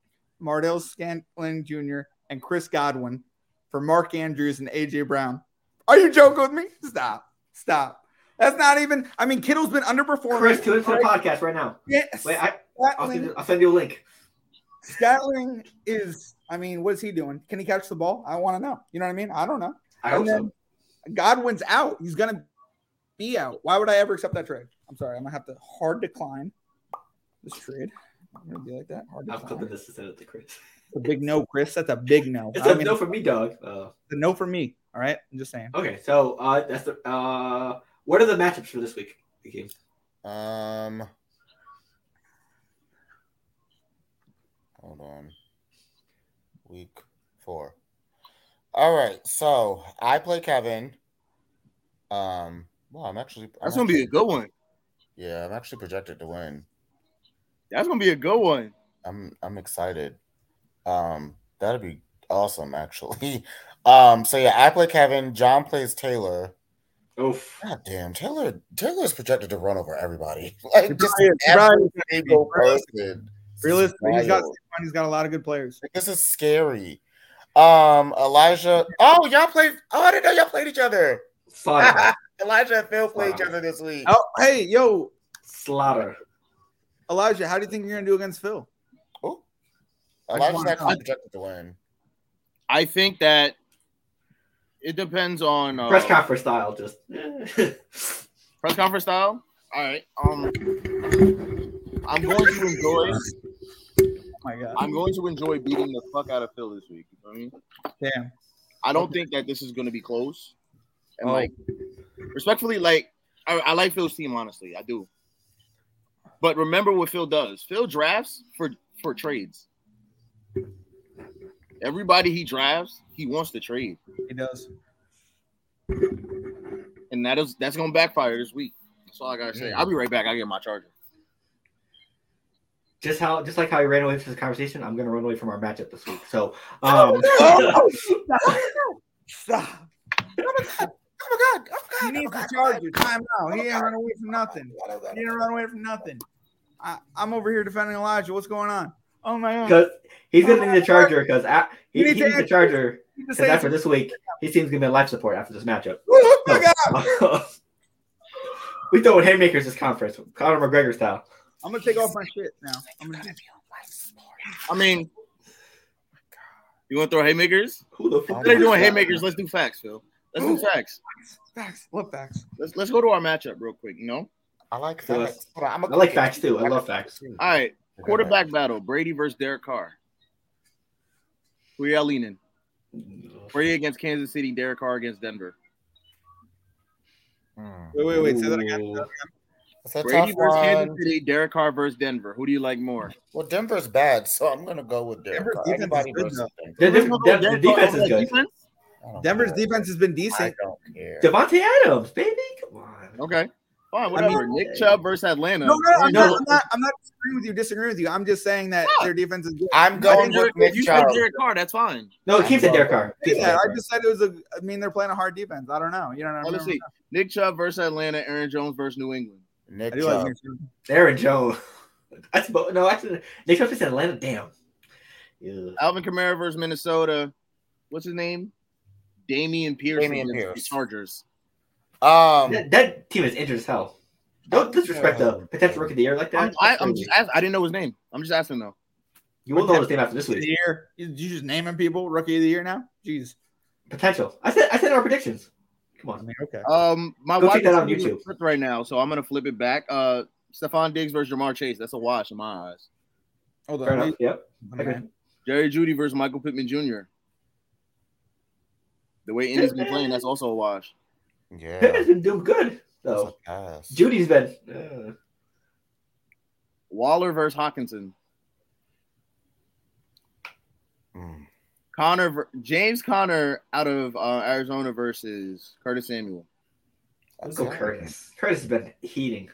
Speaker 3: Mardell Scantlin Jr., and Chris Godwin for Mark Andrews and AJ Brown. Are you joking with me? Stop. Stop. That's not even. I mean, Kittle's been underperforming.
Speaker 1: Chris, tune into the podcast right now.
Speaker 3: Yes.
Speaker 1: Wait, I, I'll,
Speaker 3: Scantling-
Speaker 1: send, I'll send you a link.
Speaker 3: Statling is, I mean, what's he doing? Can he catch the ball? I want to know. You know what I mean? I don't know.
Speaker 1: I hope
Speaker 3: And
Speaker 1: so.
Speaker 3: then Godwin's out. He's gonna be out. Why would I ever accept that trade? I'm sorry. I'm gonna have to hard decline this trade. I'm gonna be like that. Hard
Speaker 1: I'm
Speaker 3: decline.
Speaker 1: clipping this to send it to Chris.
Speaker 3: It's a big no, Chris. That's a big no.
Speaker 1: It's
Speaker 3: I
Speaker 1: a
Speaker 3: mean,
Speaker 1: no for me, dog. Uh,
Speaker 3: it's a no for me. All right. I'm just saying.
Speaker 1: okay, so uh, that's the. Uh, what are the matchups for this week? Akeem?
Speaker 2: Um, hold on. Week four. All right, so I play Kevin. Um, well, I'm actually I'm
Speaker 4: That's gonna be a
Speaker 2: actually-
Speaker 4: good one.
Speaker 2: yeah. I'm actually projected to win.
Speaker 4: That's gonna be a good one.
Speaker 2: I'm I'm excited. Um, that'd be awesome, actually. Um, so yeah, I play Kevin. John plays Taylor.
Speaker 1: Oof.
Speaker 2: God damn, Taylor Taylor's projected to run over everybody. Like just
Speaker 3: Brian,
Speaker 2: every
Speaker 3: Brian,
Speaker 2: single
Speaker 3: Brian.
Speaker 2: person. This is
Speaker 3: Realistically, he's got
Speaker 2: wild.
Speaker 3: he's got a lot of good players.
Speaker 2: This is scary. Um, Elijah. Oh, y'all played. Oh, I didn't know y'all played each other.
Speaker 1: Slaughter.
Speaker 2: Elijah and Phil played each other this week.
Speaker 3: Oh, hey, yo,
Speaker 1: Slaughter.
Speaker 3: Elijah, how do you think you're gonna do against Phil?
Speaker 2: Ooh.
Speaker 3: I just
Speaker 2: Elijah's
Speaker 3: wanna
Speaker 2: actually projected to win.
Speaker 4: I think that it depends on uh,
Speaker 1: Press conference style, just. eh.
Speaker 4: press conference style. All right. Um, I'm going to enjoy.
Speaker 3: Oh my God.
Speaker 4: I'm going to enjoy beating the fuck out of Phil this week. You know what I mean?
Speaker 3: Damn.
Speaker 4: I don't think that this is going to be close. And
Speaker 3: Oh.
Speaker 4: like, respectfully, like I, I like Phil's team. Honestly, I do. But remember what Phil does. Phil drafts for for trades. Everybody he drafts, he wants to trade,
Speaker 3: He does.
Speaker 4: and that is that's going to backfire this week. That's all I gotta say. I'll be right back. I will get my charger.
Speaker 1: just how just like how you ran away from this conversation, I'm gonna run away from our matchup this week. So um
Speaker 3: Oh. Stop.
Speaker 2: Oh my god!
Speaker 3: He needs to charge you. Time out. He ain't run away from nothing. He didn't run away from nothing. I, I'm over here defending Elijah. What's going on? Oh my god.
Speaker 1: because he's gonna need the charger because he,
Speaker 3: You
Speaker 1: he
Speaker 3: need
Speaker 1: needs
Speaker 3: to
Speaker 1: the
Speaker 3: answer-
Speaker 1: charger
Speaker 3: He just
Speaker 1: because
Speaker 3: says-
Speaker 1: after this week, his team's gonna be on life support after this matchup.
Speaker 3: Oh my god.
Speaker 1: we throwing haymakers this conference, Conor McGregor style.
Speaker 3: I'm gonna take off my shit now. I'm gonna just,
Speaker 4: I mean, you want to throw haymakers?
Speaker 1: Who the fuck?
Speaker 4: They're
Speaker 1: is
Speaker 4: doing
Speaker 1: that?
Speaker 4: haymakers. Let's do facts, Phil. Let's do facts.
Speaker 3: facts. What facts?
Speaker 4: Let's let's go to our matchup real quick. You know,
Speaker 2: I like
Speaker 1: So
Speaker 2: facts. Hold on, I'm
Speaker 1: I like facts too. I love facts.
Speaker 4: all right. Quarterback battle: Brady versus Derek Carr. Where y'all leaning? Brady against Kansas City. Derek Carr against Denver.
Speaker 2: Mm.
Speaker 3: Wait, wait, wait. Say that again.
Speaker 1: Ooh.
Speaker 2: It's a tough
Speaker 4: Brady versus Kansas
Speaker 2: one.
Speaker 4: City. Derek Carr versus Denver. Who do you like more?
Speaker 2: Well, Denver's bad, so I'm gonna go with Derek.
Speaker 3: Denver's
Speaker 2: Carr.
Speaker 3: defense is good,
Speaker 2: Anybody versus
Speaker 1: The,
Speaker 3: though.
Speaker 2: Denver.
Speaker 1: the- the- the defense is good.
Speaker 4: Defense?
Speaker 2: I don't
Speaker 3: Denver's
Speaker 2: care.
Speaker 3: defense has been
Speaker 2: I
Speaker 3: decent.
Speaker 2: don't care.
Speaker 1: Devontae Adams, baby. Come on.
Speaker 4: Okay, fine, whatever. Nick Chubb versus Atlanta.
Speaker 3: No, no, I'm
Speaker 4: You know,
Speaker 3: not, I'm not. I'm not disagreeing with you. Disagreeing with you. I'm just saying that their defense is good.
Speaker 2: I'm
Speaker 4: I
Speaker 2: going
Speaker 4: think
Speaker 2: with
Speaker 4: Derek-
Speaker 2: Nick
Speaker 4: you said
Speaker 2: Chubb.
Speaker 4: Derek Carr. That's fine.
Speaker 1: No, keep the Derek Carr. Keep
Speaker 3: Yeah,
Speaker 1: that.
Speaker 3: I just said it was a. I mean, they're playing a hard defense. I don't know. You know what I mean?
Speaker 4: Let's see. Nick Chubb versus Atlanta. Aaron Jones versus New England.
Speaker 3: I
Speaker 2: Nick
Speaker 3: do like
Speaker 2: Chubb.
Speaker 3: Nick Chubb.
Speaker 1: Aaron Jones. That's about, no, actually, Nick Chubb is in Atlanta. Damn. Yeah.
Speaker 4: Alvin Kamara versus Minnesota. What's his name? Damian Pierce.
Speaker 2: Dameon
Speaker 4: against the
Speaker 2: Pierce.
Speaker 4: Chargers.
Speaker 2: Um,
Speaker 1: That, that team is injured as hell. Don't disrespect the potential rookie of the year like
Speaker 4: I'm,
Speaker 1: that.
Speaker 4: I, I'm just ask- I didn't know his name. I'm just asking though.
Speaker 1: You will know his name after this
Speaker 3: Rookie of the
Speaker 1: week.
Speaker 3: year. You you just naming people rookie of the year now? Jeez.
Speaker 1: Potential. I said I said our predictions. Come
Speaker 3: I
Speaker 1: on.
Speaker 3: mean, okay.
Speaker 4: Um, my
Speaker 1: Go
Speaker 4: wife
Speaker 1: check that out on
Speaker 4: is
Speaker 1: YouTube.
Speaker 4: flipped right now, so I'm gonna flip it back. Uh, Stephon Diggs versus Jamar Chase. That's a wash in my eyes.
Speaker 3: Hold
Speaker 1: Fair
Speaker 3: on.
Speaker 1: enough. Yep.
Speaker 3: Wait,
Speaker 1: Okay.
Speaker 4: Jerry Judy versus Michael Pittman Jr. The way Indy's been playing, that's also a wash.
Speaker 2: Yeah.
Speaker 1: Pittman's been doing good
Speaker 2: That's
Speaker 1: though.
Speaker 2: a pass.
Speaker 1: Judy's been. Uh,
Speaker 4: Waller versus Hawkinson.
Speaker 2: Mm.
Speaker 4: Connor ver- James Connor out of uh, Arizona versus Curtis Samuel.
Speaker 1: let's go Curtis. Curtis has been heating.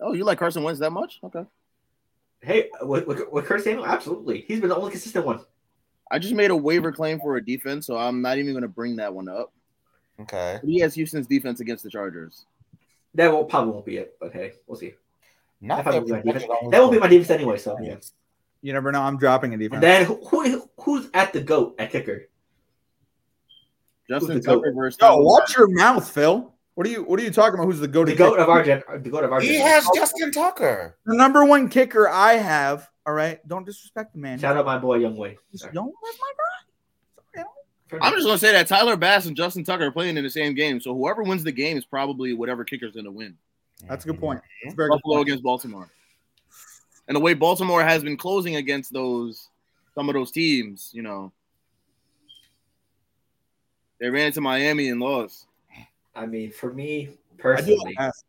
Speaker 4: Oh, you like Carson Wentz that much? Okay.
Speaker 1: Hey, with, with, with Curtis Samuel, absolutely. He's been the only consistent one.
Speaker 4: I just made a waiver claim for a defense, so I'm not even going to bring that one up. E
Speaker 2: Okay.
Speaker 4: But He has Houston's defense against the Chargers.
Speaker 1: That will probably won't be it, but hey, we'll see.
Speaker 2: Not
Speaker 1: That
Speaker 2: that,
Speaker 1: won't be my
Speaker 2: we
Speaker 1: defense.
Speaker 2: budget always
Speaker 1: That will be
Speaker 2: goes
Speaker 1: my defense anyway. So yeah.
Speaker 2: defense.
Speaker 3: You never know. I'm dropping a defense.
Speaker 1: And then who, who who's at the goat at kicker?
Speaker 4: Justin
Speaker 1: Who's the goat?
Speaker 4: Tucker versus
Speaker 3: Yo,
Speaker 4: Tyler
Speaker 3: watch your mouth, Phil. What are you what are you talking about? Who's the go
Speaker 1: The
Speaker 3: to
Speaker 1: goat of our gen. uh, The goat of our
Speaker 2: He
Speaker 1: gen.
Speaker 2: has Justin Tucker.
Speaker 3: The number one kicker I have. All right. Don't disrespect the man.
Speaker 1: Shout out my boy Young Way.
Speaker 3: Just
Speaker 1: Sorry.
Speaker 3: don't that's my
Speaker 1: Fair
Speaker 4: I'm
Speaker 1: enough.
Speaker 4: just gonna say that Tyler Bass and Justin Tucker are playing in the same game, so whoever wins the game is probably whatever kicker's gonna win.
Speaker 3: That's a good point. That's a very good
Speaker 4: Buffalo
Speaker 3: point.
Speaker 4: against Baltimore, and the way Baltimore has been closing against those some of those teams, you know, they ran into Miami and lost.
Speaker 1: I mean, for me
Speaker 3: I do
Speaker 1: personally,
Speaker 3: ask.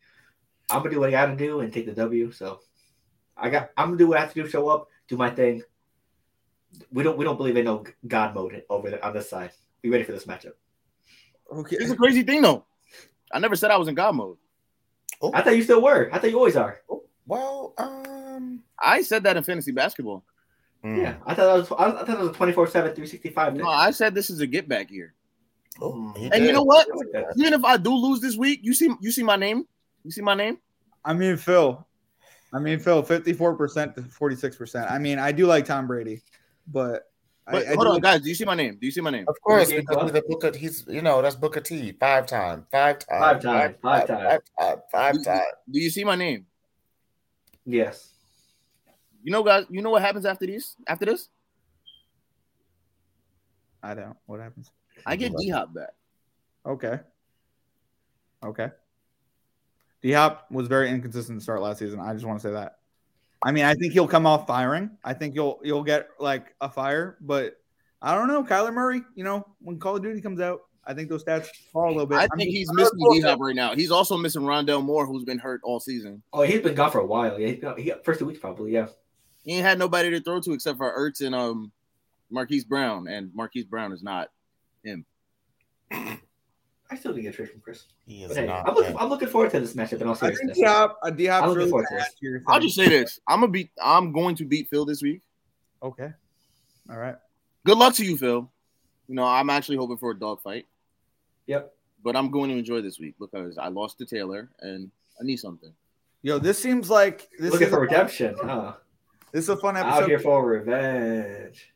Speaker 1: I'm gonna do what I gotta do and take the W. So I got. I'm gonna do what I have to do. Show up, do my thing. We don't. We don't believe in no God mode over there on this side. Be ready for this matchup.
Speaker 3: Okay.
Speaker 4: It's a crazy thing though. I never said I was in God mode.
Speaker 1: I thought you still were. I thought you always are.
Speaker 2: Well, um,
Speaker 4: I said that in fantasy basketball.
Speaker 3: Hmm.
Speaker 2: mm.
Speaker 1: Yeah. I thought that was. I thought that was a 24 7 365 thing.
Speaker 4: No, I said this is a get back year.
Speaker 2: Oh,
Speaker 3: Mm.
Speaker 2: he
Speaker 4: And you
Speaker 2: did.
Speaker 4: know what?
Speaker 1: Like that.
Speaker 4: Even if I do lose this week, you see, you see my name. You see my name.
Speaker 3: I mean, Phil. I mean, Phil, 54% to 46%. I mean, I do like Tom Brady, but,
Speaker 4: But
Speaker 3: I, I
Speaker 4: hold
Speaker 3: do
Speaker 4: on,
Speaker 3: like-
Speaker 4: guys. Do you see my name? Do you see my name?
Speaker 2: Of course,
Speaker 1: Game
Speaker 2: because
Speaker 1: Club?
Speaker 2: he's a Booker. He's you know that's Booker T. Five time, five time,
Speaker 1: Five time, five time.
Speaker 2: five time, five time.
Speaker 4: Do you see my name?
Speaker 1: Yes.
Speaker 4: You know, guys. You know what happens after these? After this,
Speaker 3: I don't. What happens?
Speaker 4: I get D Hop back.
Speaker 3: Okay. Okay. D Hop was very inconsistent to start last season. I just want to say that. I mean, I think he'll come off firing. I think you'll you'll get like a fire, but I don't know. Kyler Murray, you know, when Call of Duty comes out, I think those stats fall a little bit.
Speaker 4: I
Speaker 3: I'm-
Speaker 4: think he's missing D Hop right now. He's also missing Rondell Moore, who's been hurt all season.
Speaker 1: Oh, he's been gone for a while. Yeah, he's been, he first two weeks probably. Yeah.
Speaker 4: He ain't had nobody to throw to except for Ertz and um Marquise Brown, and Marquise Brown is not.
Speaker 1: I still didn't get a trade from Chris.
Speaker 2: He is
Speaker 1: But hey,
Speaker 2: not.
Speaker 1: I'm looking, I'm looking forward to this matchup and I'll
Speaker 3: I
Speaker 1: see
Speaker 3: think uh, D Hop, D
Speaker 1: I'm
Speaker 3: Hop's
Speaker 1: looking
Speaker 3: really
Speaker 1: forward to
Speaker 3: bad
Speaker 1: this.
Speaker 3: here.
Speaker 4: I'll just say this: I'm gonna beat. I'm going to beat Phil this week.
Speaker 3: okay. All right.
Speaker 4: Good luck to you, Phil. You know, I'm actually hoping for a dog fight,
Speaker 1: Yep.
Speaker 4: but I'm going to enjoy this week because I lost to Taylor and I need something.
Speaker 3: Yo, this seems like this
Speaker 1: looking
Speaker 3: is
Speaker 1: for
Speaker 3: a-
Speaker 1: redemption, huh?
Speaker 3: This is a fun
Speaker 1: Out here
Speaker 3: episode.
Speaker 1: for revenge.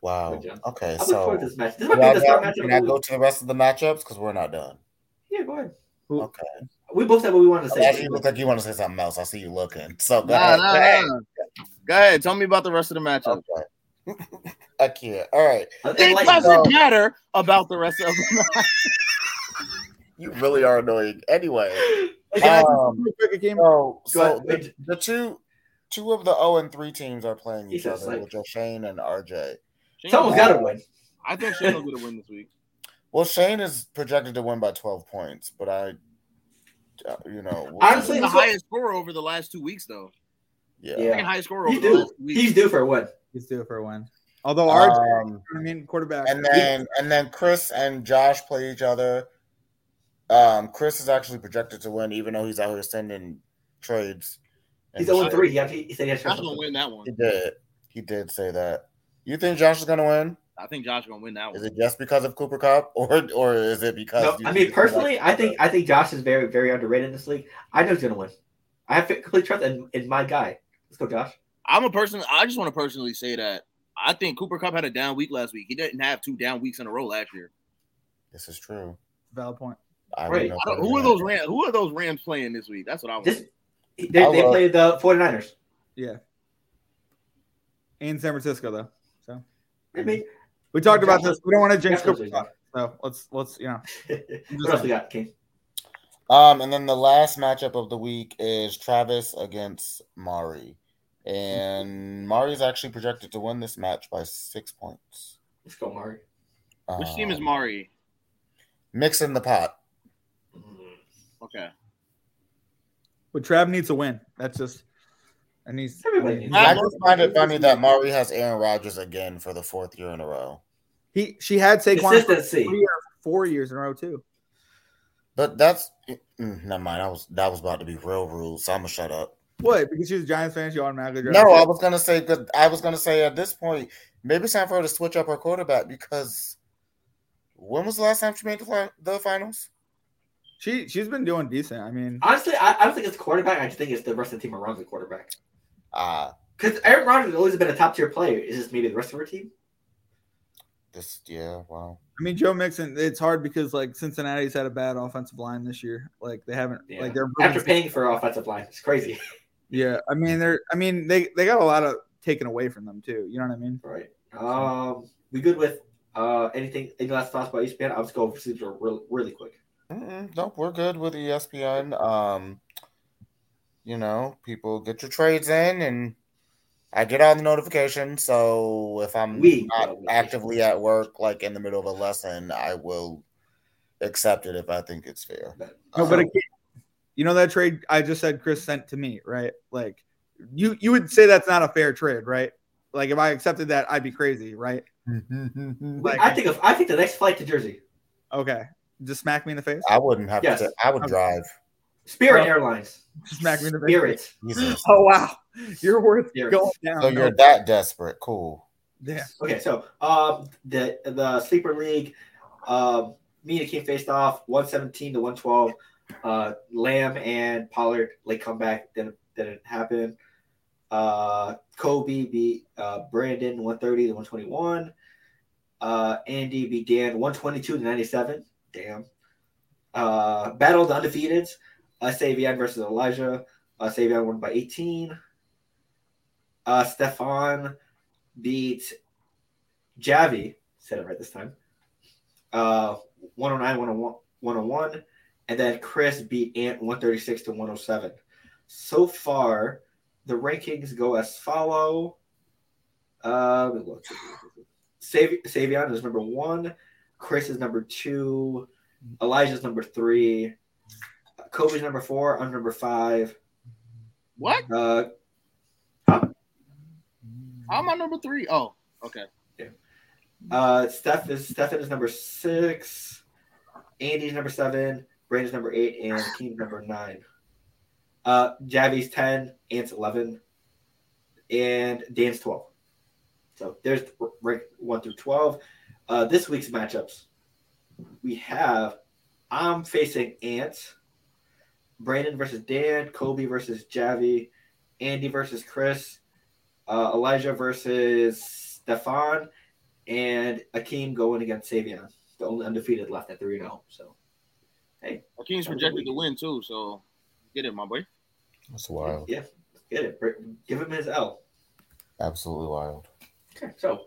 Speaker 2: Wow.
Speaker 1: Good job. I'm
Speaker 2: Okay,
Speaker 1: looking
Speaker 2: so
Speaker 1: forward to this match. This might
Speaker 2: Well,
Speaker 1: be the
Speaker 2: now,
Speaker 1: third matchup.
Speaker 2: can I
Speaker 1: of the
Speaker 2: go
Speaker 1: week.
Speaker 2: to the rest of the matchups because we're not done?
Speaker 1: Yeah, go ahead.
Speaker 2: Okay.
Speaker 1: We both said what we wanted to
Speaker 2: I actually
Speaker 1: say.
Speaker 2: you look like you want to say something else. I see you looking. So go
Speaker 4: Nah,
Speaker 2: ahead.
Speaker 4: nah,
Speaker 2: Go ahead. Oh,
Speaker 4: nah. Go ahead. Tell me about the rest of the matchup.
Speaker 2: Okay. I can't. All right.
Speaker 1: Uh,
Speaker 4: It
Speaker 1: Enlighten us.
Speaker 4: doesn't matter
Speaker 2: uh,
Speaker 4: about the rest of the matchup.
Speaker 2: You really are annoying. Anyway.
Speaker 3: Can I-
Speaker 2: Um,
Speaker 3: Real quick, a game-
Speaker 2: so so
Speaker 1: Go ahead.
Speaker 2: the, the two two of the 0 and 3 teams are playing each
Speaker 1: Jesus,
Speaker 2: other,
Speaker 1: like-
Speaker 2: which are Shane and RJ.
Speaker 1: Someone's got to win.
Speaker 4: I think Shannon's gonna win this week.
Speaker 2: Well, Shane is projected to win by 12 points, but I, uh, you know, we'll
Speaker 4: This is
Speaker 1: Honestly,
Speaker 4: the highest scorer over the last two weeks, though.
Speaker 2: yeah.
Speaker 4: Second
Speaker 1: Yeah.
Speaker 4: highest scorer
Speaker 1: He's
Speaker 4: over the
Speaker 1: due.
Speaker 4: last week.
Speaker 1: He's due for a win.
Speaker 3: Let's do it for a win. Although RJ,
Speaker 2: Um,
Speaker 3: I mean, quarterback.
Speaker 2: and then and then Chris and Josh play each other. Um, Chris is actually projected to win, even though he's out here sending trades. and
Speaker 1: He's 0
Speaker 2: shit.
Speaker 1: 3. He, had- he said he had to try
Speaker 4: Josh gonna
Speaker 1: something.
Speaker 4: win that one.
Speaker 2: He did. He did say that. You think Josh is gonna win?
Speaker 4: I think Josh gonna win that
Speaker 2: Is
Speaker 4: one.
Speaker 2: it just because of Cooper Cup, or or is it because?
Speaker 1: No,
Speaker 2: you
Speaker 1: I
Speaker 2: think
Speaker 1: mean
Speaker 2: he's
Speaker 1: personally,
Speaker 2: gonna-
Speaker 1: I think I think Josh is very very underrated in this league. I know he's gonna win. I have complete trust in, in my guy. Let's go, Josh.
Speaker 4: I'm a person. I just want to personally say that I think Cooper Cup had a down week last week. He didn't have two down weeks in a row last year.
Speaker 2: this is true.
Speaker 3: valid point.
Speaker 2: I don't
Speaker 1: Right.
Speaker 2: know
Speaker 4: I don't-
Speaker 2: if
Speaker 4: who are
Speaker 2: I'm
Speaker 4: those
Speaker 2: gonna-
Speaker 4: Oh. Rams? Who are those Rams playing this week? That's what I want.
Speaker 2: uh,
Speaker 1: This they, they
Speaker 2: I love-
Speaker 1: play the 49ers.
Speaker 3: in San Francisco though.
Speaker 1: I mean,
Speaker 3: We talked about
Speaker 1: Definitely-
Speaker 3: this. We don't want to jinx
Speaker 1: definitely.
Speaker 3: Cooper Cup. So let's let's you know.
Speaker 1: what else we got, King?
Speaker 2: Um, and then the last matchup of the week is Travis against Mari, and Mari's actually projected to win this match by six points.
Speaker 1: Let's go, Mari.
Speaker 4: Which team is
Speaker 2: Um,
Speaker 4: Mari?
Speaker 2: Mixing the pot.
Speaker 4: Okay.
Speaker 3: But Trav needs a win. That's just and he's
Speaker 1: Everybody needs-
Speaker 2: I just find it funny that Mari has Aaron Rodgers again for the fourth year in a row.
Speaker 3: he she had Saquon for
Speaker 1: Consistency.
Speaker 3: three or four years in a row too.
Speaker 2: But that's mm, never mind. I was that was about to be real rude, so I'm gonna shut up.
Speaker 3: What? Because she was a Giants fan, she automatically
Speaker 2: No, I was gonna say good. I was gonna say at this point, maybe it's time for her to switch up her quarterback because when was the last time she made the, fi- the finals?
Speaker 3: she she's been doing decent. I mean
Speaker 1: Honestly, I, I don't think it's the quarterback. I just think it's the rest of the team around the quarterback.
Speaker 2: Ah,
Speaker 1: Because Aaron Rodgers has always been a top tier player. Is this maybe the rest of our team?
Speaker 3: Mm-hmm.
Speaker 2: this yeah, wow.
Speaker 3: I mean Joe Mixon, it's hard because like Cincinnati's had a bad offensive line this year. Like they haven't
Speaker 1: Yeah.
Speaker 3: like they're
Speaker 1: After paying for offensive line, it's crazy,
Speaker 3: Yeah. I mean they're I mean they they got a lot of taken away from them too. You know what I mean?
Speaker 1: right? Um, we good with uh anything? Any last thoughts about E ESPN? I'll just go over Caesar real, really quick.
Speaker 2: Mm-mm, nope, we're good with E ESPN. Um, you know, people get your trades in, and I get all the notifications. So if I'm
Speaker 1: We-
Speaker 2: not actively at work, like in the middle of a lesson, I will accept it if I think it's fair.
Speaker 3: No, but
Speaker 2: Um,
Speaker 3: again, you know that trade I just said Chris sent to me, right? Like you you would say that's not a fair trade, right? Like if I accepted that, I'd be crazy, right?
Speaker 1: We-
Speaker 3: Like-
Speaker 1: I think of I think the next flight to Jersey,
Speaker 3: Okay. Just smack me in the face.
Speaker 2: I wouldn't have
Speaker 1: Yes.
Speaker 2: to. I would drive.
Speaker 1: Spirit
Speaker 3: Well,
Speaker 1: Airlines,
Speaker 3: Just smack me in the face.
Speaker 1: Spirit.
Speaker 2: Jesus.
Speaker 3: Oh wow. You're worth
Speaker 1: Here.
Speaker 3: going down.
Speaker 2: So you're that desperate. Cool.
Speaker 3: yeah.
Speaker 1: Okay, so um, the the sleeper league, um, me and King faced off one seventeen to one twelve. Uh, Lamb and Pollard late comeback didn't didn't happen. Uh, Kobe beat uh, Brandon one thirty to one twenty one. Uh, Andy beat Dan one twenty two to ninety seven. Damn. Uh, battle of the undefeateds. Uh, Savion versus Elijah. Uh, Savion won by eighteen. Uh, Stefan beat Javi, said it right this time, uh, 109, 101, 101, and then Chris beat Ant 136 to 107. So far, the rankings go as follow. Uh, let me look. Sav- Savion is number one, Chris is number two, Elijah's number three, Kobe's number four, I'm number five.
Speaker 4: What?
Speaker 1: Uh,
Speaker 4: How am I number three? Oh, okay.
Speaker 1: Uh, Steph is Stefan is number six, Andy's number seven, Brandon's number eight, and King's number nine. Uh, Javi's ten, Ant's eleven, and Dan's twelve. So there's r- rank one through twelve. Uh, this week's matchups, we have I'm facing Ant, Brandon versus Dan, Kobe versus Javi, Andy versus Chris, uh, Elijah versus Stefan, and Akeem going against Savion, the only undefeated left at 3 0. So,
Speaker 4: Akeem's projected to win too, so get it, my boy.
Speaker 2: That's wild.
Speaker 1: yeah, get it. Br- Give him his L.
Speaker 2: Absolutely wild.
Speaker 1: Okay. So,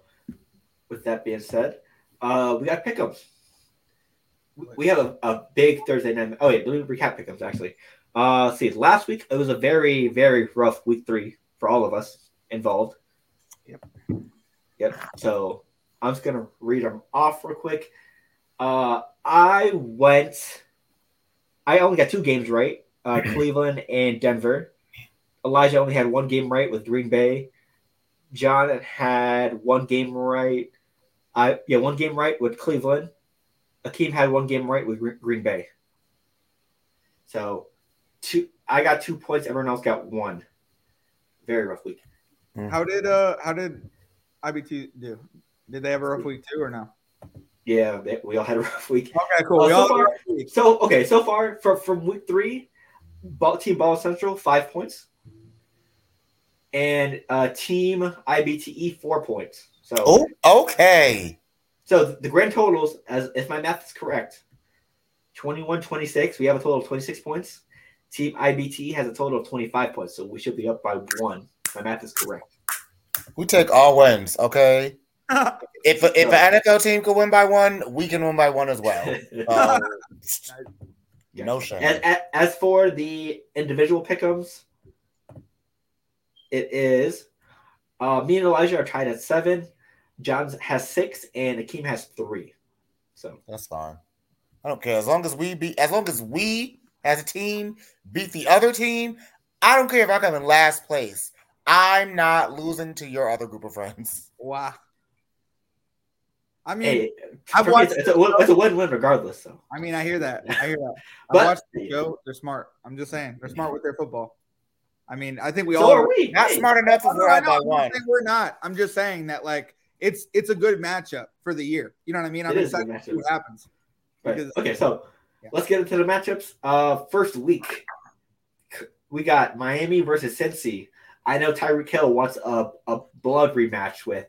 Speaker 1: with that being said, uh, we got pickups. We have a, a big Thursday night. Oh, wait, let me recap pickups actually. Uh, let's see, last week it was a very, very rough week three for all of us involved. Yep. Yep. So, I'm just going to read them off real quick. Uh, I went. I only got two games right: uh, Cleveland and Denver. Elijah only had one game right with Green Bay. John had one game right. I yeah, one game right with Cleveland. Akeem had one game right with Gre- Green Bay. So, two. I got two points. Everyone else got one. Very rough week.
Speaker 3: How did uh how did IBT do? Did they have a rough week too or no?
Speaker 1: Yeah, they- we all had a rough week.
Speaker 3: Okay, cool.
Speaker 1: Uh,
Speaker 3: we
Speaker 1: so
Speaker 3: all
Speaker 1: far- So okay, so far from from week three, ball, team Ball Central five points, and uh, team IBTE E, four points. So
Speaker 2: Oh, okay.
Speaker 1: so the grand totals, as if my math is correct, 21, 26, We have a total of twenty six points. Team IBTE has a total of twenty five points, so we should be up by one. My math is correct.
Speaker 2: We take all wins, okay? If if an NFL team could win by one, we can win by one as well. Uh, no
Speaker 1: As,
Speaker 2: shame.
Speaker 1: as, as for the individual pickums, it is uh, me and Elijah are tied at seven. John has six, and Akeem has three. So
Speaker 2: That's fine. I don't care as long as we beat. As long as we as a team beat the other team, I don't care if I come in last place. I'm not losing to your other group of friends.
Speaker 3: Wow. I mean,
Speaker 1: hey,
Speaker 3: I've
Speaker 1: for me,
Speaker 3: watched-
Speaker 1: it's, a, win- it's a win-win regardless. So,
Speaker 3: I mean, I hear that. I hear that. I
Speaker 1: but
Speaker 3: watched the show. They're smart. I'm just saying, they're smart with their football. I mean, I think we
Speaker 1: so
Speaker 3: all
Speaker 1: are we.
Speaker 2: Not
Speaker 1: Hey,
Speaker 2: smart enough
Speaker 3: I
Speaker 2: if we're
Speaker 3: know, I
Speaker 2: out
Speaker 3: know,
Speaker 2: by
Speaker 3: Oh, I'm not
Speaker 2: one.
Speaker 3: saying we're not. I'm just saying that like it's it's a good matchup for the year. You know what I mean? I'm
Speaker 1: It is a good
Speaker 3: excited to see what
Speaker 1: matchup.
Speaker 3: happens.
Speaker 1: Right.
Speaker 3: Because-
Speaker 1: Okay, so
Speaker 3: Yeah.
Speaker 1: let's get into the matchups. Uh, first week, we got Miami versus Cincy. I know Tyreek Hill wants a, a blood rematch with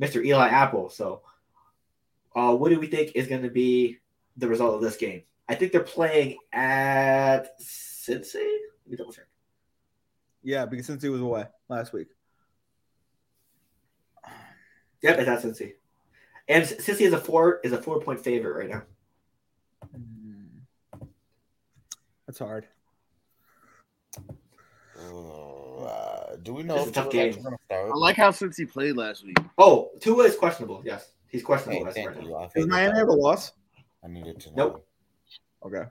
Speaker 1: Mr. Eli Apple. So, uh, what do we think is going to be the result of this game? I think they're playing at Cincy. Let me double check.
Speaker 3: Yeah, because since he was away last week.
Speaker 1: Yep, it's at Cincy. And Cincy is a four is a four point favorite right now.
Speaker 3: Hmm. That's hard.
Speaker 2: Uh, do we know
Speaker 1: This is
Speaker 2: if
Speaker 1: a tough
Speaker 2: Jordan's
Speaker 1: game.
Speaker 2: gonna start?
Speaker 4: I like how since he played last week.
Speaker 1: Oh, Tua is questionable. Yes, he's questionable.
Speaker 2: Hey,
Speaker 1: That's
Speaker 2: thank
Speaker 1: right
Speaker 2: you.
Speaker 1: now.
Speaker 2: I
Speaker 3: Does
Speaker 2: figured
Speaker 3: Miami
Speaker 2: that.
Speaker 3: have a loss?
Speaker 2: I needed to know.
Speaker 1: Nope.
Speaker 3: Okay.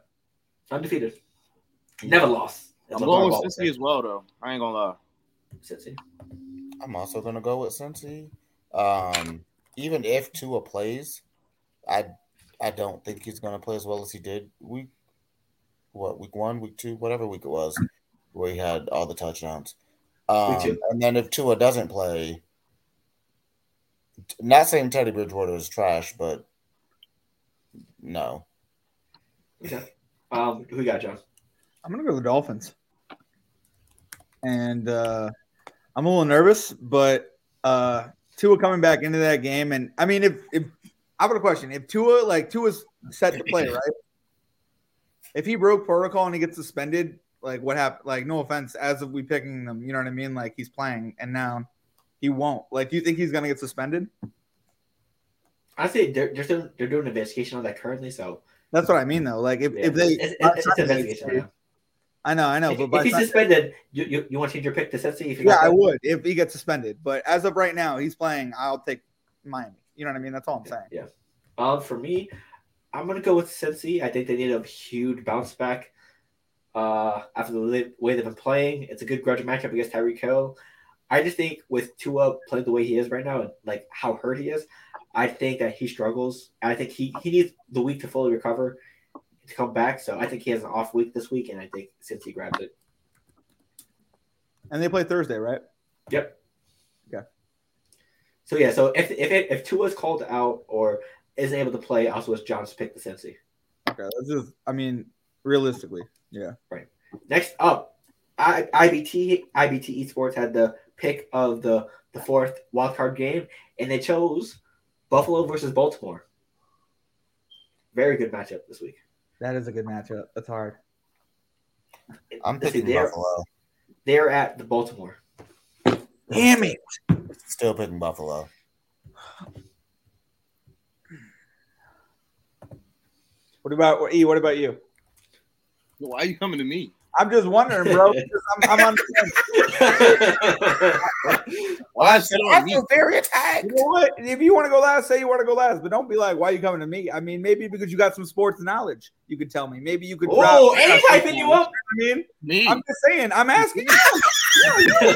Speaker 1: Undefeated. Never lost. It's
Speaker 4: I'm
Speaker 1: a
Speaker 4: going with
Speaker 1: ball.
Speaker 4: Cincy as well, though. I ain't gonna lie.
Speaker 1: Cincy.
Speaker 2: I'm also gonna go with Cincy. Um, even if Tua plays, I I don't think he's gonna play as well as he did week what week one, week two, whatever week it was, where he had all the touchdowns. Um,
Speaker 1: Week two.
Speaker 2: and then if Tua doesn't play, not saying Teddy Bridgewater is trash, but no,
Speaker 1: Um, who we got, John?
Speaker 3: I'm gonna go the Dolphins. And uh, I'm a little nervous, but uh, Tua coming back into that game, and I mean, if if I have a question, if Tua like Tua's set to play, right? If he broke protocol and he gets suspended, like what happened? Like, no offense, as of we picking them, you know what I mean? Like he's playing, and now he won't. Like, do you think he's gonna get suspended?
Speaker 1: I say they're they're, still, they're doing an investigation on that currently, so
Speaker 3: That's what I mean, though. Like, if,
Speaker 1: yeah.
Speaker 3: if they,
Speaker 1: it's, it's, it's an investigation. Right now.
Speaker 3: I know, I know,
Speaker 1: if,
Speaker 3: but
Speaker 1: if
Speaker 3: by
Speaker 1: he's
Speaker 3: the time-
Speaker 1: suspended, you, you, you want to change your pick to Cincy? If you're
Speaker 3: Yeah,
Speaker 1: not-
Speaker 3: I would if he gets suspended. But as of right now, he's playing. I'll take Miami. You know what I mean? That's all I'm saying.
Speaker 1: Yeah. Um, for me, I'm gonna go with Cincy. I think they need a huge bounce back. Uh, after the li- way they've been playing, it's a good grudge matchup against Tyreek Hill. I just think with Tua playing the way he is right now, and like how hurt he is, I think that he struggles. I think he he needs the week to fully recover to come back. So I think he has an off week this week, and I think Cincy grabs it.
Speaker 3: And they play Thursday, right?
Speaker 1: Yep.
Speaker 3: Okay.
Speaker 1: So yeah, so if if it, if Tua's called out or isn't able to play, I also it's John's pick the Cincy.
Speaker 3: Okay. This is. I mean, realistically, yeah.
Speaker 1: Next up, I, IBT IBT Esports had the pick of the the fourth wild card game, and they chose Buffalo versus Baltimore. Very good matchup this week.
Speaker 3: That is a good matchup. That's hard.
Speaker 2: I'm
Speaker 1: Let's see,
Speaker 2: picking
Speaker 1: they're,
Speaker 2: Buffalo.
Speaker 1: they're at the Baltimore.
Speaker 3: Damn it!
Speaker 2: Still picking Buffalo.
Speaker 3: What about E? What about you?
Speaker 4: Why are you coming to me?
Speaker 3: I'm just wondering, bro. 'cause I'm, I'm on. the fence.
Speaker 4: Why is it on
Speaker 2: I
Speaker 4: me?
Speaker 2: feel very attacked.
Speaker 3: You know what? If you want to go last, say you want to go last, but don't be like, "Why you coming to me?" I mean, maybe because you got some sports knowledge, you could tell me. Maybe you could. drop-
Speaker 1: oh, any typing you up?
Speaker 3: You know what I mean,
Speaker 4: Me?
Speaker 3: I'm just saying. I'm asking. you.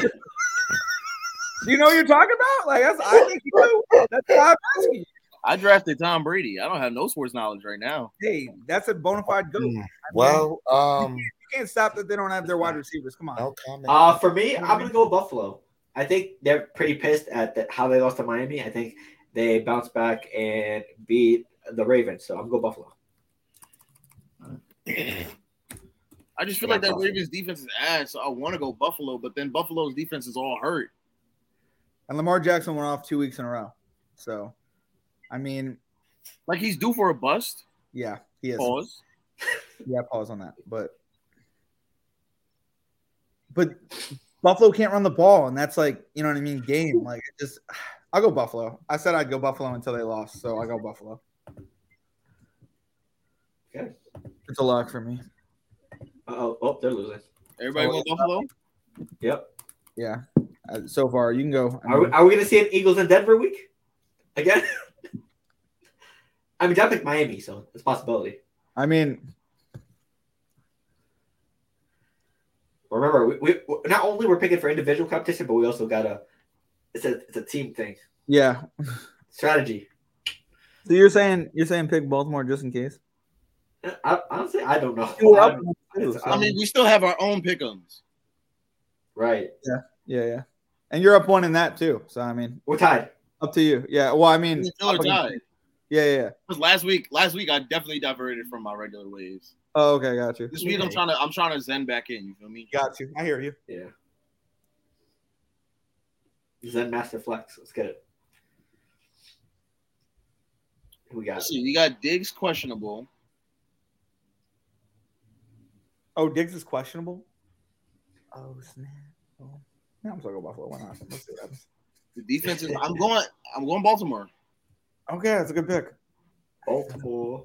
Speaker 3: Do you know what you're talking about? Like that's I think you do. That's why I'm asking you.
Speaker 4: I drafted Tom Brady. I don't have no sports knowledge right now.
Speaker 3: Hey, that's a bona fide goat. You
Speaker 2: Hmm. Well, um,
Speaker 3: can't stop that they don't have their wide receivers. Come on.
Speaker 2: no comment.
Speaker 1: Uh, for me, I'm gonna go Buffalo. I think they're pretty pissed at that how they lost to Miami. I think they bounce back and beat the Ravens. So I'm gonna go Buffalo.
Speaker 4: I just feel
Speaker 1: Yeah,
Speaker 4: like that
Speaker 1: Buffalo.
Speaker 4: Ravens defense is ass, so I want to go Buffalo, but then Buffalo's defense is all hurt.
Speaker 3: And Lamar Jackson went off two weeks in a row. So, I mean,
Speaker 4: Like he's due for a bust.
Speaker 3: yeah, he is.
Speaker 4: Pause.
Speaker 3: Yeah, pause on that. But, but Buffalo can't run the ball, and that's like you know what I mean. Game like it just, I'll go Buffalo. I said I'd go Buffalo until they lost, so I go Buffalo.
Speaker 1: Okay.
Speaker 3: it's a lock for me.
Speaker 1: Oh, oh, they're losing.
Speaker 4: Everybody
Speaker 3: Oh,
Speaker 4: go Buffalo.
Speaker 1: um, Yep.
Speaker 3: Yeah, Uh, so far you can go. I
Speaker 1: Are we,
Speaker 3: mean,
Speaker 1: are we going to see an Eagles in Denver week again? I mean, I picked Miami, so it's a possibility.
Speaker 3: I mean,
Speaker 1: Remember, we, we not only we're picking for individual competition, but we also got a it's a it's a team thing
Speaker 3: yeah.
Speaker 1: strategy.
Speaker 3: So you're saying you're saying pick Baltimore just in case.
Speaker 1: I, honestly, I don't know.
Speaker 3: You were
Speaker 1: I
Speaker 3: up.
Speaker 1: don't-
Speaker 3: too, so-
Speaker 4: I mean, we still have our own pickums.
Speaker 1: right,
Speaker 3: yeah, yeah, and you're up one in that too. So I mean,
Speaker 1: we're tied.
Speaker 3: up to you. Yeah. Well, I mean,
Speaker 4: We still are
Speaker 3: up against-
Speaker 4: tied.
Speaker 3: yeah, yeah. yeah.
Speaker 4: Because last week, last week I definitely diverted from my regular ways.
Speaker 3: Oh, okay, got you.
Speaker 4: This week I'm trying to I'm trying to zen back in. You feel me?
Speaker 3: Got you. I hear you.
Speaker 1: Yeah. Zen Master Flex. Let's get it. Who We got
Speaker 4: Let's see, we got Diggs questionable.
Speaker 3: Oh, Diggs is questionable. Oh snap! Oh. Yeah, I'm still go Buffalo. Why not? Let's see what happens.
Speaker 4: The defense is. I'm going. I'm going Baltimore.
Speaker 3: Okay, that's a good pick.
Speaker 1: Baltimore.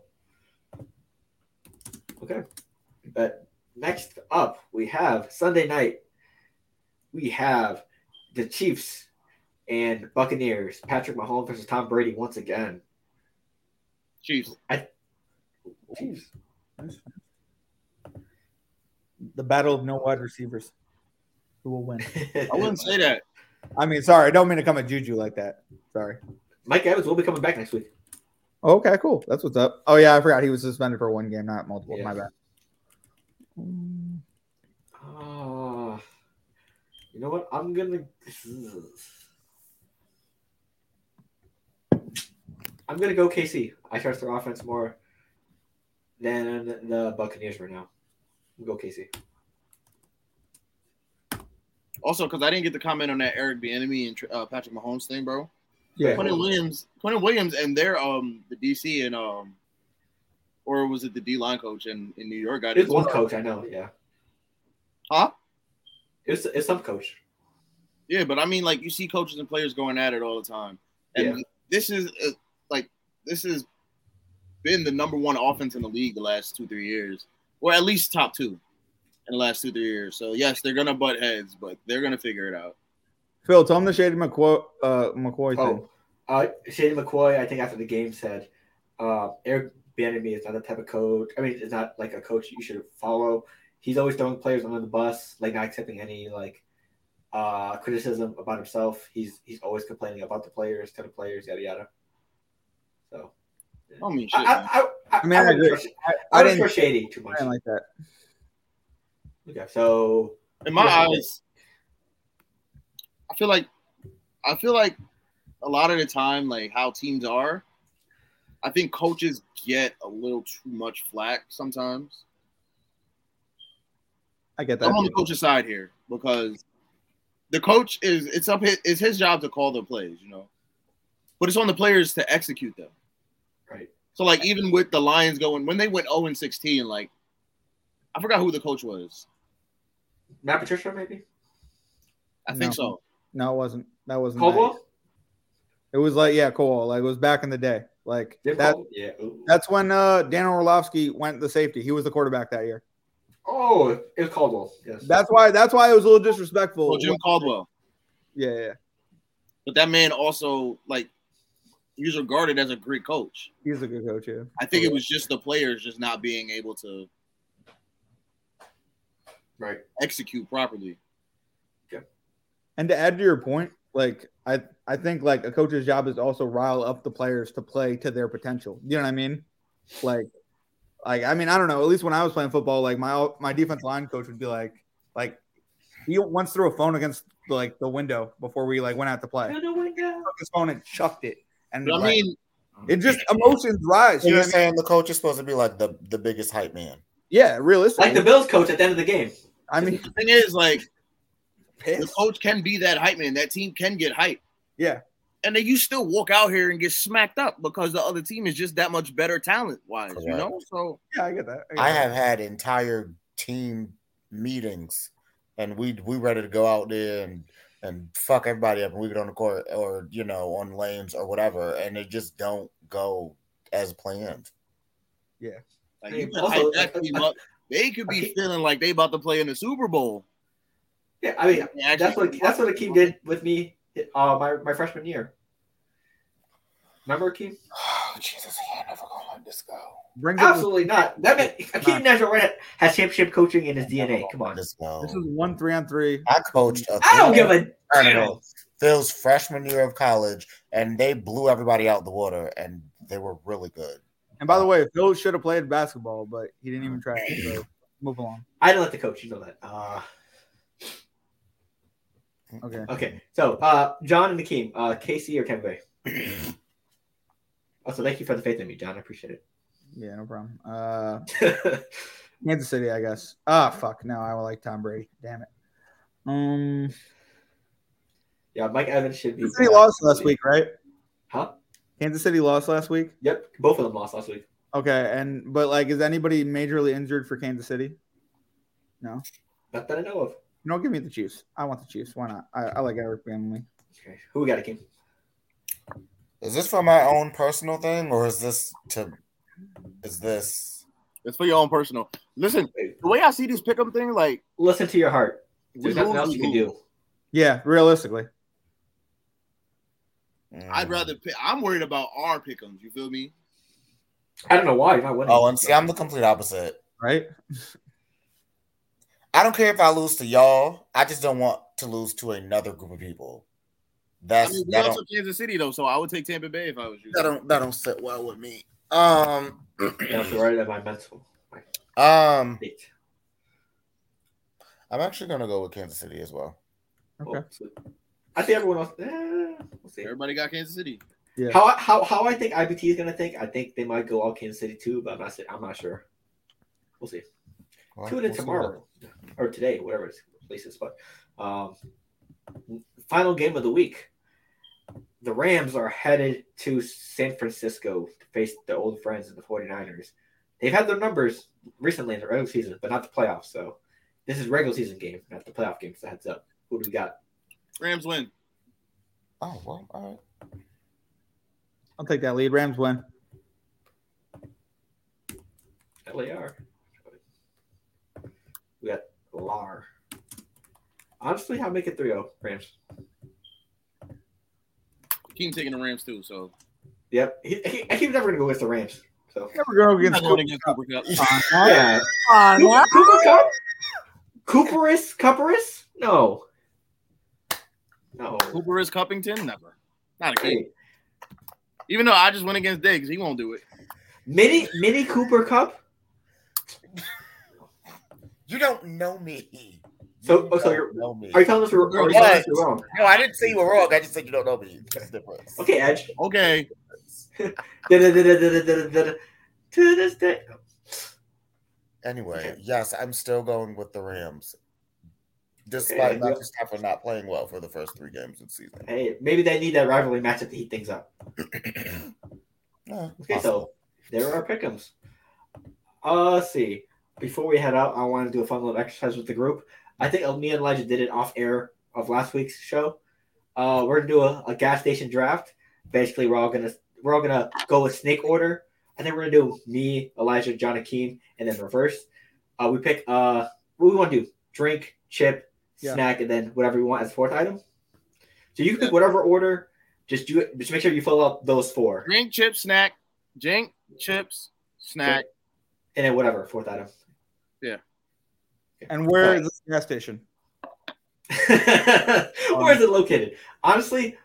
Speaker 1: Okay. But next up, we have Sunday night. We have the Chiefs and Buccaneers. Patrick Mahomes versus Tom Brady once again.
Speaker 4: Chiefs.
Speaker 1: Chiefs.
Speaker 3: The battle of no wide receivers. Who will win?
Speaker 4: I wouldn't say that.
Speaker 3: I mean, sorry, I don't mean to come at Juju like that. Sorry.
Speaker 1: Mike Evans will be coming back next week.
Speaker 3: Okay, cool. That's what's up. Oh yeah, I forgot he was suspended for one game, not multiple.
Speaker 1: Yeah.
Speaker 3: My bad. Mm,
Speaker 1: Uh, you know what? I'm gonna. I'm gonna go KC. I trust their offense more than the Buccaneers right now. We'll go KC.
Speaker 4: Also, because I didn't get to comment on that Eric Bieniemy and uh, Patrick Mahomes thing, bro.
Speaker 3: Yeah.
Speaker 4: Quentin Williams. Quentin Williams and their um the DC and um, or was it the D line coach in in New York? Got
Speaker 1: It's one
Speaker 4: injured?
Speaker 1: coach, I know. Yeah,
Speaker 4: Huh?
Speaker 1: it's it's some coach.
Speaker 4: Yeah, but I mean, like you see coaches and players going at it all the time, and this is uh, like this has been the number one offense in the league the last two three years, or at least top two in the last two three years. So yes, they're gonna butt heads, but they're gonna figure it out.
Speaker 3: Phil, tell him the shady McCoy uh, McCoy thing.
Speaker 1: Oh, uh, Shady McCoy. I think after the game said, uh, "Eric Bieniemy is not the type of coach. I mean, it's not like a coach you should follow. He's always throwing players under the bus, like not accepting any like uh, criticism about himself. He's he's always complaining about the players, to the players, yada yada." So
Speaker 4: I mean, shit. man.
Speaker 1: I I I, I,
Speaker 3: I mean, I
Speaker 1: I, don't
Speaker 3: agree.
Speaker 1: trust-
Speaker 3: I,
Speaker 1: I,
Speaker 3: I
Speaker 1: don't
Speaker 3: didn't
Speaker 1: trust Shady too much.
Speaker 3: I didn't like that.
Speaker 1: Okay, so
Speaker 4: in my
Speaker 1: Yeah.
Speaker 4: eyes, I feel like I feel like a lot of the time, like how teams are, I think coaches get a little too much flack sometimes.
Speaker 3: I get
Speaker 4: I'm on the
Speaker 3: that.
Speaker 4: coach's side here because the coach is it's up his, it's his job to call the plays, you know, but it's on the players to execute them.
Speaker 1: right,
Speaker 4: So like even with the Lions going when they went 0 and 16, like I forgot who the coach was.
Speaker 1: Matt Patricia maybe
Speaker 4: I
Speaker 3: No.
Speaker 4: think so.
Speaker 3: No, it wasn't. That wasn't.
Speaker 1: Caldwell.
Speaker 3: It was like, yeah, cool. Like it was back in the day. Like
Speaker 1: Jim
Speaker 3: that,
Speaker 1: Caldwell? Yeah. ooh.
Speaker 3: that's when uh Dan Orlovsky went the safety. He was the quarterback that year.
Speaker 1: Oh, it was Caldwell. Yes.
Speaker 3: That's why that's why it was a little disrespectful.
Speaker 4: Well, Jim Caldwell.
Speaker 3: yeah, yeah, yeah.
Speaker 4: But that man also like he was regarded as a great coach.
Speaker 3: He's a good coach, yeah.
Speaker 4: I think it was just the players just not being able to
Speaker 1: right.
Speaker 4: execute properly.
Speaker 3: And to add to your point, like I I think like a coach's job is to also rile up the players to play to their potential. You know what I mean? Like like I mean, I don't know. At least when I was playing football, like my my defense line coach would be like like he once threw a phone against like the window before we like went out to play.
Speaker 1: Oh my God.
Speaker 3: Took his phone and chucked it. And
Speaker 4: But I
Speaker 3: like,
Speaker 4: mean,
Speaker 3: It just emotions rise.
Speaker 2: So
Speaker 3: You know
Speaker 2: you're
Speaker 3: what I mean?
Speaker 2: saying the coach is supposed to be like the, the biggest hype man.
Speaker 3: Yeah, realistically.
Speaker 1: Like the Bills coach at the end of the game.
Speaker 3: I mean,
Speaker 4: the thing is like the
Speaker 3: pissed.
Speaker 4: coach can be that hype man. That team can get hype.
Speaker 3: Yeah.
Speaker 4: And then you still walk out here and get smacked up because the other team is just that much better talent wise, you
Speaker 2: Correct.
Speaker 4: know? So
Speaker 3: Yeah, I get that. get
Speaker 2: I
Speaker 3: that.
Speaker 2: have had entire team meetings and we we ready to go out there and and fuck everybody up and we get on the court or you know on lanes or whatever, and it just don't go as planned.
Speaker 4: Like,
Speaker 1: Hey,
Speaker 4: you could
Speaker 1: also,
Speaker 4: hype that team up. They could be
Speaker 1: okay.
Speaker 4: feeling like they about to play in the Super Bowl.
Speaker 1: Oh, Yeah, I mean,
Speaker 4: They actually-
Speaker 1: that's what that's what Akeem did with me uh, my, my freshman year. Remember Akeem?
Speaker 2: Oh Jesus, I can't never gonna let this go.
Speaker 3: Brings up this,
Speaker 1: Absolutely not. That meant Akeem Najee Red has championship coaching in his DNA. Come on.
Speaker 2: Let's go.
Speaker 3: this is one three on three.
Speaker 2: I coached. I
Speaker 1: I don't give a
Speaker 2: tournament Phil's freshman year of college, and they blew everybody out the water, and they were really good.
Speaker 3: And by the way, Phil should have played basketball, but he didn't even try. So move along.
Speaker 1: I didn't let the coach. You know that. Uh,
Speaker 3: Okay.
Speaker 1: okay, so uh, John and Akeem, uh, Casey or Kembe. also, thank you for the faith in me, John. I appreciate
Speaker 3: Yeah, no problem. Uh,
Speaker 1: it.
Speaker 3: Kansas City, I guess. Ah, fuck. No, I like Tom Brady. Damn it. Um,
Speaker 1: yeah, Mike Evans should be.
Speaker 3: Kansas City lost last week, right?
Speaker 1: Huh?
Speaker 3: Kansas City lost last week.
Speaker 1: Yep, both of them lost last week.
Speaker 3: Okay, and but like, is anybody majorly injured for Kansas City?
Speaker 1: Not that I know of.
Speaker 3: No, give me the Chiefs. I want the Chiefs. Why not? I, I like Eric Family.
Speaker 1: Okay, who we got, Akeem?
Speaker 2: Is this for my own personal thing, or is this to? Is this?
Speaker 4: It's for your own personal. Listen, the way I see this pick'em thing, like
Speaker 1: Listen to your heart.
Speaker 4: we
Speaker 1: There's nothing
Speaker 4: lose,
Speaker 1: else
Speaker 4: we
Speaker 1: you can
Speaker 4: lose.
Speaker 1: do.
Speaker 3: Yeah, realistically.
Speaker 2: mm.
Speaker 4: I'd rather. Pick, I'm worried about our pick'ems. You feel me?
Speaker 1: I don't know why. You're not winning.
Speaker 2: Oh, and see, I'm the complete opposite.
Speaker 3: Right?
Speaker 2: I don't care if I lose to y'all. I just don't want to lose to another group of people.
Speaker 4: I
Speaker 2: That's
Speaker 4: mean, we
Speaker 2: that,
Speaker 4: also
Speaker 2: don't,
Speaker 4: Kansas City though, so I would take Tampa Bay if I was you.
Speaker 2: that don't that don't sit well with me. Um,
Speaker 1: Yeah, I'm right at my mental
Speaker 2: um,
Speaker 1: state.
Speaker 2: I'm actually gonna go with Kansas City as well.
Speaker 1: Oh,
Speaker 3: Okay.
Speaker 1: so- I think everyone else. Eh, we'll see.
Speaker 4: Everybody got Kansas City.
Speaker 3: Yeah.
Speaker 1: How, how how I think IBT is gonna think? I think they might go all Kansas City too, but I'm not I'm not sure. We'll see.
Speaker 2: Well,
Speaker 1: Tune
Speaker 2: we'll
Speaker 1: in
Speaker 2: see what-
Speaker 1: tomorrow or today, whatever it's places. But um, final game of the week, the Rams are headed to San Francisco to face their old friends in the 49ers. They've had their numbers recently in the regular season, but not the playoffs. So this is regular season game, not the playoff game. So heads up. Who do we got?
Speaker 4: Rams win.
Speaker 2: Oh well, all right.
Speaker 3: I'll take that lead. Rams win.
Speaker 1: LAR. We got LAR. Honestly, I'll make it 3 0 Rams.
Speaker 4: Keep taking the Rams too. So
Speaker 1: Yep. He, he, he's never going to go against the Rams. So.
Speaker 3: Never go
Speaker 4: I'm
Speaker 3: against
Speaker 4: not going against Cooper Cup.
Speaker 1: Yeah. Cooper, Cooper Cup? Cooperus? Cooperus? No. No.
Speaker 4: Cooper is Cuppington. Never. Not a game.
Speaker 1: Hey,
Speaker 4: Even though I just went against Diggs, he won't do it.
Speaker 1: mini Mini Cooper Cup?
Speaker 2: You don't know me.
Speaker 1: So-
Speaker 2: You
Speaker 1: oh, so
Speaker 2: don't
Speaker 1: you're-
Speaker 2: know me.
Speaker 1: Are you telling us we're, are you telling us we're wrong?
Speaker 2: no, I didn't say you were wrong. I just said you don't know me. That's different.
Speaker 1: Okay, Edge.
Speaker 4: Okay.
Speaker 1: Da-da-da-da-da-da-da-da. To this day.
Speaker 2: Anyway, yes, I'm still going with the Rams, despite
Speaker 1: Okay.
Speaker 2: Matthew Stafford not playing well for the first three games of the season.
Speaker 1: Hey, maybe they need that rivalry matchup to heat things up.
Speaker 2: Yeah,
Speaker 1: Okay,
Speaker 2: possible.
Speaker 1: so there are pickums. Uh, let's see. Before we head out, I want to do a fun little exercise with the group. I think me and Elijah did it off air of last week's show. Uh, we're gonna do a, a gas station draft. Basically, we're all gonna we're all gonna go with snake order. I think we're gonna do me, Elijah, John Akeem, and then reverse. Uh, we pick uh what we want to do: drink, chip,
Speaker 3: Yeah.
Speaker 1: snack, and then whatever we want as fourth item. So you can pick whatever order. Just do it. Just make sure you fill out those four,
Speaker 4: Drink, chip, snack. Drink, chips, snack.
Speaker 1: and then whatever fourth item.
Speaker 3: And where is this gas station?
Speaker 1: Where is it located? Honestly,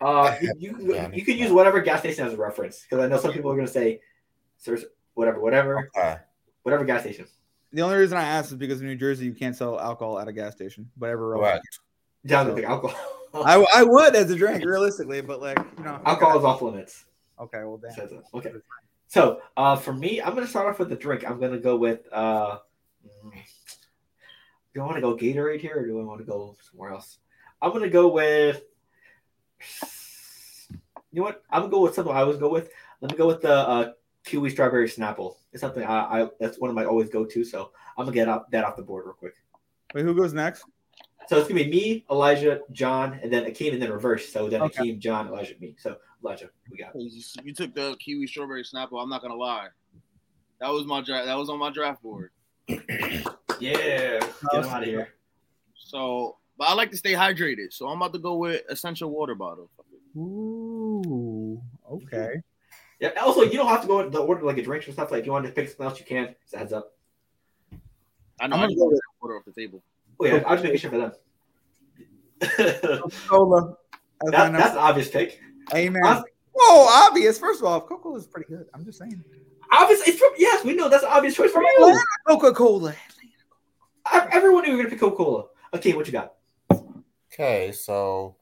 Speaker 1: uh, you, you, can
Speaker 2: Yeah, I
Speaker 1: go-
Speaker 2: need
Speaker 1: you can
Speaker 2: to
Speaker 1: use
Speaker 2: know.
Speaker 1: whatever gas station as a reference because I know some people are going to say, "Sir, whatever, whatever,
Speaker 2: Okay.
Speaker 1: whatever gas station."
Speaker 3: The only reason I asked is because in New Jersey you can't sell alcohol at a gas station, but every road.
Speaker 2: Right.
Speaker 1: Down with the alcohol.
Speaker 3: I, I would as a drink, realistically, but like you know,
Speaker 1: alcohol is off limits.
Speaker 3: Okay, well damn.
Speaker 1: Says it. Okay. So uh, for me, I'm going to start off with the drink. I'm going to go with. Uh, mm, do I want to go Gatorade here, or do I want to go somewhere else? I'm going to go with. You know what? I'm gonna go with something I always go with. Let me go with the uh, kiwi strawberry snapple. It's something I, I that's one of my always go to. So I'm gonna get off that off the board real quick.
Speaker 3: Wait, who goes next?
Speaker 1: So it's gonna be me, Elijah, John, and then Akeem, and then reverse. So then
Speaker 3: Okay.
Speaker 1: Akeem, John, Elijah, me. So Elijah, we got.
Speaker 4: You s- you took the kiwi strawberry snapple. I'm not gonna lie, that was my draft. That was on my draft board.
Speaker 1: Yeah, get him out of here.
Speaker 4: So, but I like to stay hydrated. So I'm about to go with essential water bottle.
Speaker 3: Ooh. Okay.
Speaker 1: Yeah. Also, you don't have to go in the order like a drink or stuff. Like, if you want to pick something else, you can. Just a heads up.
Speaker 4: I know
Speaker 3: I'm
Speaker 4: I
Speaker 3: gonna
Speaker 4: just
Speaker 3: go
Speaker 4: want water off the table.
Speaker 1: Oh yeah, I'll just make sure for them. that,
Speaker 3: Coca-Cola. As I know-
Speaker 1: that's an obvious pick.
Speaker 3: Amen.
Speaker 1: Ob-
Speaker 3: Whoa, obvious. First of all, Coca-Cola is pretty good. I'm just saying.
Speaker 1: Obvious. It's from yes. We know that's an obvious choice from you.
Speaker 3: Atlanta Coca-Cola.
Speaker 1: I, everyone knew you were gonna pick Coca Cola. Okay, what you got?
Speaker 2: Okay, so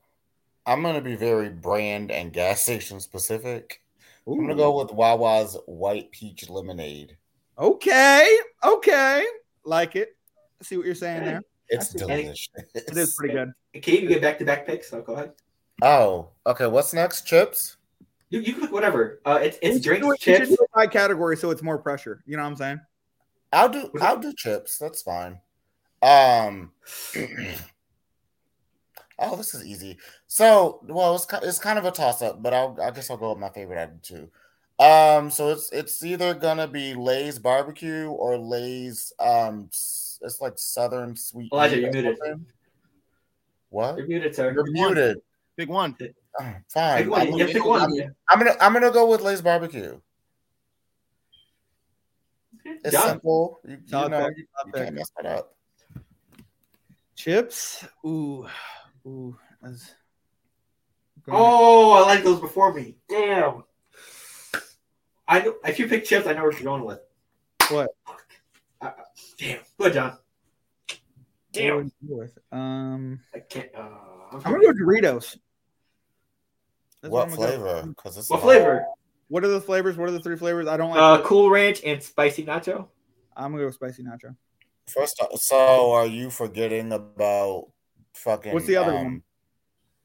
Speaker 2: I'm gonna be very brand and gas station specific. I'm gonna go with Wawa's White Peach Lemonade.
Speaker 3: Okay. Okay. Like it. I see what you're saying there.
Speaker 2: It's
Speaker 1: That's okay.
Speaker 2: delicious.
Speaker 3: It is pretty good.
Speaker 1: Okay, you get back to back picks. So go ahead.
Speaker 2: Oh, okay. What's next? Chips.
Speaker 1: You, you can pick whatever. Uh, it's
Speaker 3: We
Speaker 1: it's
Speaker 3: should
Speaker 1: drinks,
Speaker 3: do it- we should
Speaker 1: chips.
Speaker 3: do it by category so it's more pressure. You know what I'm saying?
Speaker 2: I'll do.
Speaker 1: Was it-
Speaker 2: I'll do chips. That's fine. Um. oh, this is easy. So, well, it's ki- it's kind of a toss up, but I'll I guess I'll go with my favorite item too. Um. So it's it's either gonna be Lay's barbecue or Lay's um. s- It's like Southern sweet.
Speaker 1: Elijah,
Speaker 2: meat
Speaker 1: you're
Speaker 2: or
Speaker 1: muted.
Speaker 2: something. What?
Speaker 1: You're muted, sir.
Speaker 2: You're muted.
Speaker 4: Pick one.
Speaker 2: Oh, fine.
Speaker 1: Pick one.
Speaker 2: I'm,
Speaker 1: You pick one.
Speaker 2: I'm gonna I'm gonna go with Lay's barbecue. It's
Speaker 1: John.
Speaker 2: simple. You, you
Speaker 3: Solid
Speaker 2: know,
Speaker 3: pick,
Speaker 2: you,
Speaker 3: solid
Speaker 2: you can't
Speaker 3: pick.
Speaker 2: mess that up.
Speaker 3: Chips. Ooh. Ooh. That's-
Speaker 1: Oh, I like those before me. Damn. I know, if you pick chips, I know what you're going with.
Speaker 3: What?
Speaker 1: Fuck. I- I- damn. Good, John. Damn.
Speaker 3: Um,
Speaker 1: I can't. Uh,
Speaker 3: I'm gonna go with Doritos. That's
Speaker 2: what
Speaker 3: I'm gonna go with.
Speaker 2: flavor? Because it's
Speaker 1: what
Speaker 2: a-
Speaker 1: flavor?
Speaker 3: What are the flavors? What are the three flavors? I don't like.
Speaker 1: Uh, cool Ranch and spicy nacho.
Speaker 3: I'm gonna go with spicy nacho.
Speaker 2: First, off, so are you forgetting about fucking? um,
Speaker 3: What's the other one?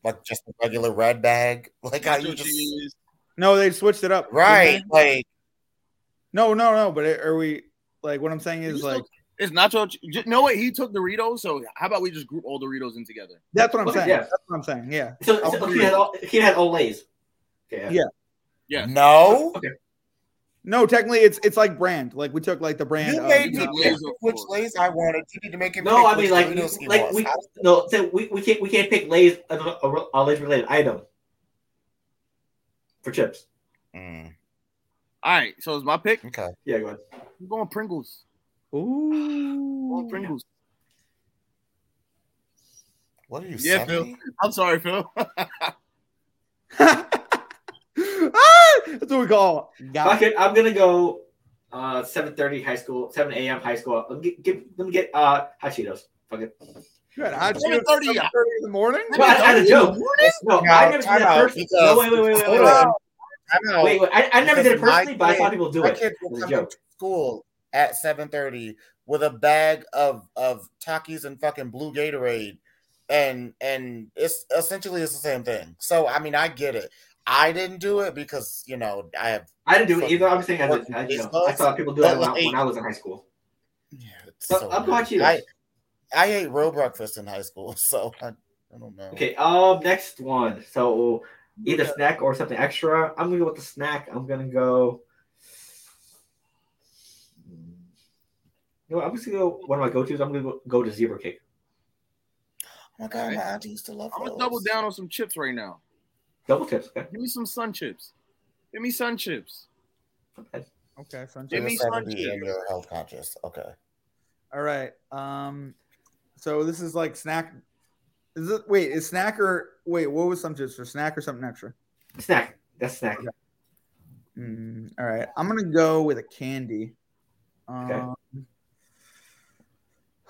Speaker 2: Like just a regular red bag, like how you
Speaker 4: Nacho
Speaker 2: just
Speaker 4: cheese.
Speaker 3: No, they switched it up.
Speaker 2: right, like
Speaker 3: No, no, no. But are we like what I'm saying is
Speaker 4: You
Speaker 3: like
Speaker 4: took- It's nacho. che- j- No, wait. He took Doritos. So how about we just group all Doritos in together?
Speaker 3: that's what I'm
Speaker 1: Okay,
Speaker 3: saying.
Speaker 1: yeah.
Speaker 3: That's what I'm saying. Yeah.
Speaker 1: So,
Speaker 3: I'll
Speaker 1: so
Speaker 3: do
Speaker 1: he had all he had all Lay's. Yeah.
Speaker 3: Yeah.
Speaker 4: Yeah.
Speaker 2: no.
Speaker 1: Okay.
Speaker 3: No, technically it's it's like brand. Like we took like the brand.
Speaker 2: You
Speaker 3: of-
Speaker 2: made
Speaker 4: you
Speaker 2: me
Speaker 4: know,
Speaker 2: pick
Speaker 4: Lay's or
Speaker 2: which
Speaker 4: four.
Speaker 2: lays I wanted. You need to make him.
Speaker 1: No,
Speaker 2: pick
Speaker 1: I mean
Speaker 2: which
Speaker 1: like
Speaker 2: Doritos he
Speaker 1: like
Speaker 2: wants.
Speaker 1: we
Speaker 2: How-
Speaker 1: no so we, we can't we can't pick Lay's a, a, a Lay's related item for chips.
Speaker 2: Mm,
Speaker 4: All right. So it's my pick.
Speaker 2: okay.
Speaker 1: Yeah, go ahead.
Speaker 4: I'm going Pringles. I'm going
Speaker 3: Ooh.
Speaker 4: Pringles.
Speaker 2: What are you?
Speaker 4: Yeah, Phil.
Speaker 2: 70?
Speaker 4: I'm sorry, Phil.
Speaker 3: ah, that's what we call. it.
Speaker 1: Fuck it, I'm gonna go uh 7:30 high school, 7 a.m. high school. I'll get, get, let me get uh hot Cheetos. Fuck it.
Speaker 3: Good. Hot Cheetos,
Speaker 4: 7:30.
Speaker 3: 7:30 in the morning.
Speaker 1: No, I, I had a joke. No, I
Speaker 2: Now,
Speaker 1: never did
Speaker 2: time
Speaker 1: that
Speaker 2: out,
Speaker 1: personally.
Speaker 2: because-
Speaker 1: No, wait, wait, wait, wait, wait,
Speaker 2: Hold
Speaker 1: wait.
Speaker 2: on. Time out.
Speaker 1: Wait, wait, I, I never did it
Speaker 2: Because my
Speaker 1: personally, but I saw
Speaker 2: kid-
Speaker 1: people do
Speaker 2: My
Speaker 1: it.
Speaker 2: kids
Speaker 1: It's
Speaker 2: will
Speaker 1: a
Speaker 2: come
Speaker 1: joke.
Speaker 2: to school at 7:30 with a bag of of Takis and fucking blue Gatorade, and and it's essentially it's the same thing. So I mean, I get it. I didn't do it because you know I have.
Speaker 1: I didn't do it
Speaker 2: Fucking
Speaker 1: either. I'm saying I, did, I, you know, I saw people do
Speaker 2: But
Speaker 1: that when I,
Speaker 2: like-
Speaker 1: when I was in high school.
Speaker 2: Yeah, it's
Speaker 1: So,
Speaker 2: so
Speaker 1: I'm
Speaker 2: weird.
Speaker 1: glad you-
Speaker 2: I, I ate real breakfast in high school, so I, I don't know.
Speaker 1: Okay, um, next one. So either snack or something extra. I'm gonna go with the snack. I'm gonna go. You know, what, I'm just gonna go. One of my go-to's. I'm gonna go, go to zebra cake.
Speaker 2: Oh my god, my auntie used to love.
Speaker 4: I'm gonna
Speaker 2: those.
Speaker 4: double down on some chips right now.
Speaker 1: Double tips. Okay.
Speaker 4: Give me some sun chips. Give me sun chips.
Speaker 1: okay.
Speaker 3: Okay, sunshine.
Speaker 2: You're
Speaker 4: Jimmy
Speaker 2: 70
Speaker 4: Sanchez.
Speaker 2: and you're health conscious. Okay.
Speaker 3: All right. Um, so this is like snack. Is it wait? Is snack or wait? What was some chips for snack or something extra?
Speaker 1: Snack. That's snack.
Speaker 3: Mm, all right, I'm gonna go with a candy. Um,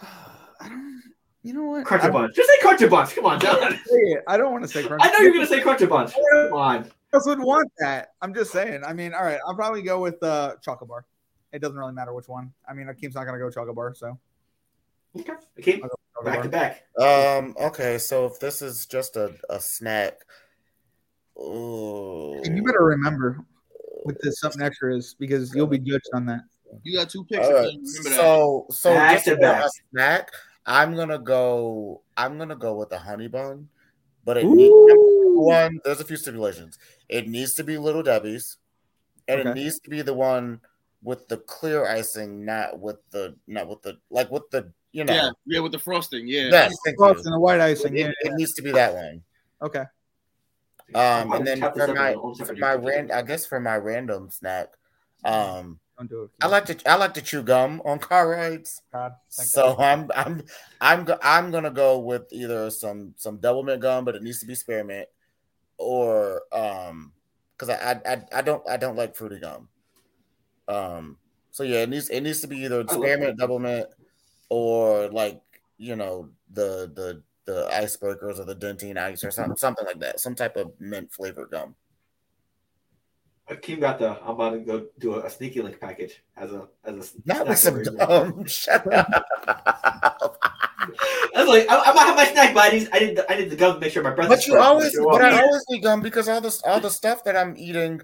Speaker 3: I don't. You know what? I
Speaker 1: Cruncher
Speaker 3: don't,
Speaker 1: bunch. Just say cruncher bunch. Come on, John.
Speaker 3: say it. I don't want to say crunch.
Speaker 1: I know you're gonna say cruncher bunch. Come on.
Speaker 3: else would want that. I'm just saying. I mean, all right, I'll probably go with uh, chocolate bar. It doesn't really matter which one. I mean, Akeem's not gonna go chocolate bar, so
Speaker 1: Okay. Okay.
Speaker 3: I'll go with
Speaker 1: Back to
Speaker 3: chocolate bar.
Speaker 1: back.
Speaker 2: Um. Okay. So if this is just a, a snack, ooh,
Speaker 3: And you better remember what this something extra is because you'll be judged on that.
Speaker 4: You got two picks.
Speaker 2: All right.
Speaker 4: Remember that.
Speaker 2: So so
Speaker 1: Back
Speaker 2: just
Speaker 1: to
Speaker 2: for a
Speaker 1: back.
Speaker 2: snack. I'm gonna go. I'm gonna go with the honey bun, but it needs
Speaker 3: Ooh.
Speaker 2: one. There's a few stipulations. It needs to be Little Debbie's, and it
Speaker 3: Okay.
Speaker 2: needs to be the one with the clear icing, not with the not with the like with the you know.
Speaker 4: Yeah, yeah, with the frosting. Yeah.
Speaker 2: Yes, thank
Speaker 3: Frosting
Speaker 2: you.
Speaker 3: and the white icing.
Speaker 2: It,
Speaker 3: Yeah.
Speaker 2: it needs to be that one.
Speaker 3: Okay.
Speaker 2: Um, and then
Speaker 1: Tap this
Speaker 2: for
Speaker 1: up
Speaker 2: my
Speaker 1: and I'll tap
Speaker 2: for
Speaker 1: it.
Speaker 2: my ran, I guess for my random snack, um,
Speaker 3: Don't do it.
Speaker 2: I like to I like to chew gum on car rides.
Speaker 3: God, thank
Speaker 2: So I'm I'm I'm go- I'm gonna go with either some some double mint gum, but it needs to be spearmint, or um, because I, I I I don't I don't like fruity gum. Um. So yeah, it needs it needs to be either
Speaker 1: that.
Speaker 2: spearmint, double mint, or like you know the the the icebreakers or the dentine ice or something something like that, some type of mint flavored gum.
Speaker 1: Akeem got the. I'm about to go do a, sneaky link package as a as a.
Speaker 2: Not
Speaker 1: snack
Speaker 2: with some
Speaker 1: every day.
Speaker 2: gum. Shut up.
Speaker 1: I was like, I, I might have my snack buddies. I did. I did the gum to make sure my breath.
Speaker 2: But
Speaker 1: is
Speaker 2: you
Speaker 1: fresh.
Speaker 2: always,
Speaker 1: You're
Speaker 2: but I
Speaker 1: welcome.
Speaker 2: always eat gum because all this, all the stuff that I'm eating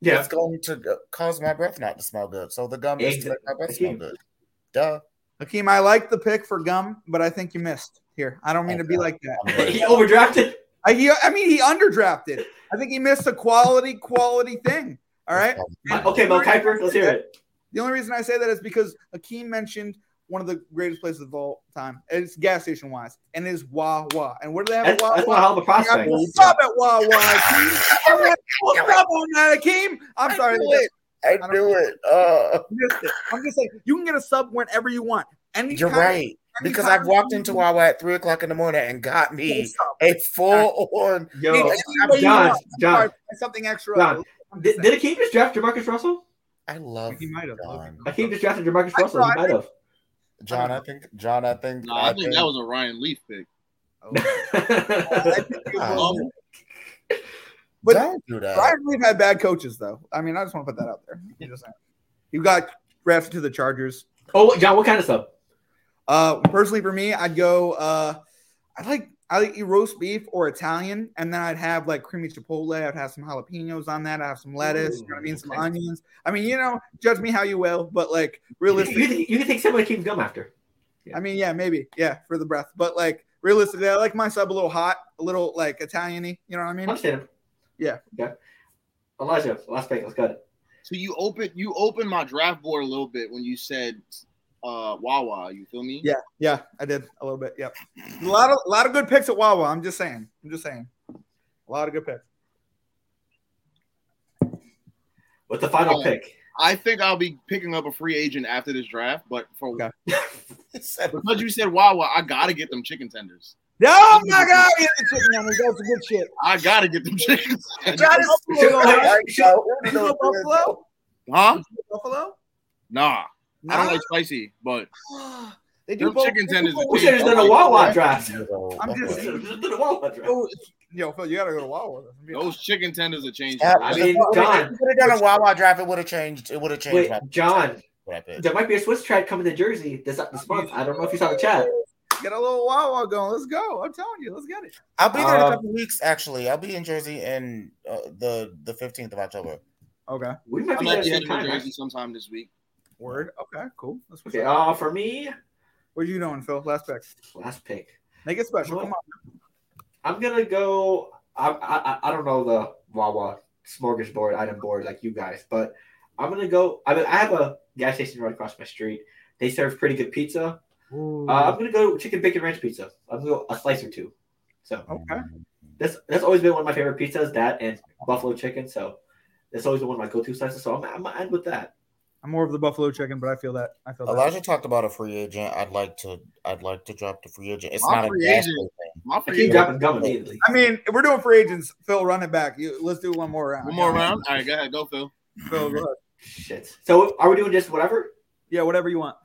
Speaker 1: yeah.
Speaker 2: is going to g- cause my breath not to smell good. So the gum is to make my breath smell good. Duh.
Speaker 3: Hakeem, I like the pick for gum, but I think you missed here. I don't mean to be
Speaker 2: Okay.
Speaker 3: like that.
Speaker 2: I'm ready.
Speaker 1: he overdrafted.
Speaker 3: I, he, I mean, he underdrafted. I think he missed a quality, quality thing. All right.
Speaker 1: Okay, Mel Kiper, let's hear it.
Speaker 3: The only reason I say that is because Akeem mentioned one of the greatest places of all time. And It's gas station wise, and it is Wawa. And what do they have
Speaker 1: That's,
Speaker 3: at
Speaker 1: that's
Speaker 3: Wawa?
Speaker 1: not a hell of a
Speaker 3: I got
Speaker 1: prospect.
Speaker 3: full stop at Wawa. Akeem. I got full stop on that, Akeem. I'm
Speaker 2: I
Speaker 3: sorry.
Speaker 2: knew
Speaker 3: that's-
Speaker 2: it. I knew it. Uh,
Speaker 3: you missed it. I'm just like, you can get a sub whenever you want. Anytime,
Speaker 2: you're right because I've walked into Wawa at three o'clock in the morning and got
Speaker 3: Full
Speaker 2: me
Speaker 3: stop.
Speaker 2: a full on.
Speaker 3: Any
Speaker 1: Yo,
Speaker 3: way you
Speaker 1: John,
Speaker 3: want.
Speaker 1: John.
Speaker 3: Sorry, something extra.
Speaker 1: John,
Speaker 3: I'm just
Speaker 1: did, did Akeem just draft Jamarcus Russell?
Speaker 2: I love
Speaker 3: He might have.
Speaker 2: John.
Speaker 1: Akeem just drafted Jamarcus
Speaker 3: I
Speaker 1: Russell. He
Speaker 3: thought-
Speaker 1: might have.
Speaker 2: John. I think John. I think.
Speaker 4: Nah, I think that was a Ryan Leaf pick.
Speaker 3: saying.
Speaker 2: Oh.
Speaker 3: But-
Speaker 2: don't do that.
Speaker 3: Brian Reed had bad coaches, though. I mean, I just want to put that out there. I'm just saying. You got drafted to the Chargers.
Speaker 1: oh, John, what kind of stuff?
Speaker 3: Uh, personally, for me, I'd go. Uh, I like I like eat roast beef or Italian, and then I'd have like creamy chipotle. I'd have some jalapenos on that. I have some lettuce. you know what I mean? Some
Speaker 1: Ooh, okay.
Speaker 3: onions. I mean, you know, judge me how you will, but like
Speaker 1: You, you,
Speaker 3: realistically,
Speaker 1: you can take some of Akeem's gum after.
Speaker 3: I mean, yeah, maybe, yeah, for the breath, but like realistically, I like my sub a little hot, a little like Italian-y. You know what I mean?
Speaker 1: Understand him.
Speaker 3: Yeah.
Speaker 1: Yeah. Elijah, last pick. Let's go.
Speaker 4: So you open you opened my draft board a little bit when you said uh Wawa, you feel me?
Speaker 3: Yeah, yeah, I did a little bit. Yep, a lot of a lot of good picks at Wawa. I'm just saying. I'm just saying, a lot of good picks.
Speaker 1: With the final
Speaker 4: Oh.
Speaker 1: pick.
Speaker 4: I think I'll be picking up a free agent after this draft, but for
Speaker 3: Okay.
Speaker 4: because you said Wawa, I gotta get them chicken tenders.
Speaker 3: No,
Speaker 1: oh
Speaker 3: I'm not gonna argue with the chicken numbers. That's good shit.
Speaker 4: I gotta get them chicken tenders.
Speaker 3: John is-
Speaker 2: I know.
Speaker 3: You go Buffalo?
Speaker 4: Huh?
Speaker 3: Buffalo?
Speaker 4: Nah. I don't
Speaker 3: Nah.
Speaker 4: like spicy, but
Speaker 3: They do
Speaker 4: them
Speaker 3: both.
Speaker 4: chicken tenders. are
Speaker 1: We
Speaker 4: good.
Speaker 1: should have done a Wawa draft.
Speaker 3: I'm
Speaker 1: We
Speaker 3: just-
Speaker 1: should have done a Wawa draft.
Speaker 3: Oh, Yo, Phil, you gotta go to Wawa.
Speaker 4: Those chicken tenders are changing.
Speaker 2: Yeah,
Speaker 1: I mean, John.
Speaker 2: would have done a Wawa draft. It would have changed. It would have changed.
Speaker 1: Wait,
Speaker 2: my-
Speaker 1: John,
Speaker 2: what I picked.
Speaker 1: there might be a Swiss trad coming to Jersey this, this month. I don't know if you saw the chat.
Speaker 3: Get a little Wawa going. Let's go. I'm telling you, let's get it.
Speaker 2: I'll be there in a
Speaker 1: Uh,
Speaker 2: couple weeks. Actually, I'll be in Jersey in uh, the the fifteenth of October.
Speaker 3: Okay.
Speaker 1: We might
Speaker 4: I
Speaker 1: be
Speaker 4: might
Speaker 1: there
Speaker 4: be
Speaker 1: same
Speaker 4: heading to
Speaker 1: time.
Speaker 4: Jersey
Speaker 1: actually.
Speaker 4: sometime this week.
Speaker 3: Word. Okay. Cool. That's what's
Speaker 1: Okay,
Speaker 3: up.
Speaker 1: uh, for me,
Speaker 3: What you doing, Phil? Last pick.
Speaker 1: last pick.
Speaker 3: Make it special.
Speaker 1: Well,
Speaker 3: Come on.
Speaker 1: I'm gonna go. I I I- I don't know the Wawa smorgasbord item board like you guys, but I'm gonna go. I mean, I have a gas station right across my street. They serve pretty good pizza. Uh, I'm gonna go chicken bacon ranch pizza. I'm gonna go a slice or two. So
Speaker 3: Okay.
Speaker 1: that's that's always been one of my favorite pizzas. That and buffalo chicken. So that's always been one of my go-to slices. So I'm I'm gonna end with that.
Speaker 3: I'm more of the Buffalo chicken, but I feel that. I feel that.
Speaker 2: Elijah talked about a free agent. I'd like to. I'd like to drop the free agent. It's
Speaker 4: My
Speaker 2: not a
Speaker 4: free
Speaker 2: gas
Speaker 4: agent.
Speaker 2: station.
Speaker 4: My
Speaker 1: I
Speaker 4: free
Speaker 1: keep
Speaker 4: agent.
Speaker 1: dropping gum immediately.
Speaker 3: I mean, if we're doing free agents, Phil, run it back. You, let's do one more round.
Speaker 4: One more round. All right, go ahead, go Phil.
Speaker 3: Phil, go ahead.
Speaker 1: Shit. So are we doing just whatever?
Speaker 3: Yeah, whatever you want.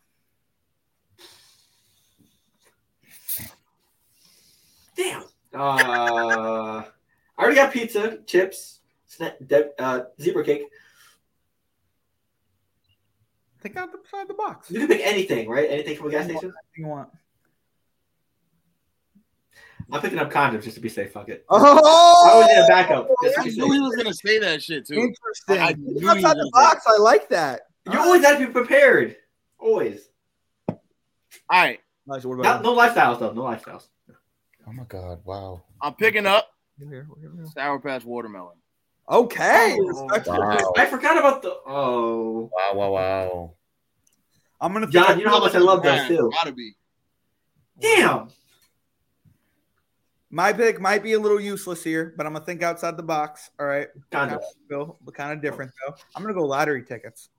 Speaker 1: Damn. Uh, I already got pizza, chips, snack, de- uh, zebra cake.
Speaker 3: Think outside the box.
Speaker 1: You can pick anything, right? Anything from a gas station.
Speaker 3: you want.
Speaker 1: I'm picking up condoms just to be safe. Fuck
Speaker 4: Oh!
Speaker 1: it. I always need
Speaker 3: Oh,
Speaker 1: a backup. Just to
Speaker 4: I
Speaker 1: be
Speaker 4: knew he
Speaker 1: safe.
Speaker 4: was gonna say that shit too.
Speaker 3: interesting.
Speaker 4: I knew
Speaker 3: Think
Speaker 4: you
Speaker 3: outside the
Speaker 4: was
Speaker 3: box. I like that.
Speaker 1: You always have to be prepared. Always.
Speaker 4: All right,
Speaker 3: Nice. What
Speaker 1: Not,
Speaker 3: about
Speaker 1: no lifestyles though. No lifestyles.
Speaker 2: Oh my god! Wow.
Speaker 4: I'm picking up
Speaker 3: you? Here, here, here.
Speaker 4: Sour Patch Watermelon.
Speaker 3: Okay. respectful.
Speaker 2: Wow.
Speaker 1: I forgot about the. Oh,
Speaker 2: Wow! Wow! Wow!
Speaker 3: I'm gonna.
Speaker 1: John, you know how much I love those too.
Speaker 4: Gotta be.
Speaker 1: Damn.
Speaker 3: My pick might be a little useless here, but I'm gonna think outside the box. All right,
Speaker 1: Kind of.
Speaker 3: Bill, but kind of different though. I'm gonna go lottery tickets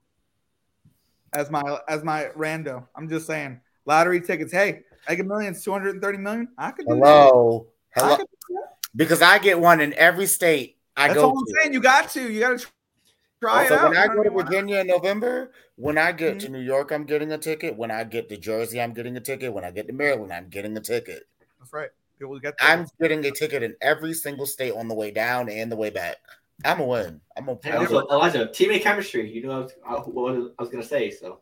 Speaker 3: as my as my rando. I'm just saying lottery tickets. Hey, Mega Millions, 230 million. I could do that.
Speaker 2: Hello.
Speaker 3: I
Speaker 2: Hello.
Speaker 3: could do that.
Speaker 2: Because I get one in every state I
Speaker 3: That's
Speaker 2: go
Speaker 3: all I'm
Speaker 2: to.
Speaker 3: saying. You got to. You got to try it
Speaker 2: So
Speaker 3: out.
Speaker 2: when I
Speaker 3: You know Mm-hmm.
Speaker 2: go
Speaker 3: what
Speaker 2: to
Speaker 3: I mean?
Speaker 2: Virginia in November, when I get to New York, I'm getting a ticket. When I get to Jersey, I'm getting a ticket. When I get to Maryland, I'm getting a ticket.
Speaker 3: That's right. People get
Speaker 2: I'm getting a ticket in every single state on the way down and the way back. I'm a win. I'm a
Speaker 1: Hey,
Speaker 3: I
Speaker 2: I'm
Speaker 1: also,
Speaker 2: a-
Speaker 1: Elijah, teammate chemistry. You knew I was, I, what I was- I was gonna say, so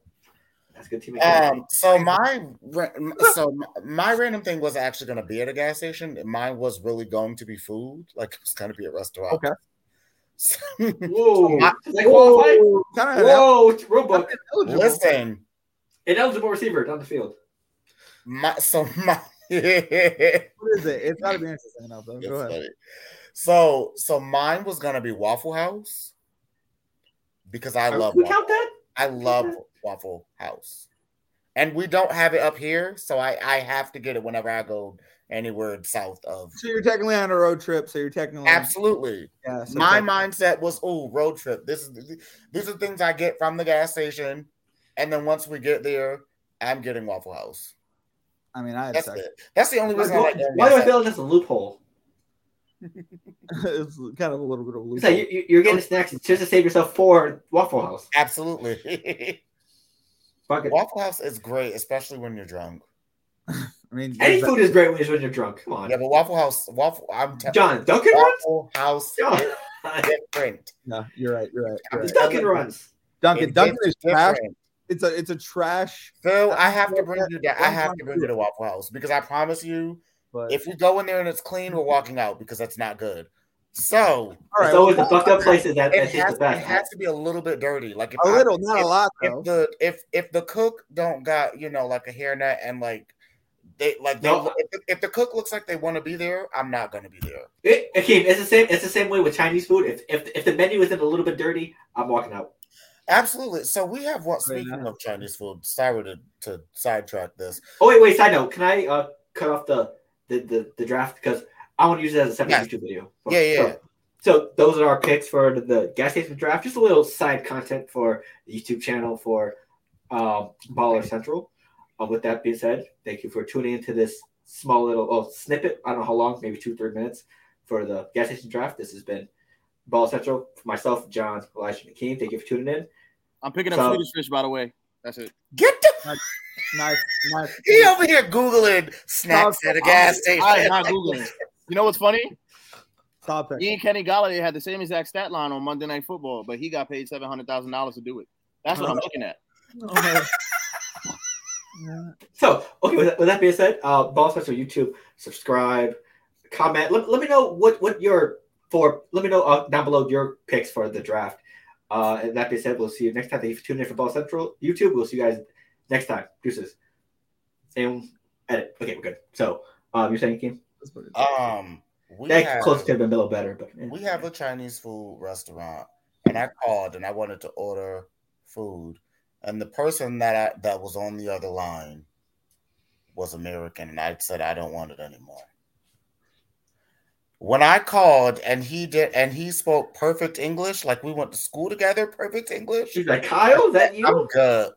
Speaker 1: that's good teammate chemistry.
Speaker 2: Um, so my ra- so my, my random thing was actually going to be at a gas station. Mine was really going to be food, like it was going to be a restaurant.
Speaker 3: Okay.
Speaker 2: So-
Speaker 1: Whoa,
Speaker 2: I-
Speaker 1: Does that qualify?
Speaker 3: kind of
Speaker 1: Whoa, it's rule book.
Speaker 2: listen,
Speaker 1: Ineligible receiver down the field.
Speaker 2: my so my
Speaker 3: What is it? It's got to be interesting enough, though.
Speaker 2: That's
Speaker 3: Go ahead.
Speaker 2: funny. So, so mine was gonna be Waffle House because I love
Speaker 1: we
Speaker 2: waffle.
Speaker 1: count that.
Speaker 2: I love Waffle House, and we don't have it up here, so I I have to get it whenever I go anywhere south of.
Speaker 3: So you're technically on a road trip. So you're
Speaker 1: Oh.
Speaker 3: technically
Speaker 2: Absolutely,
Speaker 3: Yeah, so
Speaker 2: my
Speaker 3: technically-
Speaker 2: mindset was, "Oh, road trip. This is these are things I get from the gas station, and then once we get there, I'm getting Waffle House.
Speaker 3: I mean, I had
Speaker 2: That's
Speaker 3: sex.
Speaker 2: it. That's the only
Speaker 1: Why,
Speaker 2: reason I like.
Speaker 1: why do I feel like that's a loophole?
Speaker 3: it's kind of a little bit of a
Speaker 1: It's
Speaker 3: loop.
Speaker 1: like you, you're getting snacks just to save yourself for Waffle House.
Speaker 2: Absolutely,
Speaker 1: Fuck it.
Speaker 2: Waffle House is great, especially when you're drunk.
Speaker 3: I mean,
Speaker 1: Any
Speaker 3: but-
Speaker 1: food is great when you're- when you're drunk. Come on,
Speaker 2: Yeah, but Waffle House, Waffle, I'm telling
Speaker 1: John. Dunkin' runs.
Speaker 2: Waffle House
Speaker 1: John,
Speaker 2: is different.
Speaker 3: no, you're right. You're right. You're
Speaker 2: I'm
Speaker 3: right.
Speaker 1: Dunkin' runs.
Speaker 3: Duncan,
Speaker 2: It
Speaker 3: Duncan is trash.
Speaker 2: different.
Speaker 3: It's a it's a trash.
Speaker 2: Phil, I have to bring you down. I have to bring you to Waffle House because I promise you,
Speaker 3: But
Speaker 2: if we go in there and it's clean, we're walking out because that's not good. So
Speaker 3: all right,
Speaker 1: it's always the
Speaker 3: well,
Speaker 1: fucked up places that that
Speaker 2: it
Speaker 1: taste
Speaker 2: has,
Speaker 1: the
Speaker 2: it
Speaker 1: best.
Speaker 2: has to be a little bit dirty. Like if
Speaker 3: a
Speaker 2: I-
Speaker 3: little, not a lot
Speaker 2: if
Speaker 3: though.
Speaker 2: the if if the cook don't got you know like a hairnet and like they like they,
Speaker 1: No.
Speaker 2: if, the, if the cook looks like they want to be there, I'm not gonna be there.
Speaker 1: It, Akeem, it's the same. It's the same way with Chinese food. If if, if the menu isn't a little bit dirty, I'm walking out.
Speaker 2: Absolutely. So we have what
Speaker 3: Right
Speaker 2: speaking
Speaker 3: now.
Speaker 2: of Chinese food, sorry to, to sidetrack this.
Speaker 1: Oh wait, wait. Side note: Can I uh, cut off the the, the the draft because I want to use it as a separate
Speaker 2: Yes.
Speaker 1: YouTube video?
Speaker 2: Yeah, yeah.
Speaker 1: So, so those are our picks for the, the gas station draft. Just a little side content for the YouTube channel for um, Baller Central. Uh, with that being said, thank you for tuning into this small little oh, snippet. I don't know how long, maybe two three minutes for the gas station draft. This has been Baller Central. For myself, John, Elijah, and Akeem. Thank you for tuning in.
Speaker 4: I'm picking up
Speaker 1: So-
Speaker 4: Swedish fish, by the way. That's it.
Speaker 2: Get the
Speaker 3: nice, nice.
Speaker 2: he over here googling snacks
Speaker 3: No,
Speaker 2: at a gas station.
Speaker 4: I am not googling. You know what's funny?
Speaker 3: topic.
Speaker 4: He and Kenny Galladay had the same exact stat line on Monday Night Football, but he got paid seven hundred thousand dollars to do it. That's
Speaker 1: Uh-huh.
Speaker 4: what I'm looking at.
Speaker 3: Oh,
Speaker 1: So, okay, with that, with that being said, uh, Ball Special YouTube, subscribe, comment. Let, let me know what, what your for. Let me know uh, down below your picks for the draft. Uh, and that being said, we'll see you next time. Thank you for tuning in for Ball Central YouTube. We'll see you guys next time. Deuces. And edit. Okay, we're good. So, um, you're saying Kim?
Speaker 2: Um we
Speaker 1: That
Speaker 2: have,
Speaker 1: close could have been a little better, but eh.
Speaker 2: we have a Chinese food restaurant and I called and I wanted to order food. And the person that I, that was on the other line was American and I said I don't want it anymore. When I called and he did and he spoke perfect English, like we went to school together, perfect English.
Speaker 1: she's like Kyle. Is that you?
Speaker 2: I'm good.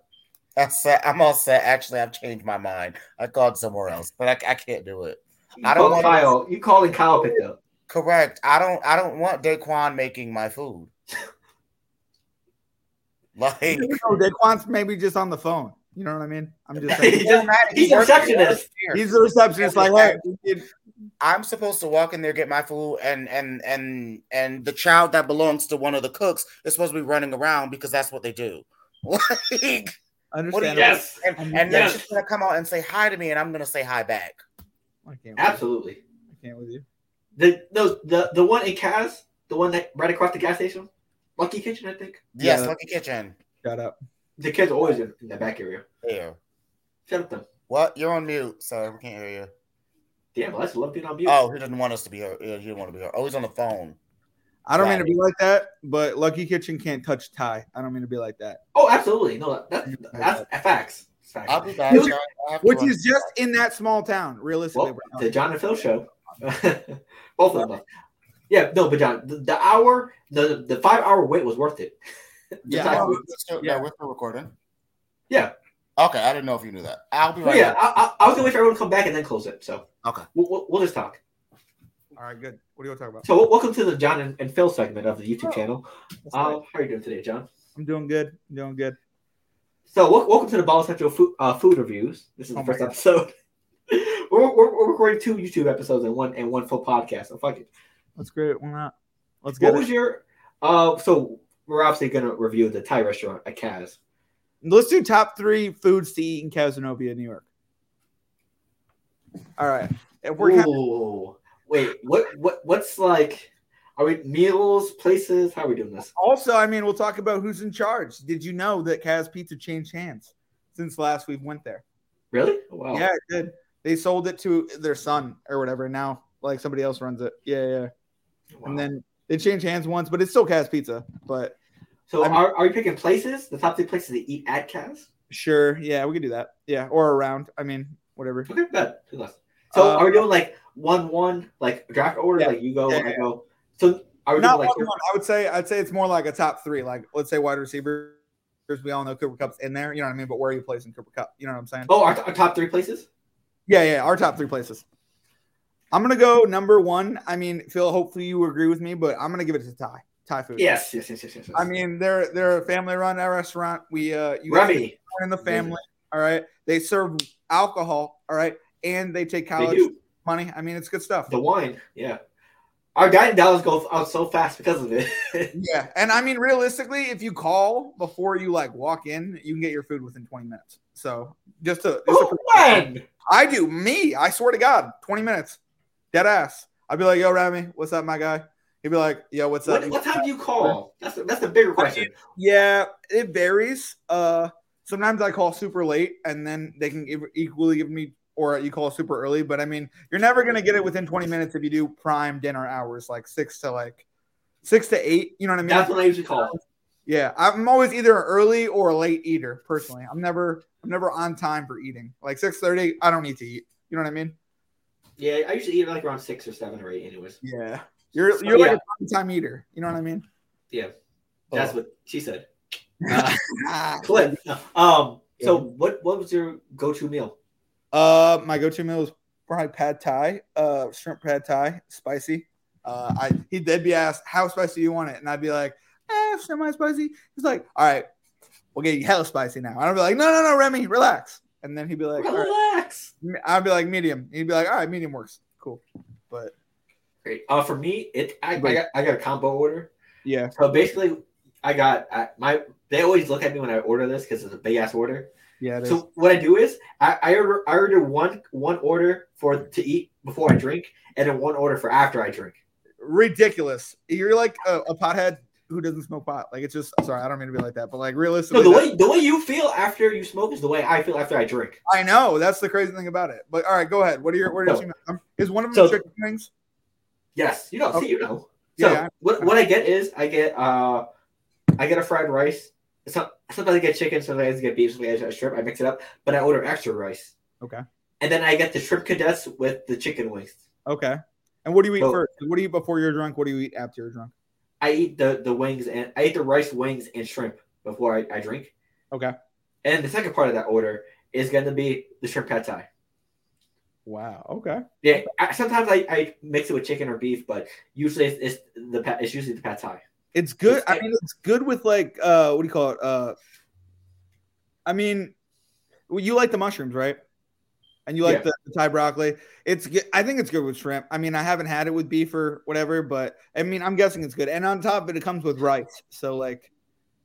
Speaker 2: I said I'm all set. Actually, I've changed my mind. I called somewhere else, but I, I can't do it.
Speaker 1: You
Speaker 2: I don't
Speaker 1: called
Speaker 2: wanna-
Speaker 1: Kyle. You calling Kyle picked up.
Speaker 2: Correct. I don't. I don't want Daquan making my food. Like
Speaker 3: You know, Daquan's maybe just on the phone. You know what I mean? I'm just
Speaker 1: He
Speaker 3: saying.
Speaker 1: just- he's a receptionist.
Speaker 3: He's the receptionist. Like, hey, we need-
Speaker 2: I'm supposed to walk in there get my food, and and and and the child that belongs to one of the cooks is supposed to be running around because that's what they do. Like,
Speaker 3: understandable.
Speaker 1: Yes,
Speaker 2: and, and then
Speaker 1: Yes.
Speaker 2: she's gonna come out and say hi to me, and I'm gonna say hi back.
Speaker 3: I can't. With you.
Speaker 1: absolutely.
Speaker 3: I can't with you.
Speaker 1: The those the the one in Kaz, the one that right across the gas station, Lucky Kitchen, I think.
Speaker 2: Yes,
Speaker 3: Yeah.
Speaker 2: Lucky Kitchen.
Speaker 3: Shut up.
Speaker 1: The kids are always in, in that back area.
Speaker 2: There.
Speaker 1: Shut up, them.
Speaker 2: What? You're on mute. Sorry, we can't hear you.
Speaker 1: Damn, let's love being on mute.
Speaker 2: Oh, he didn't want us to be here. Yeah, he didn't want to be here. Oh, he's on the phone.
Speaker 3: I don't mean to be like that, but Lucky Kitchen can't touch Ty. I don't mean to be like that.
Speaker 1: Oh, absolutely. No, that's, that's facts. It's facts.
Speaker 2: I'll be back.
Speaker 3: Which-
Speaker 2: John. I have to
Speaker 3: Which
Speaker 2: run.
Speaker 3: is just in that small town, realistically.
Speaker 1: Well, the John and Phil show. Both of them. Yeah, no, but John, the, the hour, the the five hour wait was worth it. Just
Speaker 3: Yeah.
Speaker 2: No,
Speaker 1: like-
Speaker 2: we're still,
Speaker 3: Yeah.
Speaker 2: no, we're still recording.
Speaker 1: Um, Yeah.
Speaker 2: Okay, I didn't know if you knew that. I'll be
Speaker 1: But
Speaker 2: right.
Speaker 1: yeah,
Speaker 2: back.
Speaker 1: I, I, I was gonna wait for everyone to come back and then close it. So
Speaker 2: Okay.
Speaker 1: we'll, we'll, we'll just talk.
Speaker 3: All right, good. What do you want to talk about?
Speaker 1: So wel- welcome to the John and, and Phil segment of the YouTube channel. Um, how are you doing today, John?
Speaker 3: I'm doing good. I'm doing good.
Speaker 1: So wel- welcome to the Ball Central food, uh, food reviews. This is the
Speaker 3: Oh my
Speaker 1: first
Speaker 3: God.
Speaker 1: episode. we're, we're, we're recording two YouTube episodes and one and one full podcast. So fuck it.
Speaker 3: Let's get it. Why not? Let's
Speaker 1: What
Speaker 3: get
Speaker 1: was
Speaker 3: it.
Speaker 1: your? Uh, so we're obviously gonna review the Thai restaurant at Kaz.
Speaker 3: Let's do top three foods to eat in Casanova, New York. All right. If we're kind
Speaker 1: Ooh. Wait, what what what's like are we meals, places? How are we doing this?
Speaker 3: also, I mean, we'll talk about who's in charge. Did you know that Kaz Pizza changed hands since last we went there?
Speaker 1: Really? Oh, Wow.
Speaker 3: Yeah, it did. They sold it to their son or whatever. Now, like somebody else runs it. Yeah, yeah.
Speaker 1: Wow.
Speaker 3: And then they changed hands once, but it's still Kaz Pizza. But
Speaker 1: so
Speaker 3: I'm-
Speaker 1: are, are you picking places? The top three places to eat at Kaz?
Speaker 3: sure, yeah, we could do that. Yeah, or around. I mean, whatever.
Speaker 1: Okay, good. Who left? So
Speaker 3: Uh,
Speaker 1: are we doing like one one, like draft order,
Speaker 3: Yeah.
Speaker 1: like you go,
Speaker 3: Yeah,
Speaker 1: I go. So are we
Speaker 3: Not
Speaker 1: doing like
Speaker 3: one, one. I would say I'd say it's more like a top three. Like let's say wide receivers. We all know Cooper Cup's in there. You know what I mean. But where are you placing Cooper Cup? You know what I'm saying?
Speaker 1: Oh, our, our top three places?
Speaker 3: Yeah, yeah. Our top three places. I'm gonna go number one. I mean, Phil. Hopefully you agree with me, but I'm gonna give it to Thai. Thai food.
Speaker 1: Yes, yes, yes, yes, yes. yes.
Speaker 3: I mean, they're they're a family run restaurant. We uh, you guys
Speaker 1: Remy,
Speaker 3: are in the family. All right. They serve alcohol. All right, and they take
Speaker 1: they
Speaker 3: college
Speaker 1: do
Speaker 3: money. I mean, it's good stuff.
Speaker 1: the wine, yeah. Our dining dollars go out so fast because of it.
Speaker 3: Yeah, and I mean realistically, if you call before you like walk in, you can get your food within 20 minutes. So just to, just
Speaker 1: Who
Speaker 3: to
Speaker 1: won?
Speaker 3: I do me. I swear to God, 20 minutes, dead ass. I'd be like, "Yo, Rami, what's up, my guy?" He'd be like, "Yo, what's up?"
Speaker 1: What, what time do you call? That's a, that's a bigger question.
Speaker 3: yeah, it varies. Uh, sometimes I call super late, and then they can give, equally give me, or you call super early. But I mean, you're never gonna get it within 20 minutes if you do prime dinner hours, like six to like six to eight. You know what I mean?
Speaker 1: That's what I usually call.
Speaker 3: Yeah, I'm always either an early or a late eater. Personally, I'm never I'm never on time for eating. Like six thirty, I don't need to eat. You know what I mean?
Speaker 1: Yeah, I usually eat like around six or seven or eight, anyways.
Speaker 3: Yeah, you're
Speaker 1: So,
Speaker 3: you're like
Speaker 1: yeah.
Speaker 3: a prime time eater. You know what I mean?
Speaker 1: That's
Speaker 2: Oh.
Speaker 1: what she said. Uh,
Speaker 3: Ah.
Speaker 1: Clip. Um. So what what was your go to meal?
Speaker 3: Uh, my go-to meal is probably pad thai, uh, shrimp pad thai, spicy. Uh, I he they'd be asked how spicy do you want it, and I'd be like, eh, semi spicy. He's like, all right, we'll get you hella spicy now. And I'd be like, no, no, no, Remy, relax. And then he'd be like, all right.
Speaker 1: Relax.
Speaker 3: Me- I'd be like medium. He'd be like, all right, medium works. Cool. But
Speaker 1: Great. Uh, for me, it I, I got I got a combo order.
Speaker 3: yeah,
Speaker 1: So basically, I got I, my. They always look at me when I order this because it's a big ass order.
Speaker 3: yeah. it is.
Speaker 1: So what I do is I, I order I order one one order for to eat before I drink, and then one order for after I drink.
Speaker 3: ridiculous. You're like a, a pothead who doesn't smoke pot. Like it's just sorry, I don't mean to be like that, but like
Speaker 1: So
Speaker 3: realistically,
Speaker 1: the
Speaker 3: that's-
Speaker 1: way the way you feel after you smoke is the way I feel after I drink.
Speaker 3: I know that's the crazy thing about it. But all right, go ahead. What are your what are your
Speaker 1: So-
Speaker 3: two- um, is one of them
Speaker 1: so-
Speaker 3: chicken wings?
Speaker 1: Yes, you don't
Speaker 3: Okay.
Speaker 1: see, you know. So
Speaker 3: Yeah.
Speaker 1: what what I get is I get uh I get a fried rice. Some, sometimes I get chicken, sometimes I get beef, sometimes I get shrimp. I mix it up, but I order extra rice.
Speaker 3: Okay.
Speaker 1: And then I get the shrimp condensed with the chicken wings.
Speaker 3: Okay. And what do you eat
Speaker 1: So-
Speaker 3: first? What do you eat before you're drunk? What do you eat after you're drunk?
Speaker 1: I eat the the wings and I eat the rice wings and shrimp before I, I drink.
Speaker 3: Okay.
Speaker 1: And the second part of that order is going to be the shrimp pad thai.
Speaker 3: Wow. Okay.
Speaker 1: Yeah, I, sometimes I, I mix it with chicken or beef, but usually it's, it's the pa- it's usually the pad thai.
Speaker 3: It's good.
Speaker 1: It's-
Speaker 3: I mean, it's good with like uh what do you call it? Uh I mean, well, you like the mushrooms, right? And you like
Speaker 1: Yeah.
Speaker 3: the, the Thai broccoli. It's good. I think it's good with shrimp. I mean, I haven't had it with beef or whatever, but I mean, I'm guessing it's good. And on top of it, it comes with rice. So like,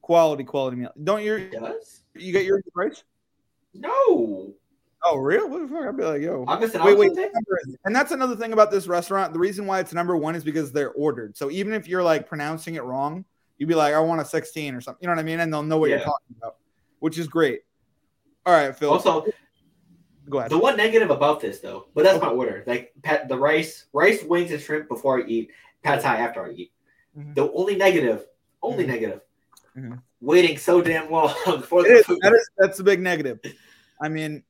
Speaker 3: quality, quality meal. Don't you?
Speaker 1: Does
Speaker 3: You get your rice?
Speaker 1: no,
Speaker 3: Oh, real? What the fuck? I'd be like, yo.
Speaker 1: I'm missing out
Speaker 3: Wait,
Speaker 1: on
Speaker 3: wait.
Speaker 1: something?
Speaker 3: what number is it? And that's another thing about this restaurant. The reason why it's number one is because they're ordered. So even if you're like pronouncing it wrong, you'd be like, I want a 16 or something. You know what I mean? And they'll know what
Speaker 1: Yeah.
Speaker 3: you're talking about, which is great. All right, Phil.
Speaker 1: Also,
Speaker 3: Go ahead.
Speaker 1: The one negative about this though, but that's my order. Like pat, the rice, rice, wings, and shrimp before I eat, pad thai after I eat.
Speaker 3: Mhm.
Speaker 1: The only negative, only
Speaker 3: Mhm.
Speaker 1: negative,
Speaker 3: Mhm.
Speaker 1: waiting so damn long for
Speaker 3: It
Speaker 1: the
Speaker 3: is,
Speaker 1: food.
Speaker 3: that is that's the big negative. I mean,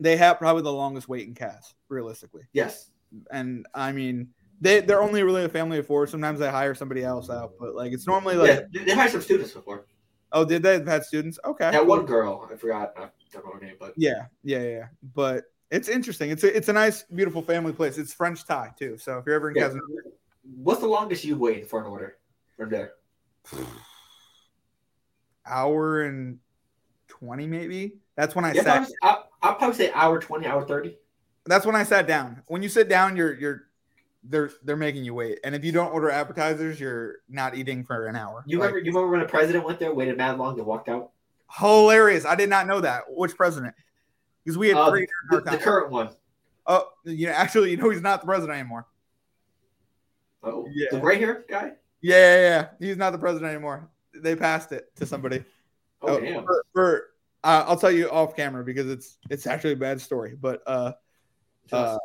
Speaker 3: they have probably the longest wait in cast, realistically.
Speaker 1: Yes,
Speaker 3: And I mean, they they're only really a family of four. Sometimes they hire somebody else out, but like it's normally like,
Speaker 1: yeah, they- they hired some students before.
Speaker 3: oh, did they have had students? Okay,
Speaker 1: That one girl, I forgot, I don't know her name, but
Speaker 3: Yeah, yeah, yeah. But it's interesting. It's a, it's a nice, beautiful family place. It's French Thai too. So if you're ever in
Speaker 1: Yeah.
Speaker 3: Casanova,
Speaker 1: what's the longest you waited for an order from there?
Speaker 3: hour and twenty maybe. That's when I
Speaker 1: Yeah,
Speaker 3: sat.
Speaker 1: probably- I, I'll probably say hour twenty, hour thirty.
Speaker 3: That's when I sat down. When you sit down, you're you're they're they're making you wait. And if you don't order appetizers, you're not eating for an hour.
Speaker 1: You
Speaker 3: Like,
Speaker 1: remember? You remember when the president went there, waited mad long, and walked out?
Speaker 3: hilarious. I did not know that. Which president? Because we had
Speaker 1: Uh,
Speaker 3: three.
Speaker 1: The, the current one.
Speaker 3: oh, you know, actually, you know, he's not the president anymore.
Speaker 1: Oh,
Speaker 3: Yeah.
Speaker 1: the gray hair guy.
Speaker 3: Yeah, yeah, yeah. He's not the president anymore. They passed it to somebody.
Speaker 1: Oh,
Speaker 3: Oh,
Speaker 1: damn.
Speaker 3: for, for uh, I'll tell you off camera because it's it's actually a bad story. But uh, uh,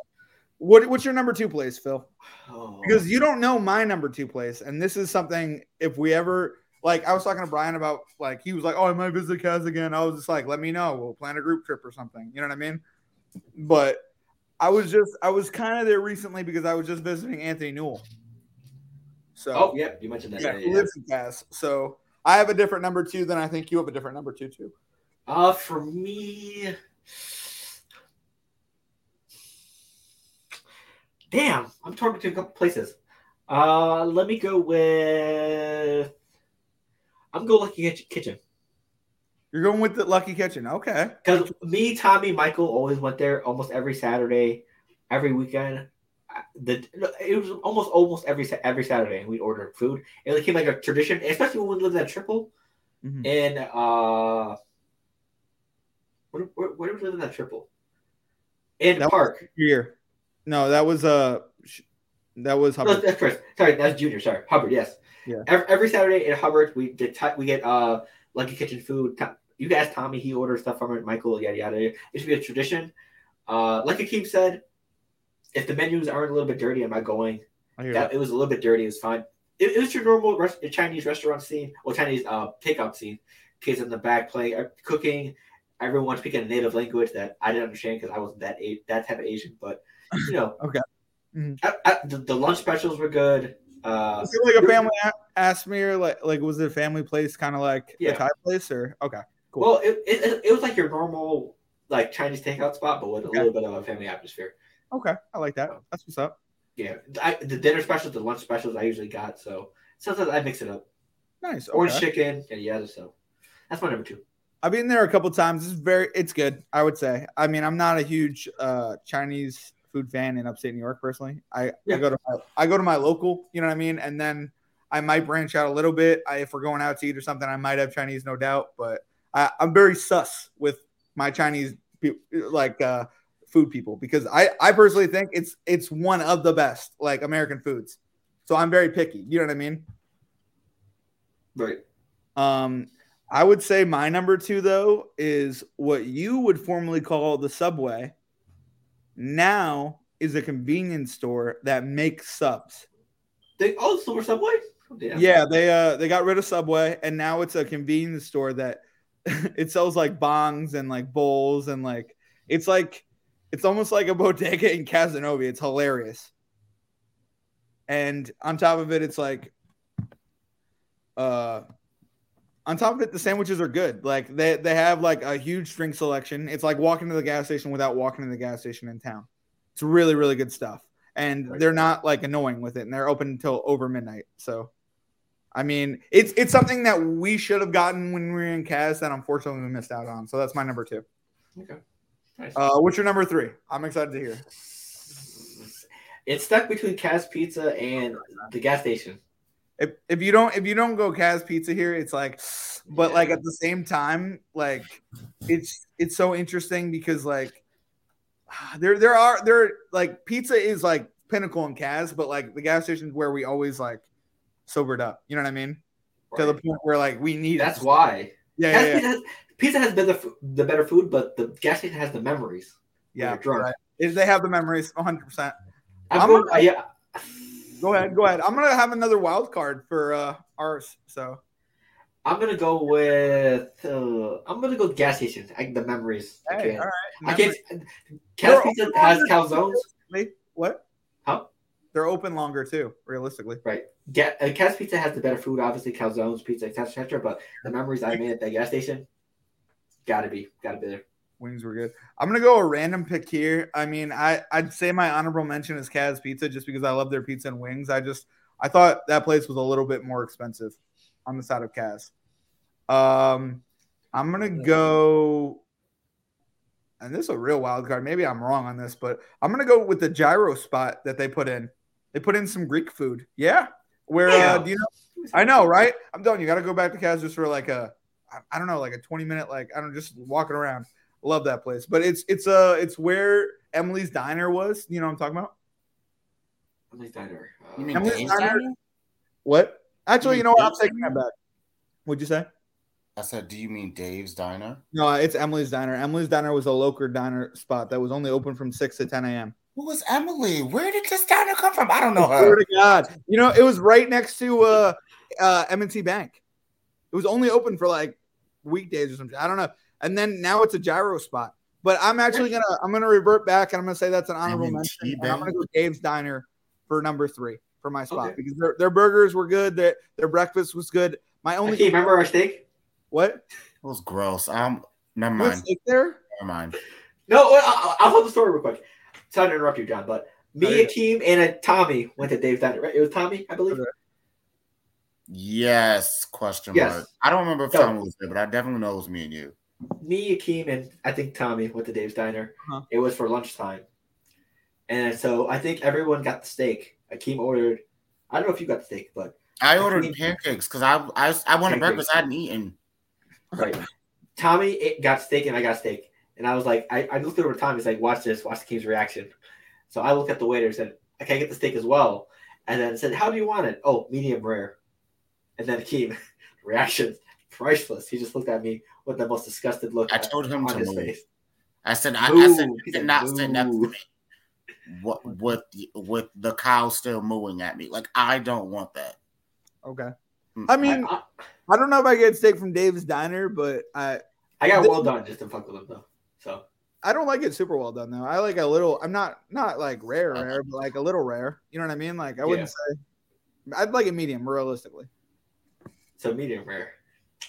Speaker 3: what what's your number two place, Phil?
Speaker 1: oh.
Speaker 3: Because you don't know my number two place, and this is something if we ever like I was talking to Brian about like he was like, oh, I might visit Kaz again. I was just like, let me know. We'll plan a group trip or something. You know what I mean? But I was just I was kind of there recently because I was just visiting Anthony Newell. So
Speaker 1: oh, yeah, you mentioned that.
Speaker 3: yeah,
Speaker 1: yeah,
Speaker 3: who
Speaker 1: yeah.
Speaker 3: lives in Kaz. So I have a different number two than I think you have a different number two too.
Speaker 1: Uh, for me, damn, I'm torn between a couple places. Uh, let me go with. I'm going Lucky Kitch- Kitchen
Speaker 3: You're going with the Lucky Kitchen. Okay.
Speaker 1: because me, Tommy, Michael always went there almost every Saturday, every weekend. I- The it was almost almost every Sa- every Saturday we'd order food. It became like a tradition, especially when we lived at Triple.
Speaker 3: Mhm.
Speaker 1: in uh where, where, where was living that triple in
Speaker 3: That
Speaker 1: park
Speaker 3: Here. No, that was uh sh- that was
Speaker 1: no,
Speaker 3: Hubbard.
Speaker 1: that's Chris. sorry that's junior sorry hubbard yes
Speaker 3: Yeah.
Speaker 1: every, every saturday in hubbard we get ti- we get uh lucky kitchen food To- you guys tommy he orders stuff from it michael yada yada yada. it should be a tradition uh like Akeem said if the menus aren't a little bit dirty am i going
Speaker 3: I hear
Speaker 1: that, it was a little bit dirty. It was fine. It, it was your normal rest, Chinese restaurant scene or Chinese uh, pickup scene. Kids in the back playing, uh, cooking. Everyone speaking a native language that I didn't understand because I wasn't that a- that type of Asian. But you know,
Speaker 3: Okay. Mhm.
Speaker 1: I, I, the, the lunch specials were good.
Speaker 3: that.
Speaker 1: Uh,
Speaker 3: Is it like a family a- asked me or like like was it a family place kind of like
Speaker 1: Yeah.
Speaker 3: the Thai place or okay. Cool.
Speaker 1: well, it, it, it- it was like your normal like Chinese takeout spot, but with a
Speaker 3: Okay.
Speaker 1: little bit of a family atmosphere.
Speaker 3: Okay. I like that. That's what's up.
Speaker 1: Yeah, I, the dinner specials, the lunch specials, I usually got. So sometimes I mix it up.
Speaker 3: Nice.
Speaker 1: Orange
Speaker 3: Okay.
Speaker 1: chicken, and yeah, so that's my number two.
Speaker 3: I've been there a couple times. It's very it's good, I would say. I mean, I'm not a huge uh Chinese food fan in upstate New York personally. I,
Speaker 1: Yeah.
Speaker 3: I go to my, I go to my local, you know what I mean? And then I might branch out a little bit. I, if we're going out to eat or something, I might have Chinese, no doubt, but I, I'm very sus with my Chinese peop- like uh food people because I I personally think it's it's one of the best like American foods. So I'm very picky, you know what I mean?
Speaker 1: Right.
Speaker 3: Um, I would say my number two though is what you would formerly call the subway. Now is a convenience store that makes subs.
Speaker 1: They oh, Silver Subway. Oh, damn.
Speaker 3: Yeah, they uh they got rid of Subway and now it's a convenience store that it sells like bongs and like bowls and like it's like it's almost like a bodega in Casanova. It's hilarious. And on top of it, it's like uh on top of it, the sandwiches are good. Like they, they have like a huge drink selection. It's like walking to the gas station without walking to the gas station in town. It's really, really good stuff. And
Speaker 1: Right.
Speaker 3: they're not like annoying with it, and they're open until over midnight. So I mean, it's it's something that we should have gotten when we were in Cas that unfortunately we missed out on. So that's my number two.
Speaker 1: Okay. Nice.
Speaker 3: Uh, what's your number three? I'm excited to hear.
Speaker 1: It's stuck between Cas Pizza and the gas station.
Speaker 3: If, if you don't if you don't go Cas Pizza here, it's like, but
Speaker 1: Yeah.
Speaker 3: like at the same time, like it's it's so interesting because like there there are there like pizza is like pinnacle in Cas, but like the gas station's where we always like sobered up. You know what I mean? To the
Speaker 1: Right.
Speaker 3: point where like we need it.
Speaker 1: That's why
Speaker 3: yeah,
Speaker 1: Cas
Speaker 3: yeah, yeah.
Speaker 1: Pizza, has, pizza has been the, f- the better food, but the gas station has the memories.
Speaker 3: Yeah,
Speaker 1: You're drunk.
Speaker 3: right. If they have the memories, 100. percent
Speaker 1: I
Speaker 3: I'm
Speaker 1: vote- yeah,
Speaker 3: Go ahead, go ahead. I'm gonna have another wild card for uh, ours. So
Speaker 1: I'm gonna go with. Uh, I'm gonna go with gas stations. I, the memories. I
Speaker 3: hey, all
Speaker 1: can't.
Speaker 3: right.
Speaker 1: I can't.
Speaker 3: They're
Speaker 1: Gas pizza
Speaker 3: open
Speaker 1: has
Speaker 3: longer
Speaker 1: calzones.
Speaker 3: They- What?
Speaker 1: Huh?
Speaker 3: They're open longer too, realistically.
Speaker 1: Ga- uh, Cat's Pizza has the better food, obviously calzones, pizza, etc., etc. But the memories I made at that gas station, gotta be, gotta be there.
Speaker 3: Wings were good. I'm gonna go a random pick here. I mean, I I'd say my honorable mention is Kaz Pizza just because I love their pizza and wings. I just I thought that place was a little bit more expensive on the side of Kaz. Um, I'm gonna go, and this is a real wild card. Maybe I'm wrong on this, but I'm gonna go with the gyro spot that they put in. They put in some Greek food. Yeah, where uh,
Speaker 1: Yeah.
Speaker 3: do you know? I know, right? I'm done. You got to go back to Kaz just for like a, I- I don't know, like a 20 minute, like I don't just walking around. Love that place. But it's it's uh it's where Emily's Diner was. You know what I'm talking about?
Speaker 1: I'm like diner. Uh,
Speaker 2: You mean
Speaker 3: I'm
Speaker 2: Dave's
Speaker 3: listening.
Speaker 2: Diner?
Speaker 3: What? Actually,
Speaker 2: You
Speaker 3: you know what? I'm
Speaker 2: mean
Speaker 3: taking that back. What'd you say?
Speaker 2: I said, do you mean Dave's Diner?
Speaker 3: No, it's Emily's Diner. Emily's Diner was a local diner spot that was only open from six to ten a.m.
Speaker 2: Who was Emily? Where did this diner come from? I don't know
Speaker 3: Swear
Speaker 2: her.
Speaker 3: to God, you know it was right next to uh, uh, M&T Bank. It was only open for like weekdays or something. I don't know. And then now it's a gyro spot. But I'm actually gonna I'm gonna revert back and I'm gonna say that's an honorable
Speaker 2: M&T
Speaker 3: mention. And I'm gonna
Speaker 2: Bank?
Speaker 3: go Dave's Diner for number three for my spot
Speaker 1: Okay.
Speaker 3: because their, their burgers were good. Their their breakfast was good. My
Speaker 1: I
Speaker 3: only
Speaker 1: can't remember our steak.
Speaker 3: what
Speaker 2: It was gross. Um, never
Speaker 3: what's
Speaker 2: mind.
Speaker 3: steak there?
Speaker 2: Never mind.
Speaker 1: No, I- I- I'll tell the story real quick. Sorry to interrupt you, John, but
Speaker 3: Oh,
Speaker 1: me,
Speaker 3: yeah.
Speaker 1: a team, and a Tommy went to Dave's Diner. Right? It was Tommy, I believe.
Speaker 2: Yes, question
Speaker 1: Yes.
Speaker 2: mark. I don't remember if
Speaker 1: No.
Speaker 2: Tom was there, but I definitely know it was me and you.
Speaker 1: me, Akeem, and I think Tommy went to Dave's Diner.
Speaker 3: Uh-huh.
Speaker 1: It was for lunchtime. And so I think everyone got the steak. Akeem ordered, I don't know if you got the steak, but
Speaker 2: I
Speaker 1: I
Speaker 2: ordered
Speaker 1: think-
Speaker 2: pancakes because I, I I
Speaker 1: Pancakes.
Speaker 2: wanted breakfast. I hadn't eaten.
Speaker 1: right. Tommy it got steak and I got steak. And I was like, I, I looked over at Tommy, he's like, watch this, watch the King's reaction. So I looked at the waiter and said, I can't get the steak as well. And then said, How do you want it? Oh, medium rare. And then Akeem, reaction, priceless. He just looked at me with the most disgusted look
Speaker 2: I told him
Speaker 1: on
Speaker 2: to
Speaker 1: his
Speaker 2: move.
Speaker 1: face.
Speaker 2: I said I, I said
Speaker 1: Move.
Speaker 2: you did not sit next to
Speaker 1: Move.
Speaker 2: me. What with the, with the cow still mooing at me? Like I don't want that.
Speaker 3: Okay, I mean
Speaker 1: I,
Speaker 3: I don't know if I get steak from Dave's Diner, but I
Speaker 1: I got well done just to fuck with him though. So
Speaker 3: I don't like it super well done though. I like a little. I'm not not like rare
Speaker 2: Okay.
Speaker 3: rare, but like a little rare. You know what I mean? Like I wouldn't say. I'd like it medium, realistically.
Speaker 1: So medium rare,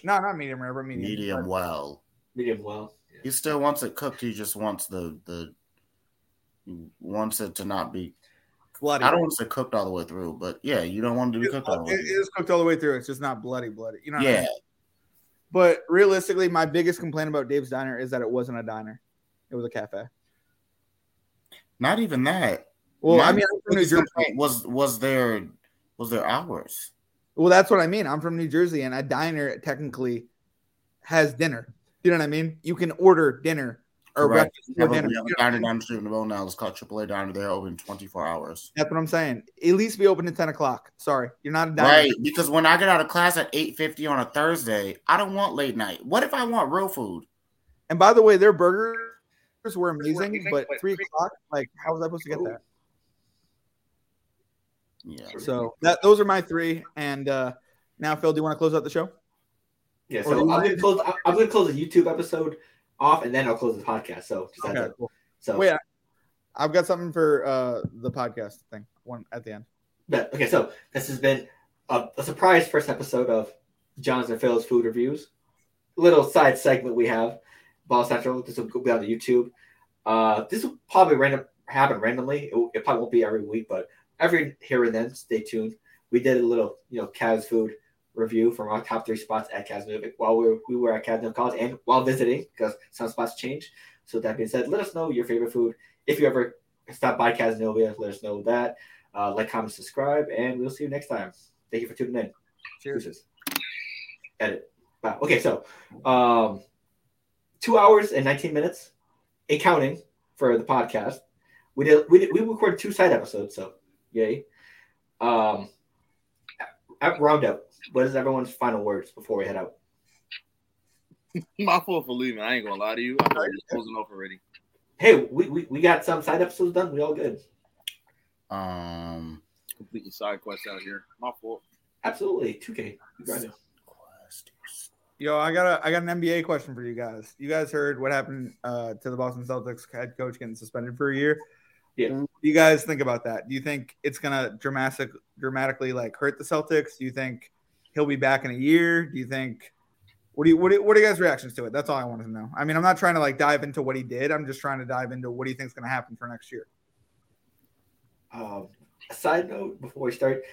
Speaker 3: No, not medium rare, but medium.
Speaker 2: medium well.
Speaker 1: medium well.
Speaker 2: He still wants it cooked. He just wants the the he wants it to not be.
Speaker 3: Bloody.
Speaker 2: I don't want to say cooked all the way through, but yeah, you don't want to be
Speaker 3: It's-
Speaker 2: cooked all the way
Speaker 3: it
Speaker 2: through.
Speaker 3: is cooked all the way through. It's just not bloody, bloody. You know. What I
Speaker 2: Yeah,
Speaker 3: mean? But realistically, my biggest complaint about Dave's Diner is that it wasn't a diner; it was a cafe.
Speaker 2: not even that.
Speaker 3: Well,
Speaker 2: My
Speaker 3: I mean, I'm from New
Speaker 2: biggest
Speaker 3: Jersey.
Speaker 2: complaint was was there was there hours?
Speaker 3: Well, that's what I mean. I'm from New Jersey, and a diner technically has dinner. You know what I mean? You can order dinner or
Speaker 2: Correct.
Speaker 3: breakfast
Speaker 2: Yeah,
Speaker 3: or
Speaker 2: but
Speaker 3: dinner.
Speaker 2: we
Speaker 3: You know
Speaker 2: have a
Speaker 3: what I
Speaker 2: diner
Speaker 3: mean?
Speaker 2: down the street in the road now. It's called AAA Diner. They're open 24 hours.
Speaker 3: That's what I'm saying. At least be open at 10 o'clock. Sorry, you're not a diner.
Speaker 2: Right, because when I get out of class at 8.50 on a Thursday, I don't want late night. What if I want real food?
Speaker 3: And by the way, their burgers were amazing,
Speaker 5: amazing,
Speaker 3: but
Speaker 5: but
Speaker 3: three Oh,
Speaker 5: three-
Speaker 3: o'clock, like, how was I supposed to get that?
Speaker 2: Yeah.
Speaker 3: So that those are my three. And uh now, Phil, do you want to close out the show?
Speaker 1: Yeah.
Speaker 3: Or
Speaker 1: So
Speaker 3: do
Speaker 1: I'm
Speaker 3: you-
Speaker 1: gonna close. I- I'm gonna close the YouTube episode off, and then I'll close the podcast. So just that's it.
Speaker 3: cool.
Speaker 1: So
Speaker 3: Wait, I- I've got something for uh the podcast thing. One at the end.
Speaker 1: but- okay. So this has been a, a surprise first episode of John's and Phil's food reviews. Little side segment we have, Ball Central. This will be on the YouTube. Uh, this will probably random happen randomly. It, will- it probably won't be every week, but every here and then, stay tuned. We did a little, you know, Cavs food review from our top three spots at Casanova while we were, we were at Casanova College and while visiting because some spots change. So that being said, let us know your favorite food. If you ever stop by Casanova, let us know that. Uh, like, comment, subscribe, and we'll see you next time. Thank you for tuning in. Deuces. Edit. Wow. Okay, so um, two hours and 19 minutes and counting for the podcast. We did we did, we recorded two side episodes, so yay. Um at roundup, what is everyone's final words before we head out?
Speaker 4: My fault for leaving. I ain't gonna lie to you. I thought you was closing off already.
Speaker 1: Hey, we, we, we got some side episodes done. We all good.
Speaker 8: Um,
Speaker 4: Completely side quest out here. My fault.
Speaker 1: Absolutely. 2K. You got it.
Speaker 3: Yo, I got a I got an NBA question for you guys. You guys heard what happened uh, to the Boston Celtics head coach getting suspended for a year.
Speaker 1: Yeah.
Speaker 3: What do you guys think about that? Do you think it's gonna dramatic dramatically like hurt the Celtics? Do you think he'll be back in a year? Do you think what do you what, do, what are you guys' reactions to it? That's all I wanted to know. I mean, I'm not trying to like dive into what he did. I'm just trying to dive into what do you think's gonna happen for next year.
Speaker 1: Um, a side note before we start,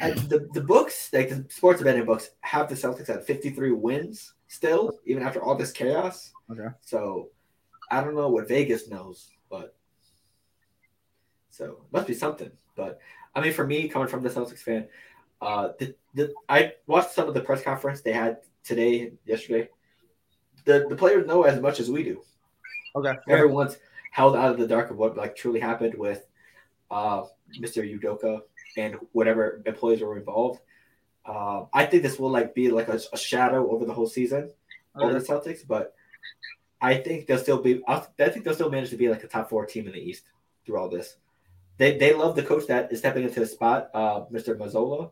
Speaker 1: I, the, the books, like the sports betting books, have the Celtics at 53 wins still, even after all this chaos.
Speaker 3: Okay.
Speaker 1: So I don't know what Vegas knows, but so it must be something. But I mean, for me, coming from the Celtics fan, uh, the, the, I watched some of the press conference they had today, yesterday. The, the players know as much as we do
Speaker 3: Okay.
Speaker 1: everyone's held out of the dark of what like truly happened with uh, Mr. Udoka and whatever employees were involved. Uh, I think this will like be like a, a shadow over the whole season over the Celtics, but I think they'll still be. I think they'll still manage to be like a top four team in the East through all this. They they love the coach that is stepping into the spot, uh, Mr. Mazzola.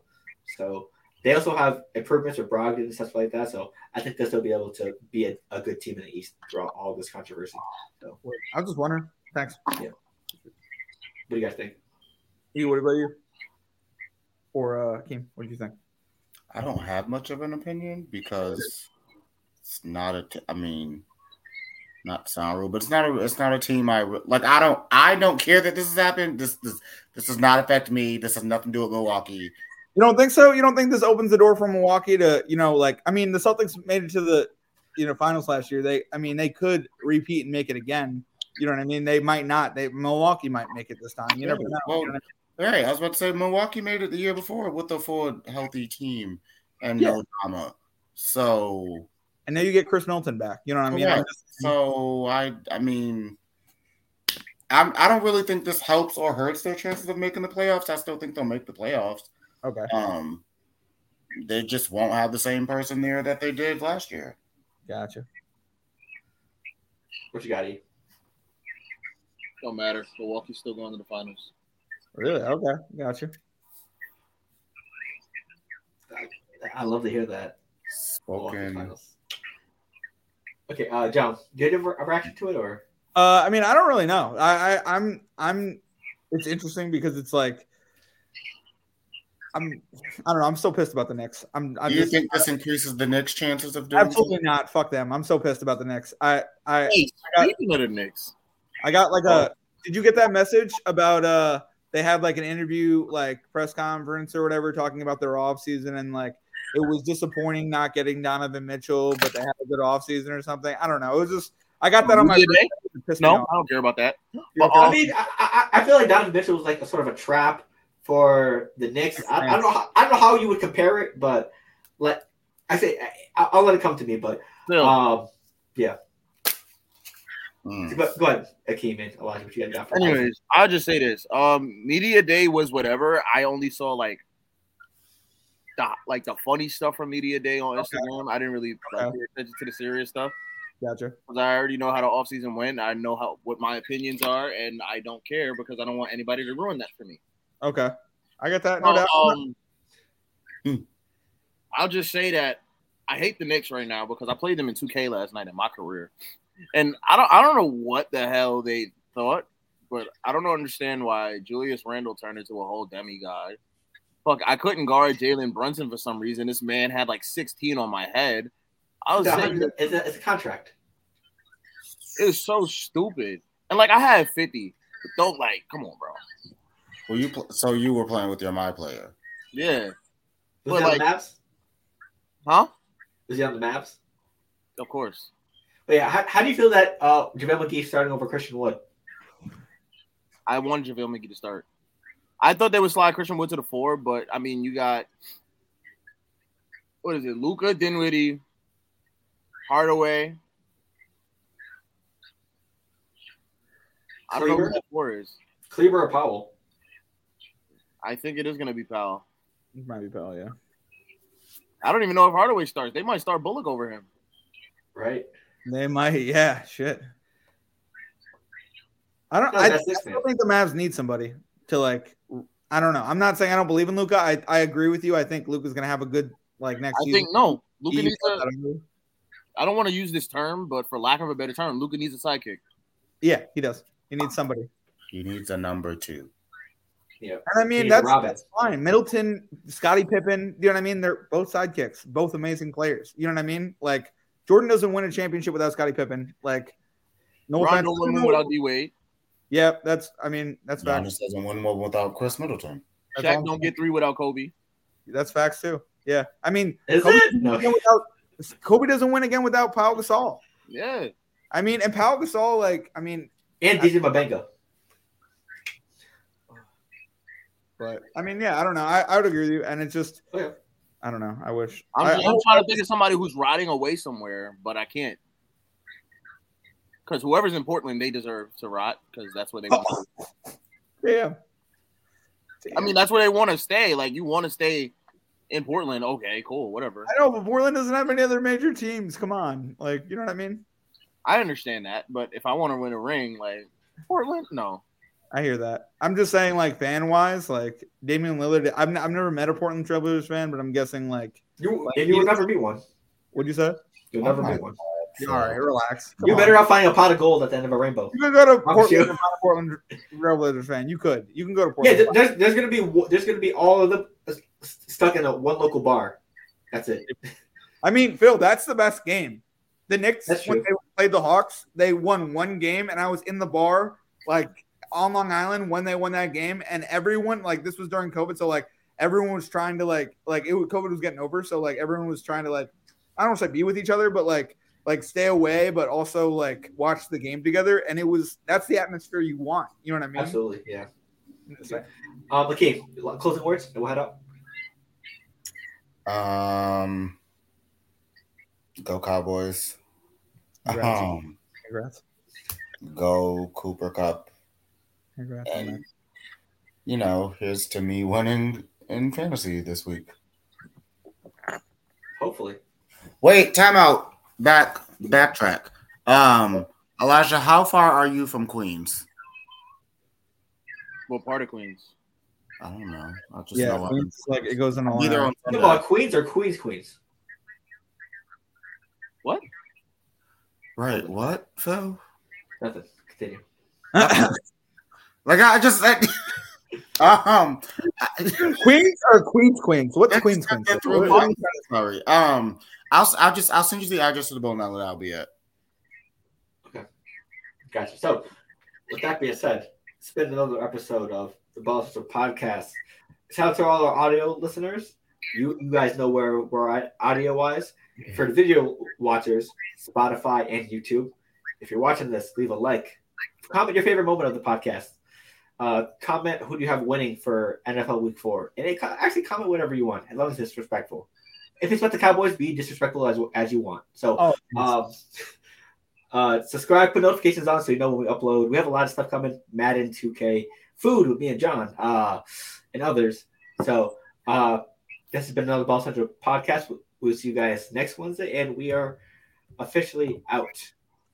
Speaker 1: So they also have improvements with Brogdon and stuff like that. So I think they'll still be able to be a, a good team in the East throughout all this controversy.
Speaker 3: I was just wondering. Thanks.
Speaker 1: What do you guys think?
Speaker 3: You, what about you? Or uh Keem, what do you think?
Speaker 8: I don't have much of an opinion because it's not a. T- I mean, not to sound rude, but it's not a. It's not a team. I re- like. I don't. I don't care that this has happened. This this this does not affect me. This has nothing to do with Milwaukee.
Speaker 3: You don't think so? You don't think this opens the door for Milwaukee to, you know, like I mean, the Celtics made it to the, you know, finals last year. They, I mean, they could repeat and make it again. You know what I mean? They might not. They Milwaukee might make it this time. You never
Speaker 8: Yeah,
Speaker 3: know.
Speaker 8: well,
Speaker 3: you know what
Speaker 8: All right, I was about to say Milwaukee made it the year before with a full healthy team and no drama. So
Speaker 3: I mean? And now you get Chris Milton back. You know what I mean?
Speaker 8: Correct.
Speaker 3: I'm just-
Speaker 8: So I I mean I'm I don't really think this helps or hurts their chances of making the playoffs. I still think they'll make the playoffs.
Speaker 3: okay.
Speaker 8: Um they just won't have the same person there that they did last year.
Speaker 3: Gotcha.
Speaker 1: What you got, E?
Speaker 4: Don't matter. Milwaukee's still going to the finals.
Speaker 3: Really? Okay. Gotcha.
Speaker 1: I love to hear that. Milwaukee
Speaker 8: Spoken.
Speaker 1: finals. Okay, uh, John, do you have a reaction to it or?
Speaker 3: Uh, I mean, I don't really know. I, I I'm I'm it's interesting because it's like I'm I don't know, I'm still pissed about the Knicks. I'm I'm
Speaker 8: Do you
Speaker 3: just
Speaker 8: think this increases the Knicks' chances of doing
Speaker 3: absolutely not. Fuck them. I'm so pissed about the Knicks. I I
Speaker 4: Hey,
Speaker 3: got-
Speaker 4: speaking of the Knicks,
Speaker 3: I got like a. Did you get that message about uh? They had like an interview, like press conference or whatever, talking about their off season and like it was disappointing not getting Donovan Mitchell, but they had a good off season or something. I don't know. It was just I got that on my.
Speaker 4: Did they?
Speaker 3: It pissed me
Speaker 4: No,
Speaker 3: off.
Speaker 4: I don't care about that.
Speaker 3: You're
Speaker 4: Well,
Speaker 1: I
Speaker 3: okay?
Speaker 1: mean, I, I, I feel like Donovan Mitchell was like a sort of a trap for the Knicks. I, I don't know. How, I don't know how you would compare it, but let I say I, I'll let it come to me. But
Speaker 4: Still,
Speaker 1: um,
Speaker 8: Mm.
Speaker 1: go, go ahead, Akeem and Elijah, what you got for
Speaker 4: anyways, I'll just say this. Um, media day was whatever. I only saw like the like the funny stuff from media day on Instagram. I didn't really like,
Speaker 3: Okay.
Speaker 4: pay attention to the serious stuff
Speaker 3: Gotcha.
Speaker 4: because I already know how the offseason went. I know how what my opinions are, and I don't care because I don't want anybody to ruin that for me.
Speaker 3: Okay, I got that. No doubt.
Speaker 4: um,
Speaker 8: Hmm.
Speaker 4: I'll just say that I hate the Knicks right now because I played them in 2K last night in my career, and I don't I don't know what the hell they thought, but I don't understand why Julius Randle turned into a whole demigod. Fuck, I couldn't guard Jalen Brunson for some reason. This man had like 16 on my head. I was
Speaker 1: It's
Speaker 4: sitting
Speaker 1: a, it's a- it's a contract.
Speaker 4: it was so stupid, and like I had 50. But don't like, come on, bro.
Speaker 8: Well, you pl- so you were playing with your my player.
Speaker 4: Yeah,
Speaker 1: Was
Speaker 4: But,
Speaker 1: he on
Speaker 4: like-
Speaker 1: the maps?
Speaker 4: huh?
Speaker 1: Was he on the maps?
Speaker 4: Of course.
Speaker 1: But yeah, how, how do you feel that uh, JaVale McGee starting over Christian Wood?
Speaker 4: I wanted JaVale McGee to start. I thought they would slide Christian Wood to the four, but I mean, you got what is it? Luca Dinwiddie, Hardaway. I don't know who
Speaker 1: Kleber?
Speaker 4: that four is.
Speaker 1: Kleber or Powell?
Speaker 4: I think it is going to be Powell.
Speaker 3: It might be Pell, yeah.
Speaker 4: I don't even know if Hardaway starts. They might start Bullock over him.
Speaker 1: Right.
Speaker 3: They might, yeah. Shit. I don't.
Speaker 1: No,
Speaker 3: I, I
Speaker 1: that's it,
Speaker 3: still think the Mavs need somebody to like. I don't know. I'm not saying I don't believe in Luca. I, I agree with you. I think Luca's gonna have a good like next
Speaker 4: I
Speaker 3: season.
Speaker 4: think no. Luca
Speaker 3: He-
Speaker 4: needs a. I don't want to use this term, but for lack of a better term, Luca needs a sidekick.
Speaker 3: yeah, he does. He needs somebody.
Speaker 2: He needs a number two.
Speaker 1: Yeah.
Speaker 3: And I mean,
Speaker 1: Peter
Speaker 3: that's,
Speaker 1: Robbins.
Speaker 3: that's fine. Middleton, Scottie Pippen, you know what I mean? They're both sidekicks, both amazing players. You know what I mean? Like Jordan doesn't win a championship without Scottie Pippen. Like, no offense.
Speaker 4: Rondo wouldn't win without D Wade.
Speaker 3: yeah, that's. I mean, that's facts.
Speaker 2: Giannis doesn't win one without Chris Middleton.
Speaker 3: That's,
Speaker 4: Shaq
Speaker 3: all-
Speaker 4: don't get three without Kobe.
Speaker 3: that's facts too. Yeah, I mean,
Speaker 1: Is
Speaker 3: Kobe
Speaker 1: it?
Speaker 3: doesn't
Speaker 1: No.
Speaker 3: win without- Kobe doesn't win again without Paul Gasol.
Speaker 4: Yeah,
Speaker 3: I mean, and Paul Gasol, like, I mean,
Speaker 1: And DJ Mabenko.
Speaker 3: but I mean, yeah, I don't know. I, I would agree with you, and it's just,
Speaker 1: Yeah.
Speaker 3: I don't know. I wish.
Speaker 4: Oh, I'm,
Speaker 3: I-
Speaker 4: just, I'm trying to think of somebody who's riding away somewhere, but I can't. Because whoever's in Portland, they deserve to rot because that's where they. Want to.
Speaker 3: yeah.
Speaker 4: I mean, that's where they want to stay. Like you want to stay in Portland. Okay, cool, whatever.
Speaker 3: I know, but Portland doesn't have any other major teams. Come on, like, you know what I mean?
Speaker 4: I understand that, but if I want to win a ring, like Portland, no.
Speaker 3: I hear that. I'm just saying, like, fan wise, like Damian Lillard. I've, n- I've never met a Portland Trailblazers fan, but I'm guessing, like,
Speaker 1: You, and you will never be one.
Speaker 3: what'd you say?
Speaker 1: You'll never
Speaker 2: my
Speaker 1: be one.
Speaker 3: All right, relax. Come
Speaker 1: You're
Speaker 3: on.
Speaker 1: better off finding a pot of gold at the end of a rainbow.
Speaker 3: You can go to
Speaker 1: I'm
Speaker 3: Portland.
Speaker 1: sure.
Speaker 3: if you're not a Portland Trailblazers fan. You could. You can go to
Speaker 1: Yeah,
Speaker 3: Portland.
Speaker 1: th- there's there's gonna be wo- there's gonna be all of them s- stuck in a one local bar. That's it.
Speaker 3: I mean, Phil, that's the best game. The Knicks
Speaker 1: That's
Speaker 3: when
Speaker 1: true.
Speaker 3: they played the Hawks, they won one game, and I was in the bar like on Long Island when they won that game, and everyone like this was during COVID, so like everyone was trying to like like it was- COVID was getting over, so like everyone was trying to like I don't want to say be with each other, but like like stay away, but also like watch the game together, and it was that's the atmosphere you want. You know what I mean?
Speaker 1: Absolutely, yeah. Um, Lakeith, l- closing words, and we'll head up.
Speaker 2: Um, go Cowboys.
Speaker 3: Congrats.
Speaker 2: Um,
Speaker 3: Congrats.
Speaker 2: go Cooper Cup.
Speaker 3: Congrats. on that.
Speaker 2: And, you know, here's to me winning in fantasy this week.
Speaker 1: Hopefully,
Speaker 2: Wait, timeout. Back, backtrack. Um, Elijah, how far are you from Queens?
Speaker 4: Well, part of Queens.
Speaker 2: I don't know. I just
Speaker 3: Yeah,
Speaker 1: um,
Speaker 2: know I'm-
Speaker 3: Queens, like it goes in a
Speaker 2: either
Speaker 3: line.
Speaker 2: on
Speaker 1: come on, Queens or Queens, Queens.
Speaker 2: right. What Phil?
Speaker 1: Nothing. Continue.
Speaker 2: Like I just I, um I,
Speaker 3: Queens or Queens Queens? What's Queens Queens?
Speaker 2: That threw me off. sorry. Um, I'll I'll just I'll send you the address of the bowl now that I'll be at.
Speaker 1: Gotcha. So, with that being said, it's been another episode of the Balls of Podcast. Shout out to all our audio listeners. You you guys know where we're at audio wise. For the video watchers, Spotify and YouTube. If you're watching this, leave a like. Comment your favorite moment of the podcast. Uh, comment who do you have winning for NFL Week Four, and it, co- actually comment whatever you want, as long as it's respectful. If it's about the Cowboys, be disrespectful as as you want. So
Speaker 3: Oh,
Speaker 1: um, uh, subscribe, put notifications on so you know when we upload. We have a lot of stuff coming. Madden 2K, food with me and John, uh, and others. So uh, this has been another Ball Central podcast. We'll see you guys next Wednesday, and we are officially out.